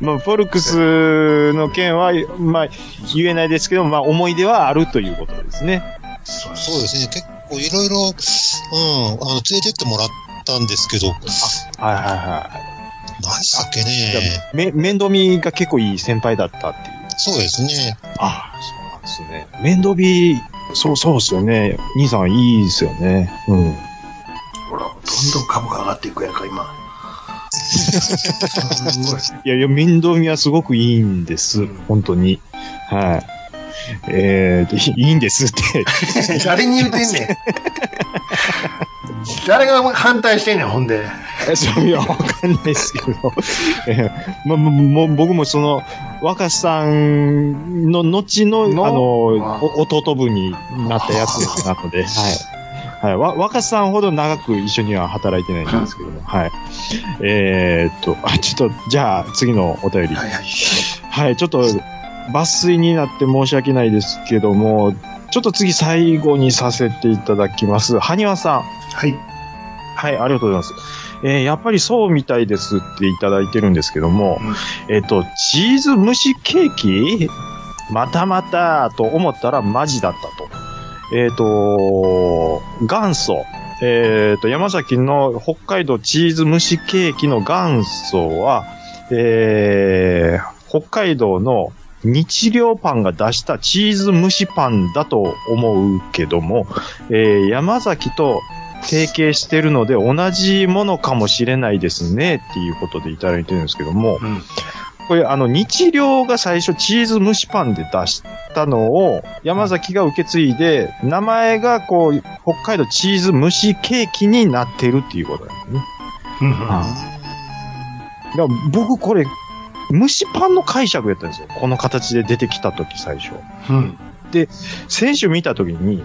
A: まあ、フォルクスの件は、まあ、言えないですけど、まあ、思い出はあるということですね。
D: そうですね。結構いろいろ、うん、あの、連れてってもらったんですけど、
A: はいはいは
D: 何でしたっけ
A: い。
D: ね。
A: め、面倒見が結構いい先輩だったっていう。
D: そうですね。
A: ああ、そうなんですね。面倒見、そう、そうですよね。兄さんいいですよね。うん。
B: ほら、どんどん株が上がっていくやんか、今。すご
A: い
B: い
A: やいや、面倒見はすごくいいんです。本当に。はい。えーと、いいいんですって。
B: 誰に言うてんねん。誰が反対してんねん、ほんで。
A: そういや、わかんないですけど。 えーま、まもう僕もその、若さんの後の、
B: の
A: あの、
B: あ
A: お弟分になったやつなので、はい。はい。わ、若さんほど長く一緒には働いてないんですけども、はい。えーっと、あ、ちょっと、じゃあ、次のお便り。
B: はいはい。
A: はい、ちょっと、抜粋になって申し訳ないですけども、ちょっと次最後にさせていただきます。はにわさん。
B: はい。
A: はい、ありがとうございます。えーやっぱりそうみたいですっていただいてるんですけども、えっ、と、チーズ蒸しケーキまたまたと思ったらマジだったと。えっ、と、元祖。えっ、と、山崎の北海道チーズ蒸しケーキの元祖は、えー北海道の日料パンが出したチーズ蒸しパンだと思うけども、えー山崎と提携してるので同じものかもしれないですねっていうことでいただいてるんですけども、
B: うん
A: これあの日量が最初チーズ蒸しパンで出したのを山崎が受け継いで名前がこう北海道チーズ蒸しケーキになってるっていうことなんですね。
B: うん
A: だから僕これ蒸しパンの解釈やったんですよ。この形で出てきた時最初。
B: うん。うん。
A: 先週見た時に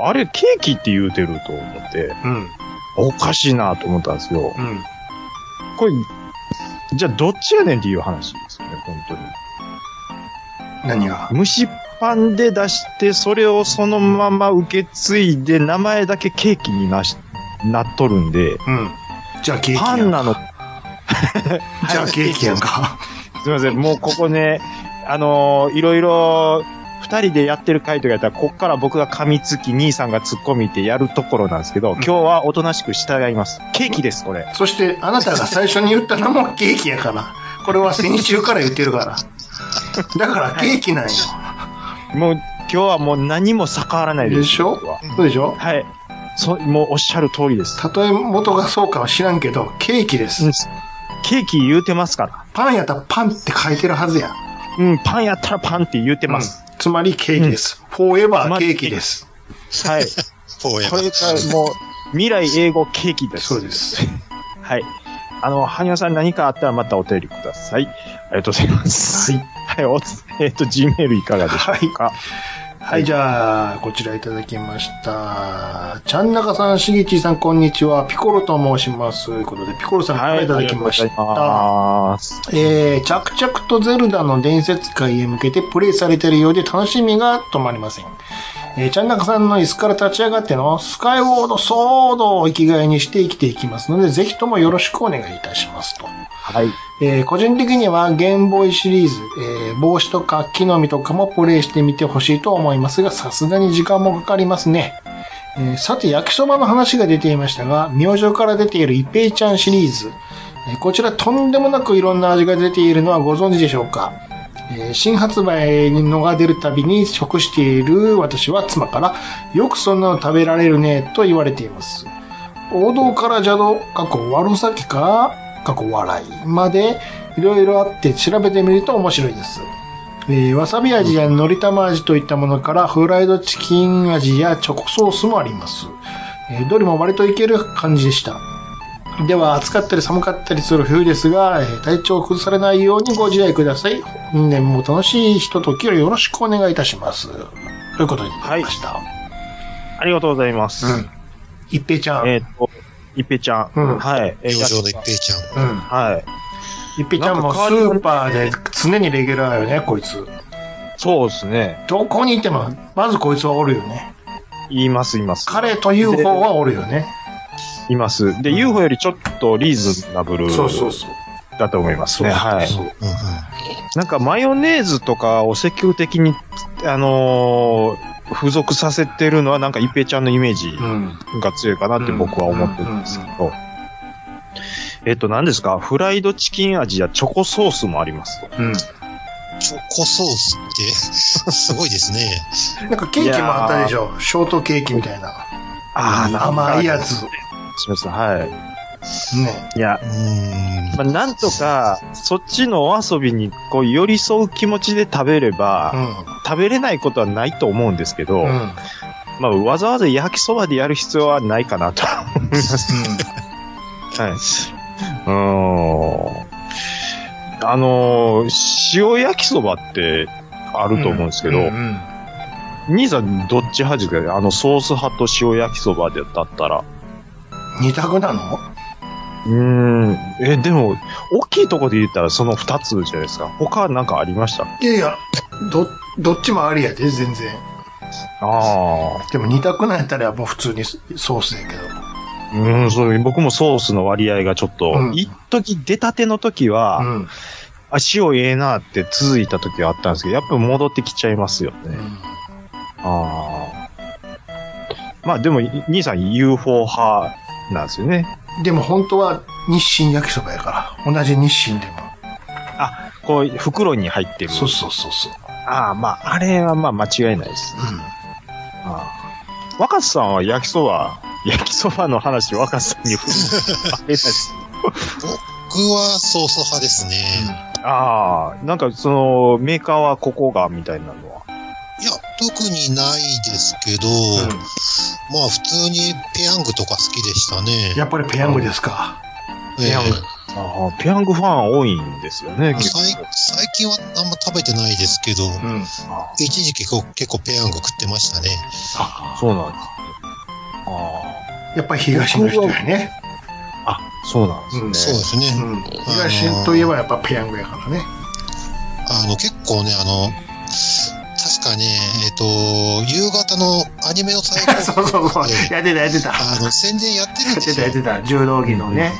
A: あれケーキって言うてると思って
B: うん。
A: おかしいなと思ったんですよ。
B: うん。
A: これ、じゃあどっちやねんっていう話ですよね、本
B: 何が
A: 当に。蒸しパンで出して、それをそのまま受け継いで、名前だけケーキになし、なっとるんで、
B: うん。じゃあケーキ
A: パ
B: や
A: ン
B: ん。
A: なの、
B: じゃあケーキやんか。
A: すいません、もうここね、あのーいろいろ、二人でやってる回とかやったら、こっから僕が噛みつき、兄さんが突っ込みってやるところなんですけど、今日はおとなしく従います。ケーキです、これ。
B: そして、あなたが最初に言ったのもケーキやから。これは先週から言ってるから。だからケーキなんよ。
A: もう、今日はもう何も逆らわないです。
B: でしょ
A: 僕は
B: そうでしょ
A: はい。そう、もうおっしゃる通りです。
B: たとえ元がそうかは知らんけど、ケーキです。
A: ケーキ言うてますから。
B: パンやったらパンって書いてるはずや。
A: うん、パンやったらパンって言うてます。
B: うんつまりケーキです。フォーエバ
A: つま
B: ー
A: り
B: ケーキです。
A: はい。
D: こうや
A: これからもう、未来英語ケーキです。
B: そうで。す。
A: はい。あの、はにわさん何かあったらまたお便りください。ありがとうございます。
B: はい。
A: はい、おつ、 えっ、と、G メールいかがでしょうか。
B: はい、じゃあ、こちらいただきました。ちゃんなかさん、しげちさん、こんにちは。ピコロと申します。ということで、ピコロさんからいただきました。
A: あす。
B: えー、着々とゼルダの伝説会へ向けてプレイされているようで楽しみが止まりません。えー、ちゃんなかさんの椅子から立ち上がってのスカイウォードソードを生きがいにして生きていきますので、ぜひともよろしくお願いいたしますと。
A: はい。
B: えー個人的にはゲームボーイシリーズ、えー帽子とか木の実とかもプレイしてみてほしいと思いますが、さすがに時間もかかりますね。えーさて、焼きそばの話が出ていましたが、明星から出ている一平ちゃんシリーズ。えーこちらとんでもなくいろんな味が出ているのはご存知でしょうかえー新発売のが出るたびに食している私は妻から、よくそんなの食べられるね、と言われています。王道から邪道、過去悪先か、過去笑いまで、いろいろあって調べてみると面白いです。えーわさび味やのり玉味といったものから、フライドチキン味やチョコソースもあります。えーどれも割といける感じでした。では、暑かったり寒かったりする冬ですが、えー体調を崩されないようにご自愛ください。本年も楽しいひとときをよろしくお願いいたします。ということになりました。
A: ありがとうございます。
B: うん。一平ちゃん。
A: えーっと、一平ちゃん。
B: うん
A: はい。えー
D: 表情の一平ちゃん。
B: うん。
A: はい。
B: 一平ちゃんもスーパーで常にレギュラーよね、こいつ。
A: そうですね。
B: どこにいても、まずこいつはおるよね。
A: 言います、言います。
B: 彼という方はおるよね。
A: います。で、UFO よりちょっとリーズナブル
B: そうそうそう。
A: だと思いますね。はい。
B: そう
D: うんうん
A: なんかマヨネーズとかを積極的に、あのー付属させてるのはなんか一平ちゃんのイメージ
B: うん。
A: が強いかなって僕は思ってるんですけど。えっと、何ですかフライドチキン味やチョコソースもあります。
B: うん。
D: チョコソースって、 すごいですね。
B: なんかケーキもあったでしょ。ショートケーキみたいな。
A: ああ、なんか
B: 甘いやつ。
A: すみません。は
B: ね。
A: い。いや
D: う、ーん。
A: まあ、なんとか、そっちのお遊びにこう寄り添う気持ちで食べれば、食べれないことはないと思うんですけど、
B: うん。うん。
A: まあ、わざわざ焼きそばでやる必要はないかなと思います。はい。うーん。あのー塩焼きそばってあると思うんですけど、
B: うんうん
A: 兄さんどっち派ですかあの、ソース派と塩焼きそばでだったら。
B: 二択なの
A: うーん。え、でも、大きいとこで言ったらその二つじゃないですか。他なんかありました
B: いやいや、ど、どっちもありやで、全然。
A: あ
B: でも二択なんやったらもう普通にソースやけど。
A: あ。うん、そう、僕もソースの割合がちょっと、
B: うん
A: 一時出たての時は、
B: うん。
A: あ、塩ええなって続いた時はあったんですけど、やっぱ戻ってきちゃいますよ
B: う
A: ね。
B: ん
A: ああ。まあでも、い兄さん UFO 派なんですよね。
B: でも本当は日清焼きそばやから。同じ日清でも。
A: こう、袋に入ってる。
B: そうそうそうそう。
A: ああ、まあ、あれはまあ間違いないです。
B: う
A: ああ若狭さんは焼きそば、 焼きそばの話若狭さんに振るあれです
D: 僕はソース派ですね。
A: ああ、なんかその、メーカーはここが、みたいなのは。
D: いや、特にないですけど、
B: ん。
D: まあ普通にペヤングとか好きでしたね。
B: やっぱりペヤングですか。
D: え
B: ペ
D: え
B: ヤング
A: ああ、ペヤングファン多いんですよね、結
D: 最
A: 構。
D: 最近はあんま食べてないですけど、
B: うん。
D: 一時期こう結構ペヤング食ってましたね。
A: そうなんです、ね。あ
B: やっぱり東の人やね。
A: あ、あ、そうなんですね。
B: うん
D: そうですね。
B: うん。東といえばやっぱペヤングやからね。
D: あの、結構ね、あの、確かね、えっ、と、夕方のアニメの最 後
B: そうそうそう。やってたやってた。や
D: あの、宣伝やっ てるんで
B: って
D: す
B: たや
D: よ
B: っ。てた。柔道着のね。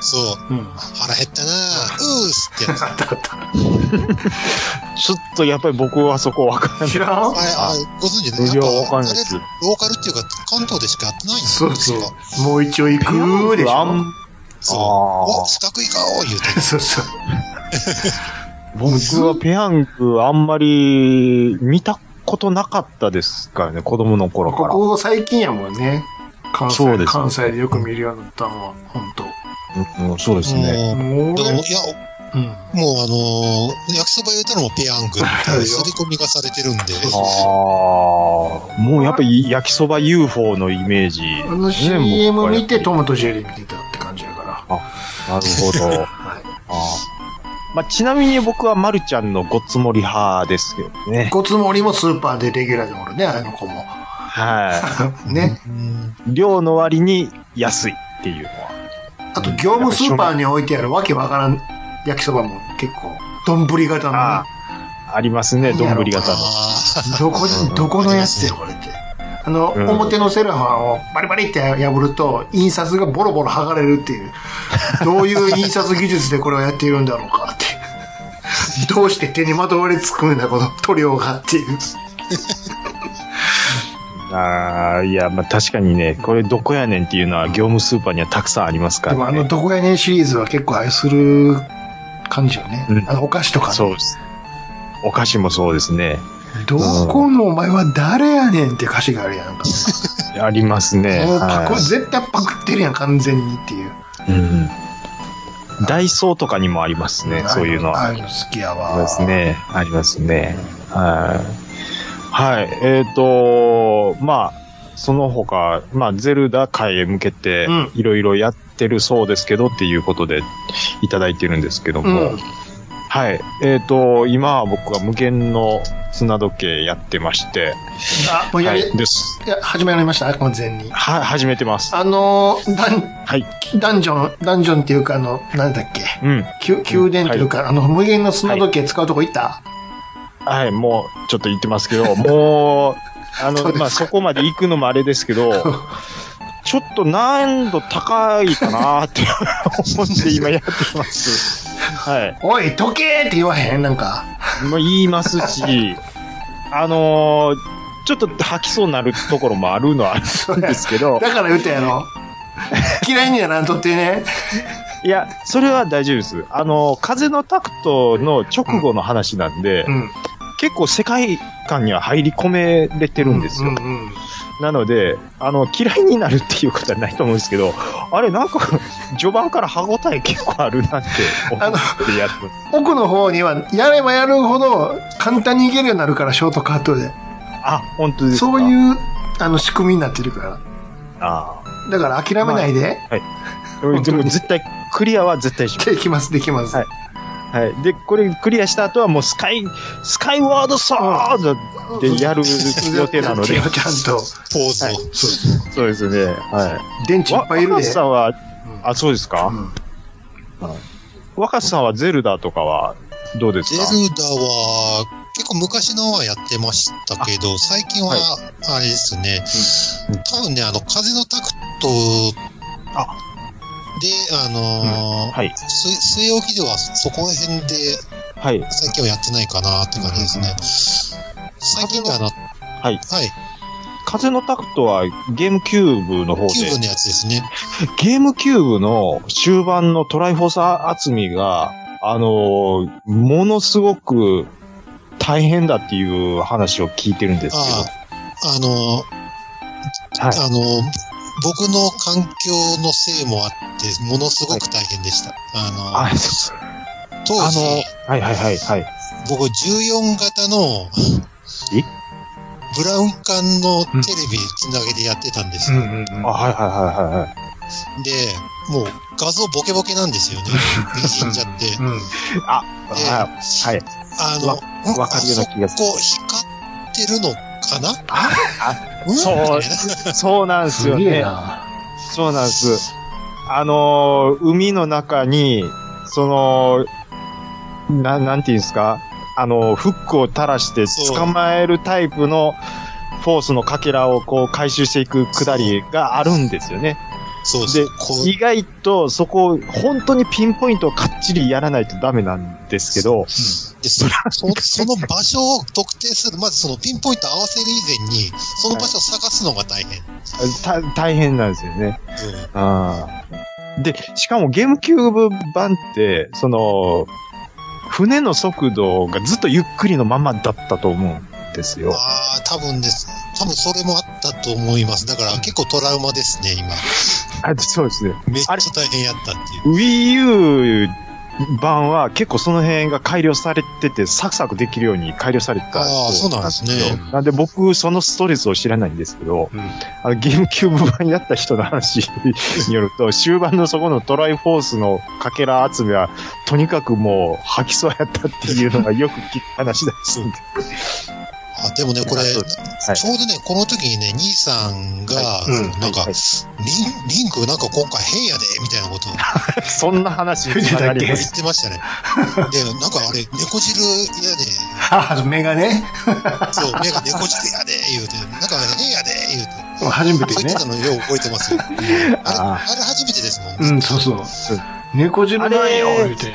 D: そ
B: う
D: う。
B: ん。
D: 腹減ったなぁ。うーすってやつ。
B: あったあった。
A: ちょっとやっぱり僕はそこわかんない。
B: 知らん
D: あれ、あれ、ご存知です
A: いやわかん
D: あ
A: ない
D: れ
A: です、
D: ローカルっていうか、関東でしかやってないんです
B: そ
D: よ。
B: うそう。もう一応行くでし
A: あ
B: ょ。
A: ん
D: そう
A: あー
D: お、四角い顔言うて。
B: そうそう。
A: 僕はペヤングあんまり見たことなかったですからね、子供の頃か
B: こ
A: ら。
B: こ最近やもんね。関
A: そうで
B: 西、
A: す
B: 関西でよく見るようになったのは、本当。
A: うんうんそうですね。
D: も
B: も
D: う、だからもういや、
B: うん。うん。
D: もうあのー焼きそば入れたらもうペヤングみたいな、刷り込みがされてるんで。
A: ああ、もうやっぱり焼きそば UFO のイメージ、ね。
B: あの CM 見てトムとジェリー見てたって感じやから。
A: なるほど。
B: はい。
A: あーまあ、ちなみに僕はまるちゃんのごつもり派ですけどね。
B: ごつもりもスーパーでレギュラーでおるね、あの子 も。
A: は
B: ね。
D: うん
A: い。量の割に安いっていうのは。
B: あと、業務スーパーに置いてあるわけわからん焼きそばも結構、丼型
A: あ
B: の
A: あ、ありますね、丼型の。
D: あー
B: ね、ど
A: う、
B: こ
A: ん
B: どこのやつや、これって。あの、
A: うん
B: 表のセルファンをバリバリって破ると、印刷がボロボロ剥がれるっていう。どういう印刷技術でこれをやっているんだろうかって。どうして手にまとわりつくんだ、この塗料がっていう。
A: ああ、いや、まあ確かにね、これどこやねんっていうのは業務スーパーにはたくさんありますか
B: でも
A: ら
B: あ
A: ね。
B: の、どこやねんシリーズは結構愛する感じよね。
A: うん
B: あの、お菓子とかね。
A: そうです。お菓子もそうですね。
B: どこのお前は誰やねんって歌詞があるやんか。
A: ありますね。
B: もうパク、
A: は
B: 絶対パクってるやん、完全にっていう。
A: いうんダイソーとかにもありますね、そういうの
B: あ
A: は。
B: あいうの好きや
A: あ
B: わ。
A: ります。ね。ありますね。はい。はい。えっ、と、まあ、その他、まあ、ゼルダ界へ向けて
B: うん、
A: いろいろやっってるそうですけどっていうことでいただいてるんですけど
B: う
A: も、
B: ん。
A: はい。えっ、と、今は僕は無限の砂時計やってまして、
B: あ、もうや
A: は
B: り、
A: い。です。
B: いや始まりました、完全に。
A: は、始めてます。
B: あのー、ダン、
A: はい。
B: ダンジョン、ダンジョンっていうか、あの、なんだっけ、
A: うん。
B: 宮宮殿っていうか、あの、無限の砂時計使うとこ行った、
A: はい、もう、ちょっと言ってますけ ど、もう、あ
B: そ
A: の、
B: うですか
A: まあ、そこまで行くのもあれですけ ど、ちょっと難度高いかなって 思って今やってます。はい。
B: おい、時計って言わへんなんか。
A: もう言います し、あのーちょっと吐きそうになるところもあるのはあるんですけど、
B: だから言った やろ。嫌いにはなんとってね。
A: いや、それは大丈夫です。あのー風のタクトの直後の話なんで、
B: うん。
A: 結構世界観には入り込めれてるんですよ。
B: うんうん。
A: なので、あの、嫌いになるっていうことはないと思うんですけど、あれ、なんか、序盤から歯応え結構あるなって思ってやってます。
B: 奥の方には、やればやるほど簡単に行けるようになるから、ショートカットで。
A: あ、本当ですか
B: そう
A: う。
B: いう、あの、仕組みになってるから。
A: あ
B: だから諦めない で、
A: ーでも絶対、クリアは絶対します。
B: できます、できます。
A: はいはい。で、これクリアした後はもうスカイ、スカイワードソードでやる予定 なので
B: ちゃ。んと。
D: ポーズを。
A: はい
B: そうそう。
A: そうですね。はい。
B: 電池い
A: わ
B: っぱいいる
A: 若
B: で。
A: 狭さんは、あ、そうですか、
B: うん
A: 若狭さんはゼルダとかはどうです
D: ゼ
A: か
D: ルダは、結構昔のはやってましたけど、最近は、あれですね、多分ね、あの、風のタクト
A: あ
D: で、あのー
A: はい。
D: 水水曜日ではそこら辺で
A: はい。
D: 最近はやってないかなって感じですね。最近ではあの、
A: はい
D: はい、
A: 風のタクトはゲームキューブの方で。
D: キューブのやつですね。
A: ゲームキューブの終盤のトライフォーサ厚みが、あのーものすごく大変だっていう話を聞いてるんです
D: ああ、あ
A: け
D: の
A: ど、はい。
D: あの、僕の環境のせいもあって、ものすごく大変でした。あ
A: あ、そう
D: の、当
A: あ
D: 時、
A: の、はいはいはいはい。
D: 僕14型の
A: え、
D: ブラウン管のテレビつなげてやってたんです
B: う
D: よ。
B: んうん
A: あ、はいはいはいはいはい。
D: で、もう画像ボケボケなんで すよね。死んじゃって。で、
B: うん。
A: あ、はい。
D: あの、
A: わかるような気がする
D: こう光ってるのかな
A: あ
D: ん
A: そう
D: みたいな
A: そうなんです
B: す
A: よ
B: げえ
A: ね。
B: な。
A: そうなんです。あのー海の中に、その、な、なんていうんですかあのーフックを垂らして
D: そう
A: 捕まえるタイプのフォースのかけらをこう回収していくくだりがあるんですよね。
D: そうです
A: で
D: こ、う
A: 意外とそこ、本当にピンポイントをかっちりやらないとダメなんですけど、
D: でそそその場所を特定する、まずそのピンポイント合わせる以前に、その場所を探すのが大変。
A: た大変なんですよね。
D: うん
A: ああで、しかもゲームキューブ版って、その、船の速度がずっとゆっくりのままだったと思うんですよ。
D: ああ、多分です。多分それもあったと思います。だから結構トラウマですね、今。
A: あそうですね。
D: めっちゃ
A: あれ
D: 大変やったってい
A: Wii U
D: う。
A: 版は結構その辺が改良されてて、サクサクできるように改良されてた。
D: ああ、そうなんですね。
A: なんで僕、そのストレスを知らないんですけど、
B: うん
A: あのゲームキューブ版やった人の話によると、 終盤のそこのトライフォースのかけら集めは、とにかくもう吐きそうやったっていうのがよく聞く話だしいんで。
D: あでもね、これ、
A: あそうはい
D: ちょうどね、この時にね、兄さんが、
B: いうん
D: なんか、
A: はい
D: リン、リンクなんか今回変やで、みたいなことを
A: そんな話になりま
D: 言
A: す。
D: ってましたね。で、なんかあれ、猫汁やで、
B: あ、目がね。
D: そう、目が猫汁やで、言うて、なんか変やで、言うて。
B: 初め
D: そ
B: て
D: う言
B: ね
D: って。たのよう覚えてますよ。あ れ、
A: あ
D: あれ初めてですもんね。
B: うん、そうそう。猫汁なんよ、言うて。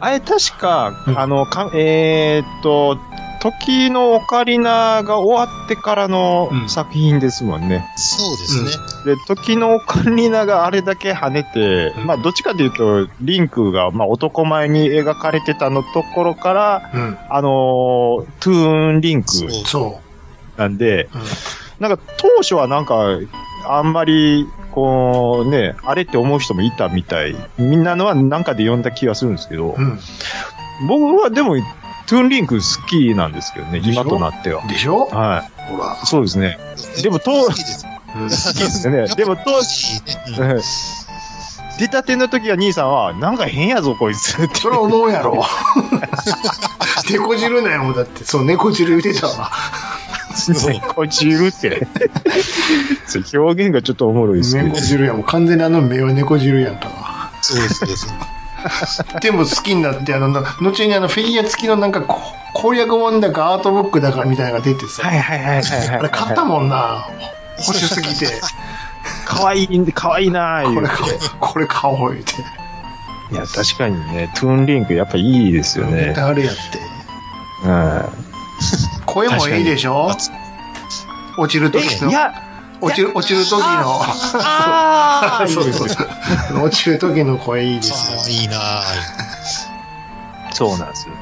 A: あれ確か、
B: うん
A: あの、かえーっと、時のオカリナが終わってからの
B: うん
A: 作品ですもんね。
D: そうですね。
A: で、時のオカリナがあれだけ跳ねて、
B: うん
A: まあどっちかというと、リンクが、まあ男前に描かれてたのところから、
B: うん。
A: あのートゥーンリンク
D: そう。
B: そ
A: なんで、
B: う。うん
A: なんか当初はなんか、あんまり、こうね、あれって思う人もいたみたい。みんなのはなんかで読んだ気がするんですけど
B: う、ん。
A: 僕はでも、トゥーンリンク好きなんですけどね、
B: しょ
A: 今となっては。
B: でしょ
A: は
B: ほら。
A: い。そうですね。でも
D: 好きです。
A: うん、いいですね。 でも当時、
D: いいねうん
A: うん 出たての時は兄さんは、なんか変やぞこいつって。
B: それは思うや ろ。猫汁なんやもん、だって。そう、猫汁言うてたわ。
D: そう
A: こいついるって。 そう表現がちょっとおもろい ですけど
B: 猫。汁やもん。完全にあの目は猫汁やんかわ。
D: そうそうそう。
B: でも好きになって、あの、な後にあのフィギュア付きのなんかこ攻略本だかアートブックだかみたいなのが出てさ。
A: はいはいはいはいはい。
B: あれ買った
A: ん。
B: もんな。欲しすぎて。
A: かわいいんで、かわいいなぁ、
B: こ
A: 言う
B: れ買おう、これ買おう、言うて。
A: いや、確かにね、トゥーンリンクやっぱいいですよね。
B: あれやって。
A: うん。
B: 声もいいでしょ落ちる時
A: い
B: の、
A: や、
B: 落ちる、落ちる時の、
A: ああ
B: そうそうそう。落ちる時の声いいですよ。
D: ああ、いいな
A: そうなんですよね。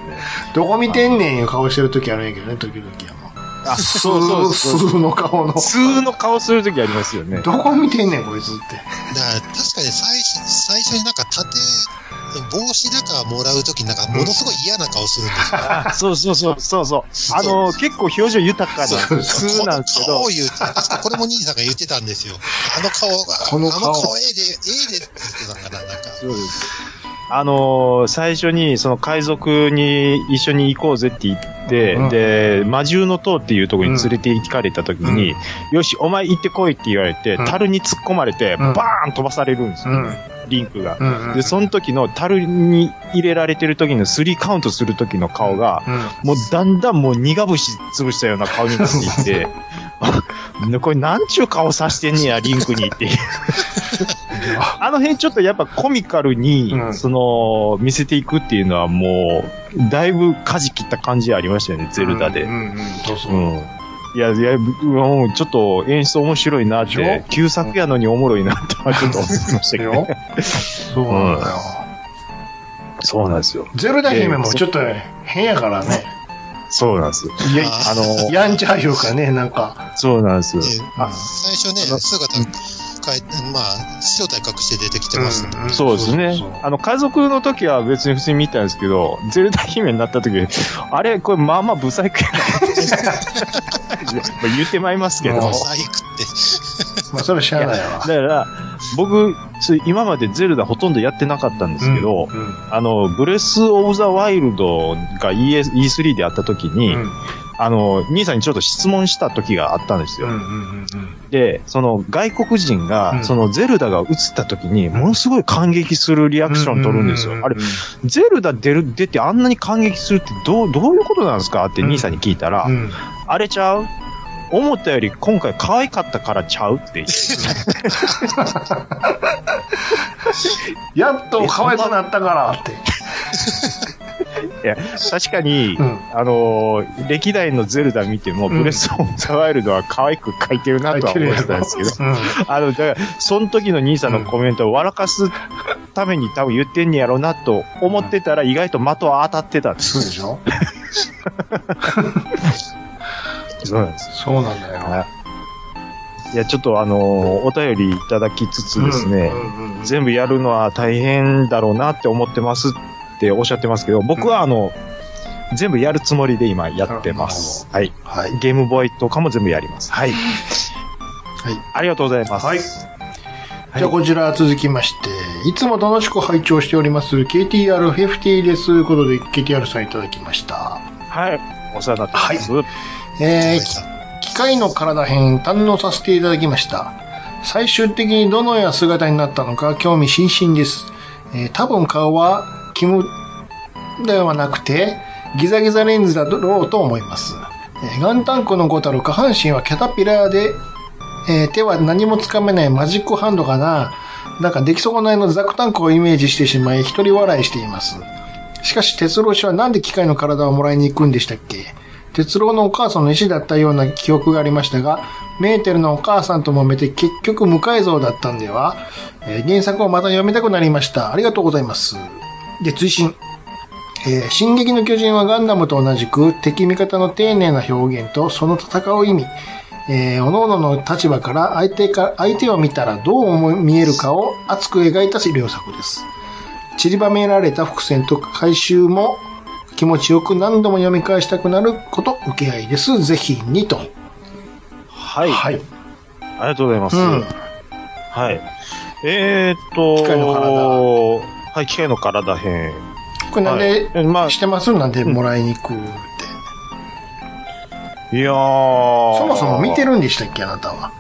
B: どこ見てんねんいう顔してる時あるんやけどね、時々やもう。
A: あ、
B: ス
A: そうそ
B: ー、
A: うそう。
B: スーの顔の。
A: 数の顔するときありますよね。
B: どこ見てんねん、こいつって。
D: だから確かに最初、最初になんか盾、帽子だかもらうときなんかものすごい嫌な顔するんですよ。
A: あ そうそうそう、そうそう。あの、結構表情豊かな、
B: そうそ
A: 数なんですけど
D: この顔を、言うて、確かこれも兄さんが言ってたんですよ。あの顔が、
B: この顔
D: あの顔ええで、ええでって言ってたから、なんか。
A: そうです。あのー最初に、その海賊に一緒に行こうぜって言って、
B: うん
A: で、魔獣の塔っていうところに連れて行かれた時に、よし、お前行ってこいって言われて、
B: うん
A: 樽に突っ込まれて、
B: うん
A: バーン飛ばされるんですよ、
B: うん。
A: リンクが。
B: うん。
A: で、その時の樽に入れられてる時の3カウントする時の顔が、
B: うん。
A: もうだんだんもう苦節潰したような顔になってい って、あこれなんちゅう顔さしてんねや、リンクにっていう。あの辺ちょっとやっぱコミカルに、
B: うん
A: その、見せていくっていうのはもう、だいぶ舵切った感じありましたよね、ゼルダで。
B: う
A: うん。
B: んうん、そうそう。
A: いや、いや、もうちょっと演出面白いなっ
B: でしてょ、
A: 旧作やのにおもろいなって、ちょっと思いましたけど。
B: よ。そうなんだよ。
A: そうなんですよ。
B: ゼルダ姫もちょっと変やからね。
A: そうなんですよ。
B: いや
D: あ
A: あの、
B: やんちゃいうかね、なんか。
A: そうなんですよ。
B: あ
D: 最初ね
A: あの、
D: 姿変えて、まあ、正体隠して出てきてますね。
B: ん
A: そうですね。あの、家族の時は別に普通に見たんですけど、ゼルダ姫になった時、あれ、これまあまあ不細工やないやまあ言って まいりますけど。
B: うん
A: だ
D: モザイクって。
B: まあ、それは知らないわ。
A: から、僕、そう今までゼルダほとんどやってなかったんですけど、
B: うんうん
A: あの、ブレス・オブ・ザ・ワイルドが ES E3 であった時に、
B: うん
A: あの、兄さんにちょっと質問した時があったんですよ。
B: うんうん
A: で、その外国人が、
B: うん
A: そのゼルダが映った時に、ものすごい感激するリアクション取るんですよ。あれ、ゼルダ出る、出てあんなに感激するってどう、どういうことなんですかって兄さんに聞いたら、
B: うん
A: あれちゃう思ったより今回可愛かったからちゃう って言って。
B: やっと可愛くなったからって。
A: いや、確かに、
B: うん
A: あのー歴代のゼルダ見ても、
B: うん
A: ブレスオブザワイルドは可愛く描いてるなとは思ってたんですけど、
B: うん
A: あの、だから、その時の兄さんのコメントを笑かすために多分言ってんねやろうなと思ってたら、意外と的は当たってたんです。
B: そうでしょ
A: そうなんです。
B: そうなんだよ。
A: いや、ちょっとあのーお便りいただきつつですね、
B: うんうんうん
A: 全部やるのは大変だろうなって思ってますっておっしゃってますけど、僕はあの、全部やるつもりで今やってます。はい。
B: はい。。
A: ゲームボーイとかも全部やります。はい。はいありがとうございます。
B: はい。
A: はい
B: じゃあこちら続きまして、いつも楽しく拝聴しております KTR50 です。ということで KTR さんいただきました。
A: はい。お世話になってます。はい。
B: えー、
D: そう
B: 機械の体編堪能させていただきました。最終的にどのような姿になったのか興味津々です。えー多分顔はキムではなくてギザギザレンズだろうと思います。えーガンタンクのごたる下半身はキャタピラーで、えー手は何もつかめないマジックハンドかな。なんか出来損ないのザクタンクをイメージしてしまい一人笑いしています。しかし、哲郎氏はなんで機械の体をもらいに行くんでしたっけ哲郎のお母さんの意思だったような記憶がありましたが、メーテルのお母さんと揉めて結局無改造だったんでは、えー原作をまた読みたくなりました。ありがとうございます。で、追伸。えー進撃の巨人はガンダムと同じく敵味方の丁寧な表現とその戦う意味、えー、各々の立場から相手か相手を見たらどう思い見えるかを熱く描いた両作です。散りばめられた伏線と回収も気持ちよく何度も読み返したくなること受け合いです。ぜひにと。
A: はい。
B: はい。
A: ありがとうございます。
B: うん
A: はい。えー、っと、
B: 機械の体
A: はい、機械の体編。
B: これなんで、
A: はいま
B: してますなんでもらいに行くって。
A: あ、いやー。
B: そもそも見てるんでしたっけ、あなたは。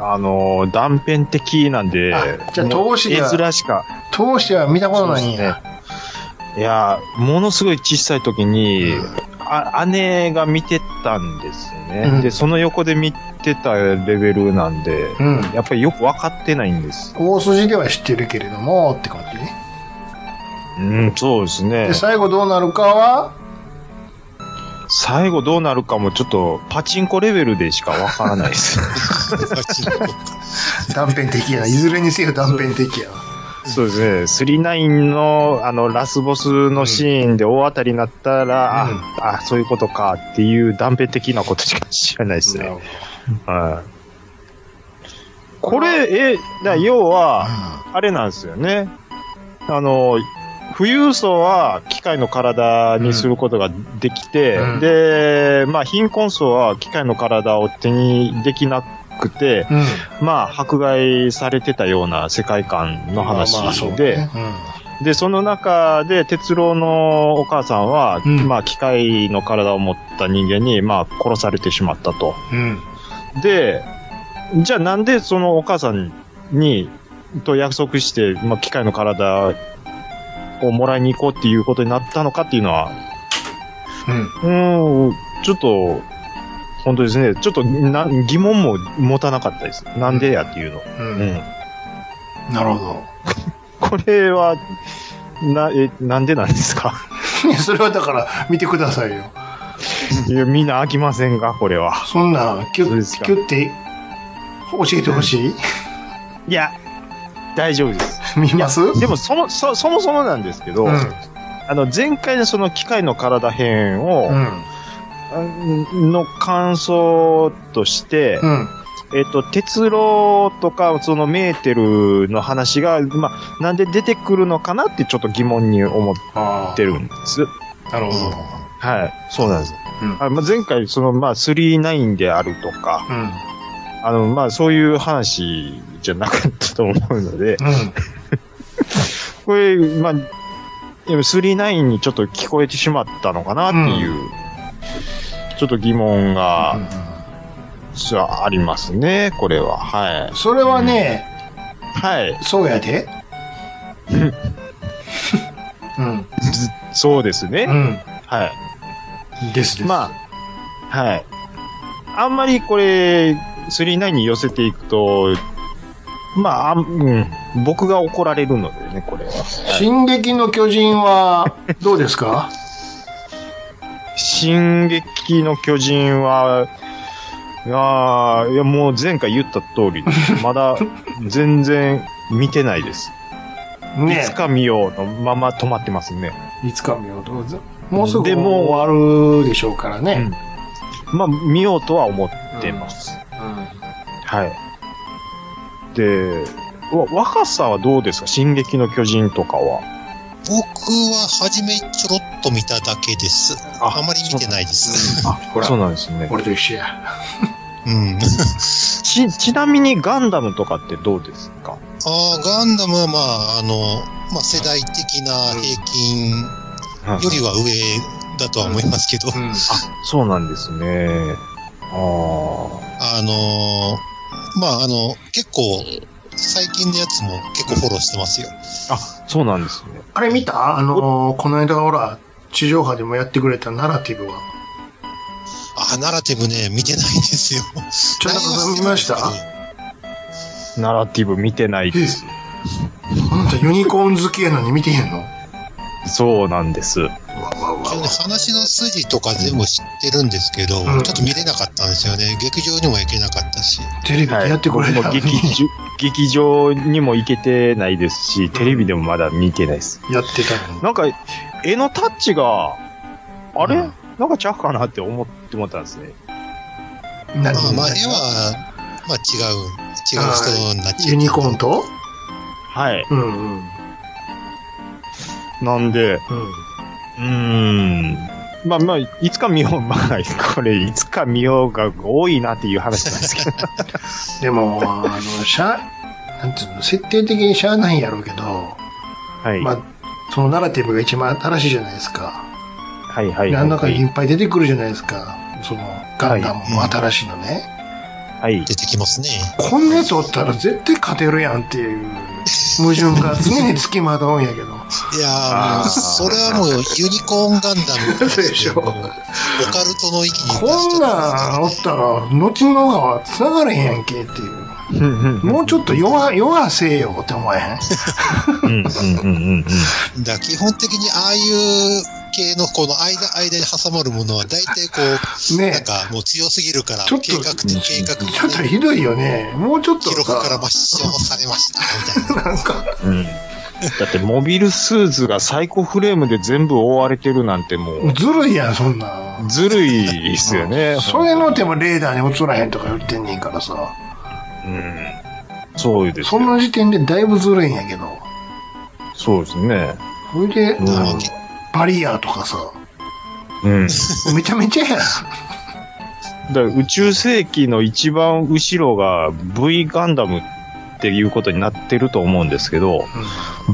A: あのー、断片的なんで
B: あ、じゃあ投資が
A: もう絵面しか。
B: 通しては見たことないんや。
A: いやー、ものすごい小さい時に、あ姉が見てたんですね、
B: うん
A: で、その横で見てたレベルなんで、
B: うん。
A: やっぱりよくわかってないんです。
B: 大筋では知ってるけれども、って感じね。
A: うん、そうですね
B: で、。最後どうなるかは、
A: 最後どうなるかもちょっとパチンコレベルでしかわからないです。
B: 断片的 やな。いずれにせよ断片的やな。
A: そうですね。39のあのラスボスのシーンで大当たりになったら、
B: うん
A: ああ、そういうことかっていう断片的なことしか知らないですね。はい。これ、え、だ要は、あれなんですよね。あの、富裕層は機械の体にすることができて、
B: うん
A: で、まあ貧困層は機械の体を手にできなくて、
B: うん。うん
A: まあ迫害されてたような世界観の話で、
B: まあまあそうねうん
A: で、その中で、哲郎のお母さんは、
B: うん
A: まあ、機械の体を持った人間に、まあ、殺されてしまったと。
B: うん。
A: で、じゃあなんでそのお母さんに、と約束して、まあ、機械の体をもらいに行こうっていうことになったのかっていうのは、
B: うん。
A: うーん、ちょっと、本当ですね、ちょっとな疑問も持たなかったです。なんでやっていうの。
B: うん。
A: うん。
B: なるほ
A: これは、な、え、なんでなんですか
B: ど。い やそれはだから、見てくださいよ。
A: いや、みんな飽きませんかこれは。
B: そんなん、キュ
A: そうで
B: ッ、
A: すか
B: キュッて、教えてほしい
A: いや、大丈夫です。
B: 見ますうん。
A: でも、そも、そ、そもそもなんですけど、
B: うん。
A: あの、前回のその機械の体編を、あの感想として
B: う、ん。
A: えっと、鉄郎とか、そのメーテルの話が、まあ、なんで出てくるのかなってちょっと疑問に思っ
B: あ
A: てるんです。
B: あ。なるほど。
A: はい。そうなんです。
B: うん
A: あまあ、前回、その、まあ、39であるとか、
B: うん。
A: あの、まあ、そういう話じゃなかったと思うの で、
B: うん。
A: これ、まあ、でも39にちょっと聞こえてしまったのかなっていう、ちょっと疑問
B: う
A: が、
B: ん
A: そうありますね、これは。はい。
B: それはね、
A: はい。
B: そうやで。うん。
A: ずそうですね。
B: う
A: は
B: ん。ですです。
A: い。まあ、はい。あんまりこれ、39に寄せていくと、まあ、あんうん、僕が怒られるのでね、これは。
B: 進撃の巨人は、どうで すか
A: 進撃の巨人は、ああ、いやもう前回言った通りです、まだ全然見てないです。い
B: ね
A: つか見ようのまま止まってますね。
B: いつか見ようどうぞ。もうすぐ
A: でも
B: 終わるでしょうからね。
A: まあ見ようとは思ってます。はい。で、わ若さはどうですか進撃の巨人とかは。
D: 僕は初めちょろっと見ただけです。
A: あ
D: あまり見てないです。
B: あ、ほ
A: そう
B: ら、
A: なんですね。
B: 俺と一緒や。
D: うん。
A: ち、ちなみにガンダムとかってどうですか
D: ああ、ガンダムはまあ、あの、まあ、世代的な平均よりは上だとは思いますけど、
B: ん。
A: そうなんですね。あ
D: あのーまあ、あの、結構、最近のやつも結構フォローしてますよ。
A: あ。あ、そうなんですね。
B: あれ見たあのー、この間ほら、地上波でもやってくれたナラティブは。
D: あーナラティブね、見てないんですよ。
B: 田中さん見ま した
A: ナラティブ見てないです。
B: あなたユニコーン好きやのに見てへんのわ
A: そうなんです。
B: わわ
D: 一応ね話の筋とか全部知ってるんですけど、
B: うん
D: ちょっと見れなかったんですよね。劇場にも行けなかったし。
B: テレビでやってく
A: こ
B: れ
A: れ
B: た
A: も
B: のに
A: 劇 場、劇場にも行けてないですし、テレビでもまだ見てないです。
B: やってたのに。
A: なんか、絵のタッチが、あれ、
B: うん
A: なんかちゃうかなって思ってもったんですね。
B: 何
D: まあ、まあ、絵は、まあ違う、違う人になっちゃう。
B: ユニコーンと
A: はい。
B: うんうん。うん。
A: なんで、うーん、まあまあ、いつか見よう、まあ、これ、いつか見ようが多いなっていう話なんです けど。
B: でも、あの、しゃ、なんつうの、設定的にしゃあないんやろうけど、
A: はい。
B: まあ、そのナラティブが一番新しいじゃないですか。
A: はいはいはい。
B: なんだかいっぱい出てくるじゃないですか。その、ガンダムも新しいのね。
A: はい。
D: 出てきますね。
B: こんなやつおったら絶対勝てるやんっていう矛盾が常に付きまとうんやけど。
D: いやー、
A: あ
D: も
A: ー
D: うそれはもうユニコーンガンダム。
B: そうでしょ
D: オカルトの域に達し
B: こん
D: ちゃ
B: なんおったら、後のが繋がれへんやんけっていう。もうちょっと弱、弱せえよって思えへん。
A: うんうんうんうんうん。
D: った。だから基本的にああいう系のこの間、間に挟まるものは大体こう、
B: ねえ
D: なんかもう強すぎるから、
B: ちょっと
D: 計画的、計画
B: ちょっ
D: 的
B: と
D: に、
B: ひどいよね。もうちょっと
D: 記録から抹
B: さ、
D: 消されました、みたいな。
B: なんか、
A: うんだって、モビルスーツがサイコフレームで全部覆われてるなんてもう、
B: ずるいやん、そんなん。
A: ずるいですよね。
B: それの手もレーダーに映らへんとか言ってんねんからさ。
A: うん。そうです
B: そ
A: よ。
B: の時点でだいぶずるいんやけど。
A: そうですね。
B: それで、あ
A: うん
B: のバリアーとかさ、
A: うん。
B: めちゃめちゃやん。
A: だから宇宙世紀の一番後ろが V ガンダムっていうことになってると思うんですけど、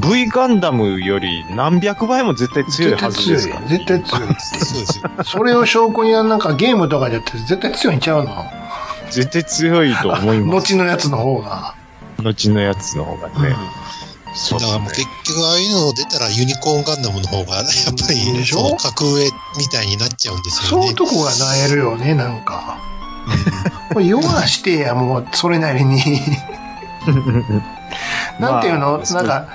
A: V ガンダムより何百倍も絶対強い
B: 絶
A: は
B: 対
A: ずで
B: 強い
A: すから。。
B: 絶対強い。
D: そうですよ。
B: それを証拠になんかゲームとかでやって絶対強いんちゃうの
A: 絶対強いと思います。
B: 後のやつの方が。
A: 後のやつの方がね。そ
D: だ
A: うで
D: か
A: す
D: らもう
A: ね
D: 結局ああいうの出たらユニコーンガンダムの方が、やっぱり
B: でしょ
D: その格上みたいになっちゃうんです
B: そ
D: よ
B: うい
D: ね
B: う。とこがなえるよね、なんか。これ弱してや、もう、それな りに。なんていうの、
A: まあ
B: なんか、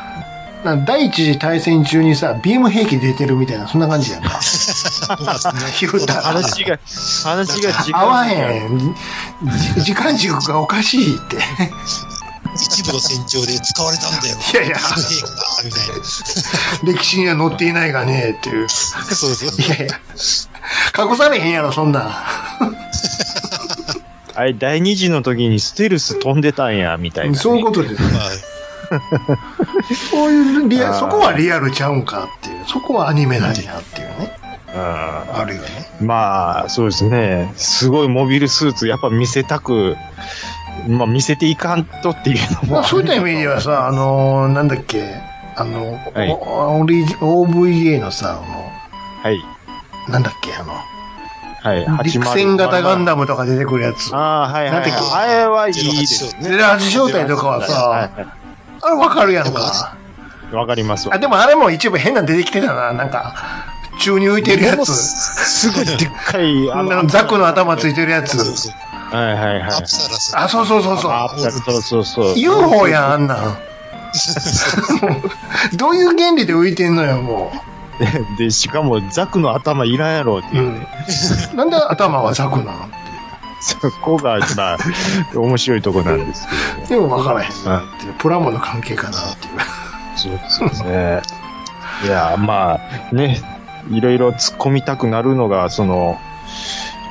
B: なんか第一次大戦中にさ、ビーム兵器出てるみたいな、そんな感じやんか。
D: まあそんな
B: 言うたら
A: 話が、話が違う。
B: 合わへん。じ時間軸がおかしいって。
D: 一部の戦場で使われたんだよ。
B: いやいや
D: 核兵器がみたいな。
B: 歴史には載っていないがね、っていう。
D: そうそう。
B: いやいや。隠されへんやろ、そんなん。
A: あれ、第二次の時にステルス飛んでたんや、みたいなね、
B: そういうことです。
D: まあ、
B: そういうリア
A: あー
B: そこはリアルちゃうんかっていう。そこはアニメなんやっていうね。
A: うん
B: あるよね。
A: まあ、そうですね。すごいモビルスーツ、やっぱ見せたく、まあ見せていかんとっていうの
B: ま
A: も
B: あ、。そういった意味ではさ、あのーなんだっけ、あの、
A: はい
B: おオリジ OVA のさ、あ
A: はい。
B: の、なんだっけ、あの、
A: はい。
B: 陸戦型ガン
A: ム。
B: ダムとか出てくるやつ。
A: ああ、はいはい、はい
B: なんて
A: あれはいいですね。
B: ゼラージ正体とかはさ、
A: は
B: あれわかるやん
D: でも
B: か。
A: いわかりますわ
B: あ、でもあれも一部変なの出てきてたな、なんか、宙に浮いてるや
A: もう
B: つ。
A: すごいでっかい、
B: あの、ザクの頭ついてるやつ。
D: そうそう。
A: はいはいはい
D: ア。プサラス。
B: あ、そうそうそうそう。
A: あそうそうそう。
B: UFO やん、あんなん。どういう原理で浮いてんのよ、も
A: で、しかもザクの頭いらんやろって
B: う。
A: いうう、
B: ん。なんで頭はザクなの
A: そこが、まあ、面白いとこなんですけどね。
B: でも分からへんなっていう、プラモの関係かなっていう。
A: そうですね。いや、まあ、ね、いろいろ突っ込みたくなるのが、その、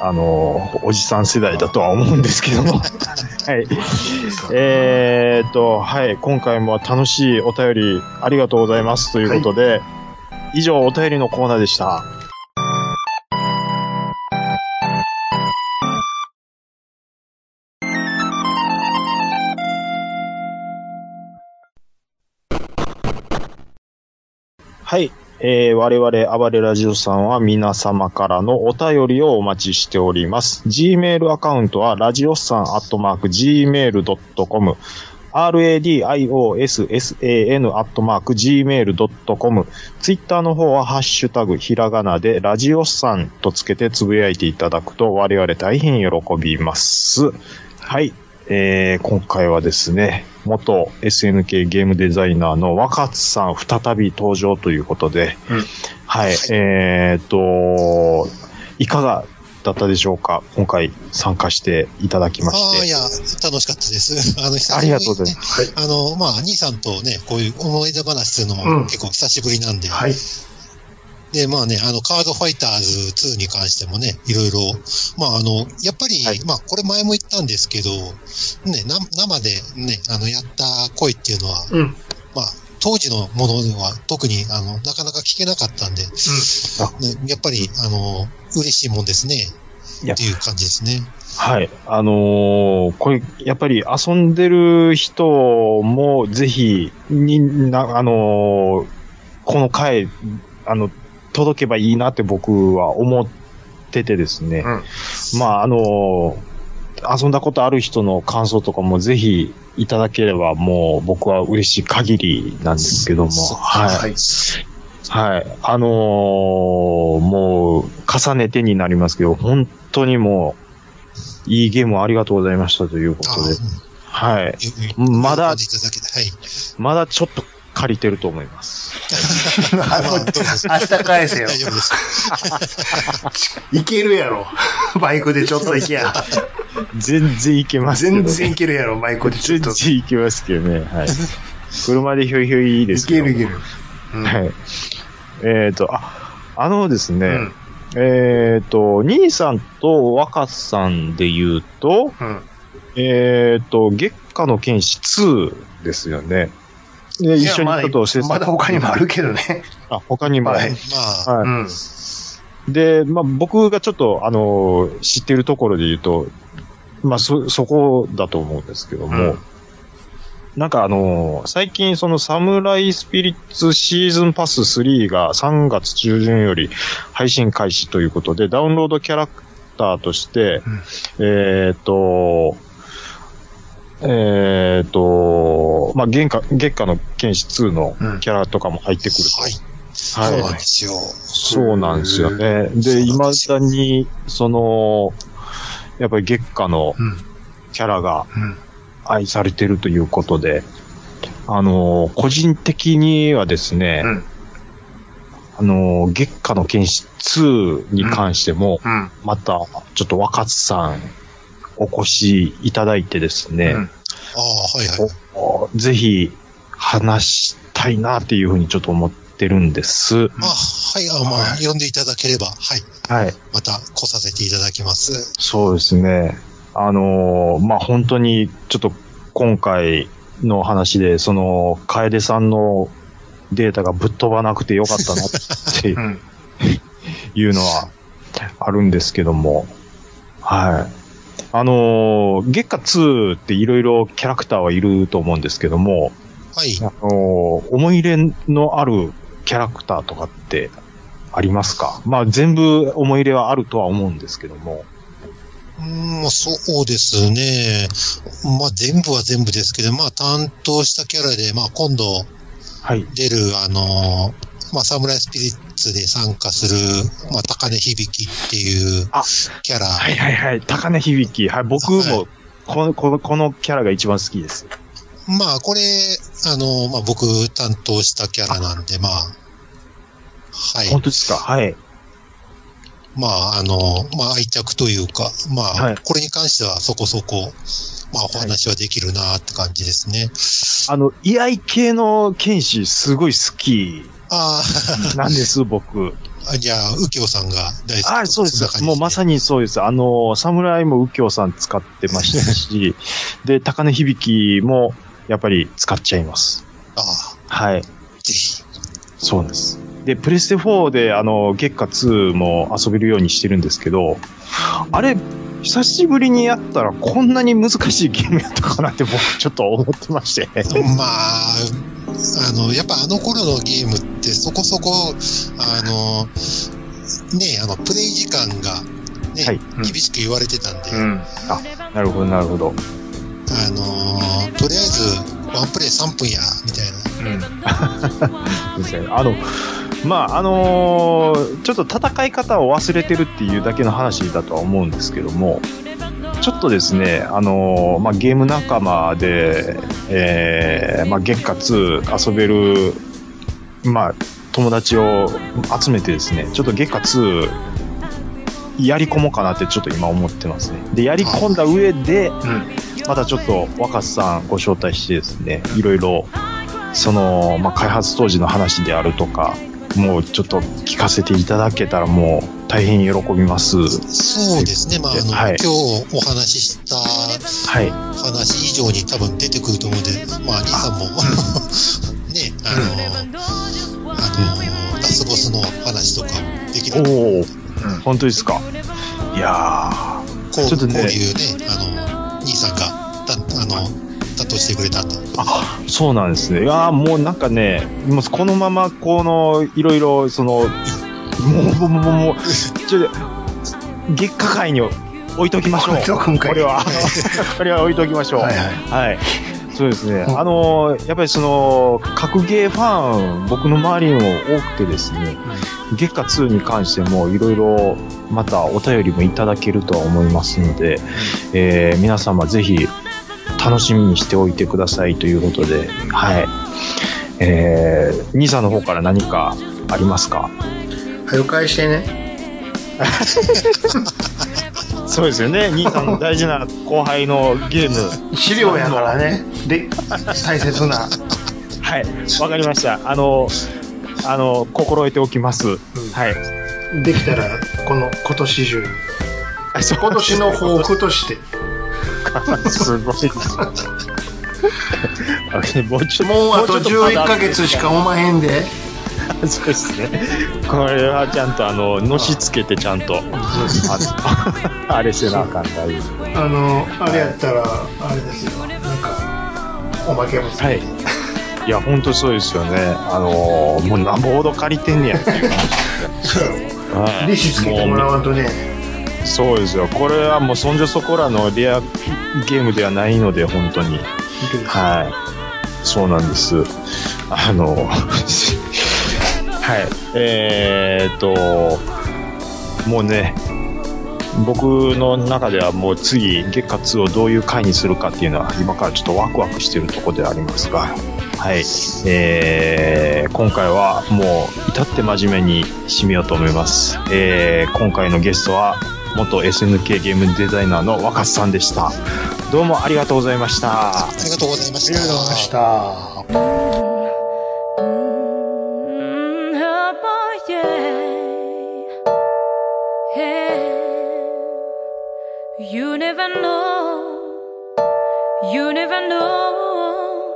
A: あの、おじさん世代だと は思うんですけども。はい。えーっと、はい、今回も楽しいお便りありがとうございますということで、以上お便りのコーナーでした。はい。えー我々、暴れラジオさんは皆様からのお便りをお待ちしております。Gmail アカウントは、ラジオさんアットマーク Gmail.com、radiossan アットマーク Gmail.com、Twitter の方は、ハッシュタグ、ひらがなで、ラジオさんとつけてつぶやいていただくと、我々大変喜びます。はい。えー今回はですね、元 SNK ゲームデザイナーの若津さん再び登場ということで、
B: うん
A: はい、えーっと、いかがだったでしょうか今回参加していただきま
D: ああ、い
A: して。
D: や、楽しかったです。あの、久しぶりにね
A: ありがとうございま
D: あの、まあ、兄さんとね、こういう思い出話するの
B: うん
D: も結構久しぶりなんで。
B: はい。
D: で、まあね、あの、カードファイターズ2に関してもね、いろいろ、まああの、やっぱり、
A: はい
D: まあこれ前も言ったんですけど、ね、な生でね、あの、やった声っていうのは、
B: うん。
D: まあ、当時のものでは特に、あの、なかなか聞けなかったんで、ねやっぱり、あの、嬉しいもんですね。
A: いや
D: っていう感じですね。
A: はい。あのーこれ、やっぱり遊んでる人も、ぜひ、に、な、あのーこの回、あの、届けばいいなって僕は思っててですね。まあ、あのー遊んだことある人の感想とかもぜひいただければもう僕は嬉しい限りなんですけども、
D: そう
A: はい。
B: い。
A: はい。あのーもう、重ねてになりますけど、本当にもう、いいゲームをありがとうございましたというこ
D: あ
A: とで、はい。
D: ーうん
A: まだ
D: 感、じいただけたはい。
A: まだちょっと借りてると思います。
B: あの
D: まあどうぞ
B: 明日返せ よ。
D: 大丈夫です。
B: いけるやろ。バイクでちょっと行けや。
A: 全然いけますけど、
B: 全然いけるやろ、バイクでちょっ
A: 全
B: と。
A: 然いけますけどね。 はい。車でひょいひょいいいで
B: い
A: すけ
B: け
A: ど。
B: るいける。うん
A: はい。えっ、と、あ、あのですね、
B: うん。
A: えっ、と、兄さんと若さんで言うと、
B: うん。
A: えっ、と、月下の剣士2ですよね。で、
B: い
A: 一
B: や
A: 緒にちょっと制作、
B: まだまだ他にもあるけどね。
A: あ、他にも。
B: は
A: はいい。
D: まあ、
B: うん。
A: で、まあ、僕がちょっと、あのー知ってるところで言うと、まあ、そ、そこだと思うんですけども、
B: うん
A: なんかあのー最近そのサムライスピリッツシーズンパス3が3月中旬より配信開始ということで、ダウンロードキャラクターとして、えーっと、えーっと、まあ、月下、月下の剣士2のキャラとかも入ってくると。
D: はい。
A: はい
D: そうなんですよ。
A: そうなんですよね。で、
D: そう
A: 未
D: なんです
A: だに、その、やっぱり月下の
B: うん。
A: キャラが
B: うん。
A: 愛されてるということで、あの、個人的にはですね、
B: うん
A: あの、月下の剣士2に関しても、
B: うん。
A: また、ちょっと若津さん、お越しいただいてですね、
B: うん
D: ああ、はいはい。
A: ぜひ、話したいなっていうふうにちょっと思ってるんです。
D: あはい、あまあ、呼んでいただければ、はい。
A: はい。
D: また来させていただきます。
A: そうですね。あのーまあ、本当に、ちょっと今回の話で、その、楓さんのデータがぶっ飛ばなくてよかったなって
B: うん。
A: いうのはあるんですけども、はい。あのー月下2っていろいろキャラクターはいると思うんですけども、
D: はい
A: あ。のー思い入れのあるキャラクターとかってありますかまあ、全部思い入れはあるとは思うんですけども。
D: うん、そうですね。まあ、全部は全部ですけど、まあ、担当したキャラで、まあ、今度
A: はい。
D: 出る、あの、まあ、サムライスピリッツで参加する、まあ、高根響きっていう
A: あ
D: キャラ。
A: はいはいはい。高根響。はい、僕
D: は
A: もこの、この、このキャラが一番好きです。
D: まあ、これ、あの、まあ、僕担当したキャラなんで、まあ、はい。
A: 本当ですかはい。
D: まあ、あの、まあ、愛着というか、まあ、
A: はい
D: これに関してはそこそこ、まあ、お話はできるなって感じですね。
A: あの、居合系の剣士、すごい好き
D: あ
A: なんです、僕。
D: あ、じゃあ、右京さんが大好き。
A: あそうで
D: んな感
A: す。
D: じ
A: もうまさにそうです。あの、侍も右京さん使ってました し、で、高根響も、やっぱり使っちゃいます。
D: ああ、
A: はい。
D: ぜひ。
A: そうなんです。で、プレステ4で、あの、月下2も遊べるようにしてるんですけど、あれ、久しぶりにやったらこんなに難しいゲームやったかなって僕ちょっと思ってまして。
D: まあ、あの、やっぱあの頃のゲームってそこそこ、あの、ね、あの、プレイ時間が、ね、
A: はい
B: うん
D: 厳しく言われてたんで、
B: うん。
A: なるほど、なるほど。
D: あの、とりあえず、ワンプレイ3分や、みたいな。
A: ですねあの、まあ、あのーちょっと戦い方を忘れてるっていうだけの話だとは思うんですけども、ちょっとですね、あのーまあ、ゲーム仲間で、えーまあ、月下2遊べる、まあ、友達を集めてですね、ちょっと月下2、やり込もうかなってちょっと今思ってますね。で、やり込んだ上で、
B: うん。
A: またちょっと若狭さんご招待してですね、いろいろ、その、まあ、開発当時の話であるとか、もうちょっと聞かせていただけたらもう大変喜びます。
D: そうですね、まあ、あの、
A: はい
D: 今日お話しした
A: はい。
D: 話以上に多分出てくると思うんで、まあ、兄さんも、ね、 ね、あの、あの、ラスボスの話とかできるこ
A: おお、本当ですか。いや
D: う、
A: ちょっとね
D: こういうね、あの、兄さんが、たあの、担当してくれたんで。
A: ー、そうなんですね。いやーもうなんかね、もうこのまま、この、いろいろ、その、もう、もう、もう、もう、ちょっと、月下界に置いときましょう。
B: 置いとくんかい
A: これは、 これは置いときましょう。
B: はいはい。
A: はい。そうですね。
B: うん
A: あのーやっぱりその、格ゲーファン、僕の周りにも多くてですね、月下2に関してもいろいろまたお便りもいただけるとは思いますので、えー皆様ぜひ楽しみにしておいてくださいということで、はい。えー、兄さんの方から何かありますか
B: 了解してね。
A: そうですよね。兄さんの大事な後輩のゲーム。
B: 資料やからね。で、大切な。
A: はい、わかりました。あの、あの、心得ておきます。はい。
B: できたら、この、今年中に。
A: あ、そ
B: 今年の抱負として。
A: す ごいです。あもうちょっと
B: もうあと
A: もうちょっ
B: 11ヶ月しかおまへんで。
A: とそうですね。これはちゃんと、あの、のしつけてちゃんと、あのあれせなあかんだい
B: あの、あれやったら、あれですよ。なんか、おまけもつけて。
A: はい。いや、ほんとそうですよね。あのもうなんぼほど借りてんねやっていう感じ
B: 利子つけてもらわんとね。
A: そうですよ。これはもうそんじょそこらのレアゲームではないので、本当に。はい。そうなんです。あの、 はい。えーっと、もうね、僕の中ではもう次、月下2をどういう回にするかっていうのは、今からちょっとワクワクしてるところでありますが、はい。えー、今回はもう、至って真面目に締めようと思います。えー、今回のゲストは、元 SNK ゲームデザイナーの若狭さんでした。どうもありがとうございました。
D: ありがとうございました。
B: 明日。
F: Mm-hmm. You never know, you never know,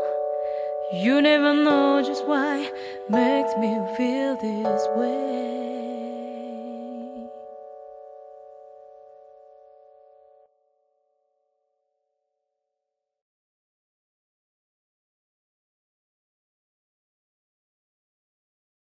F: you never know just why makes me feel this way.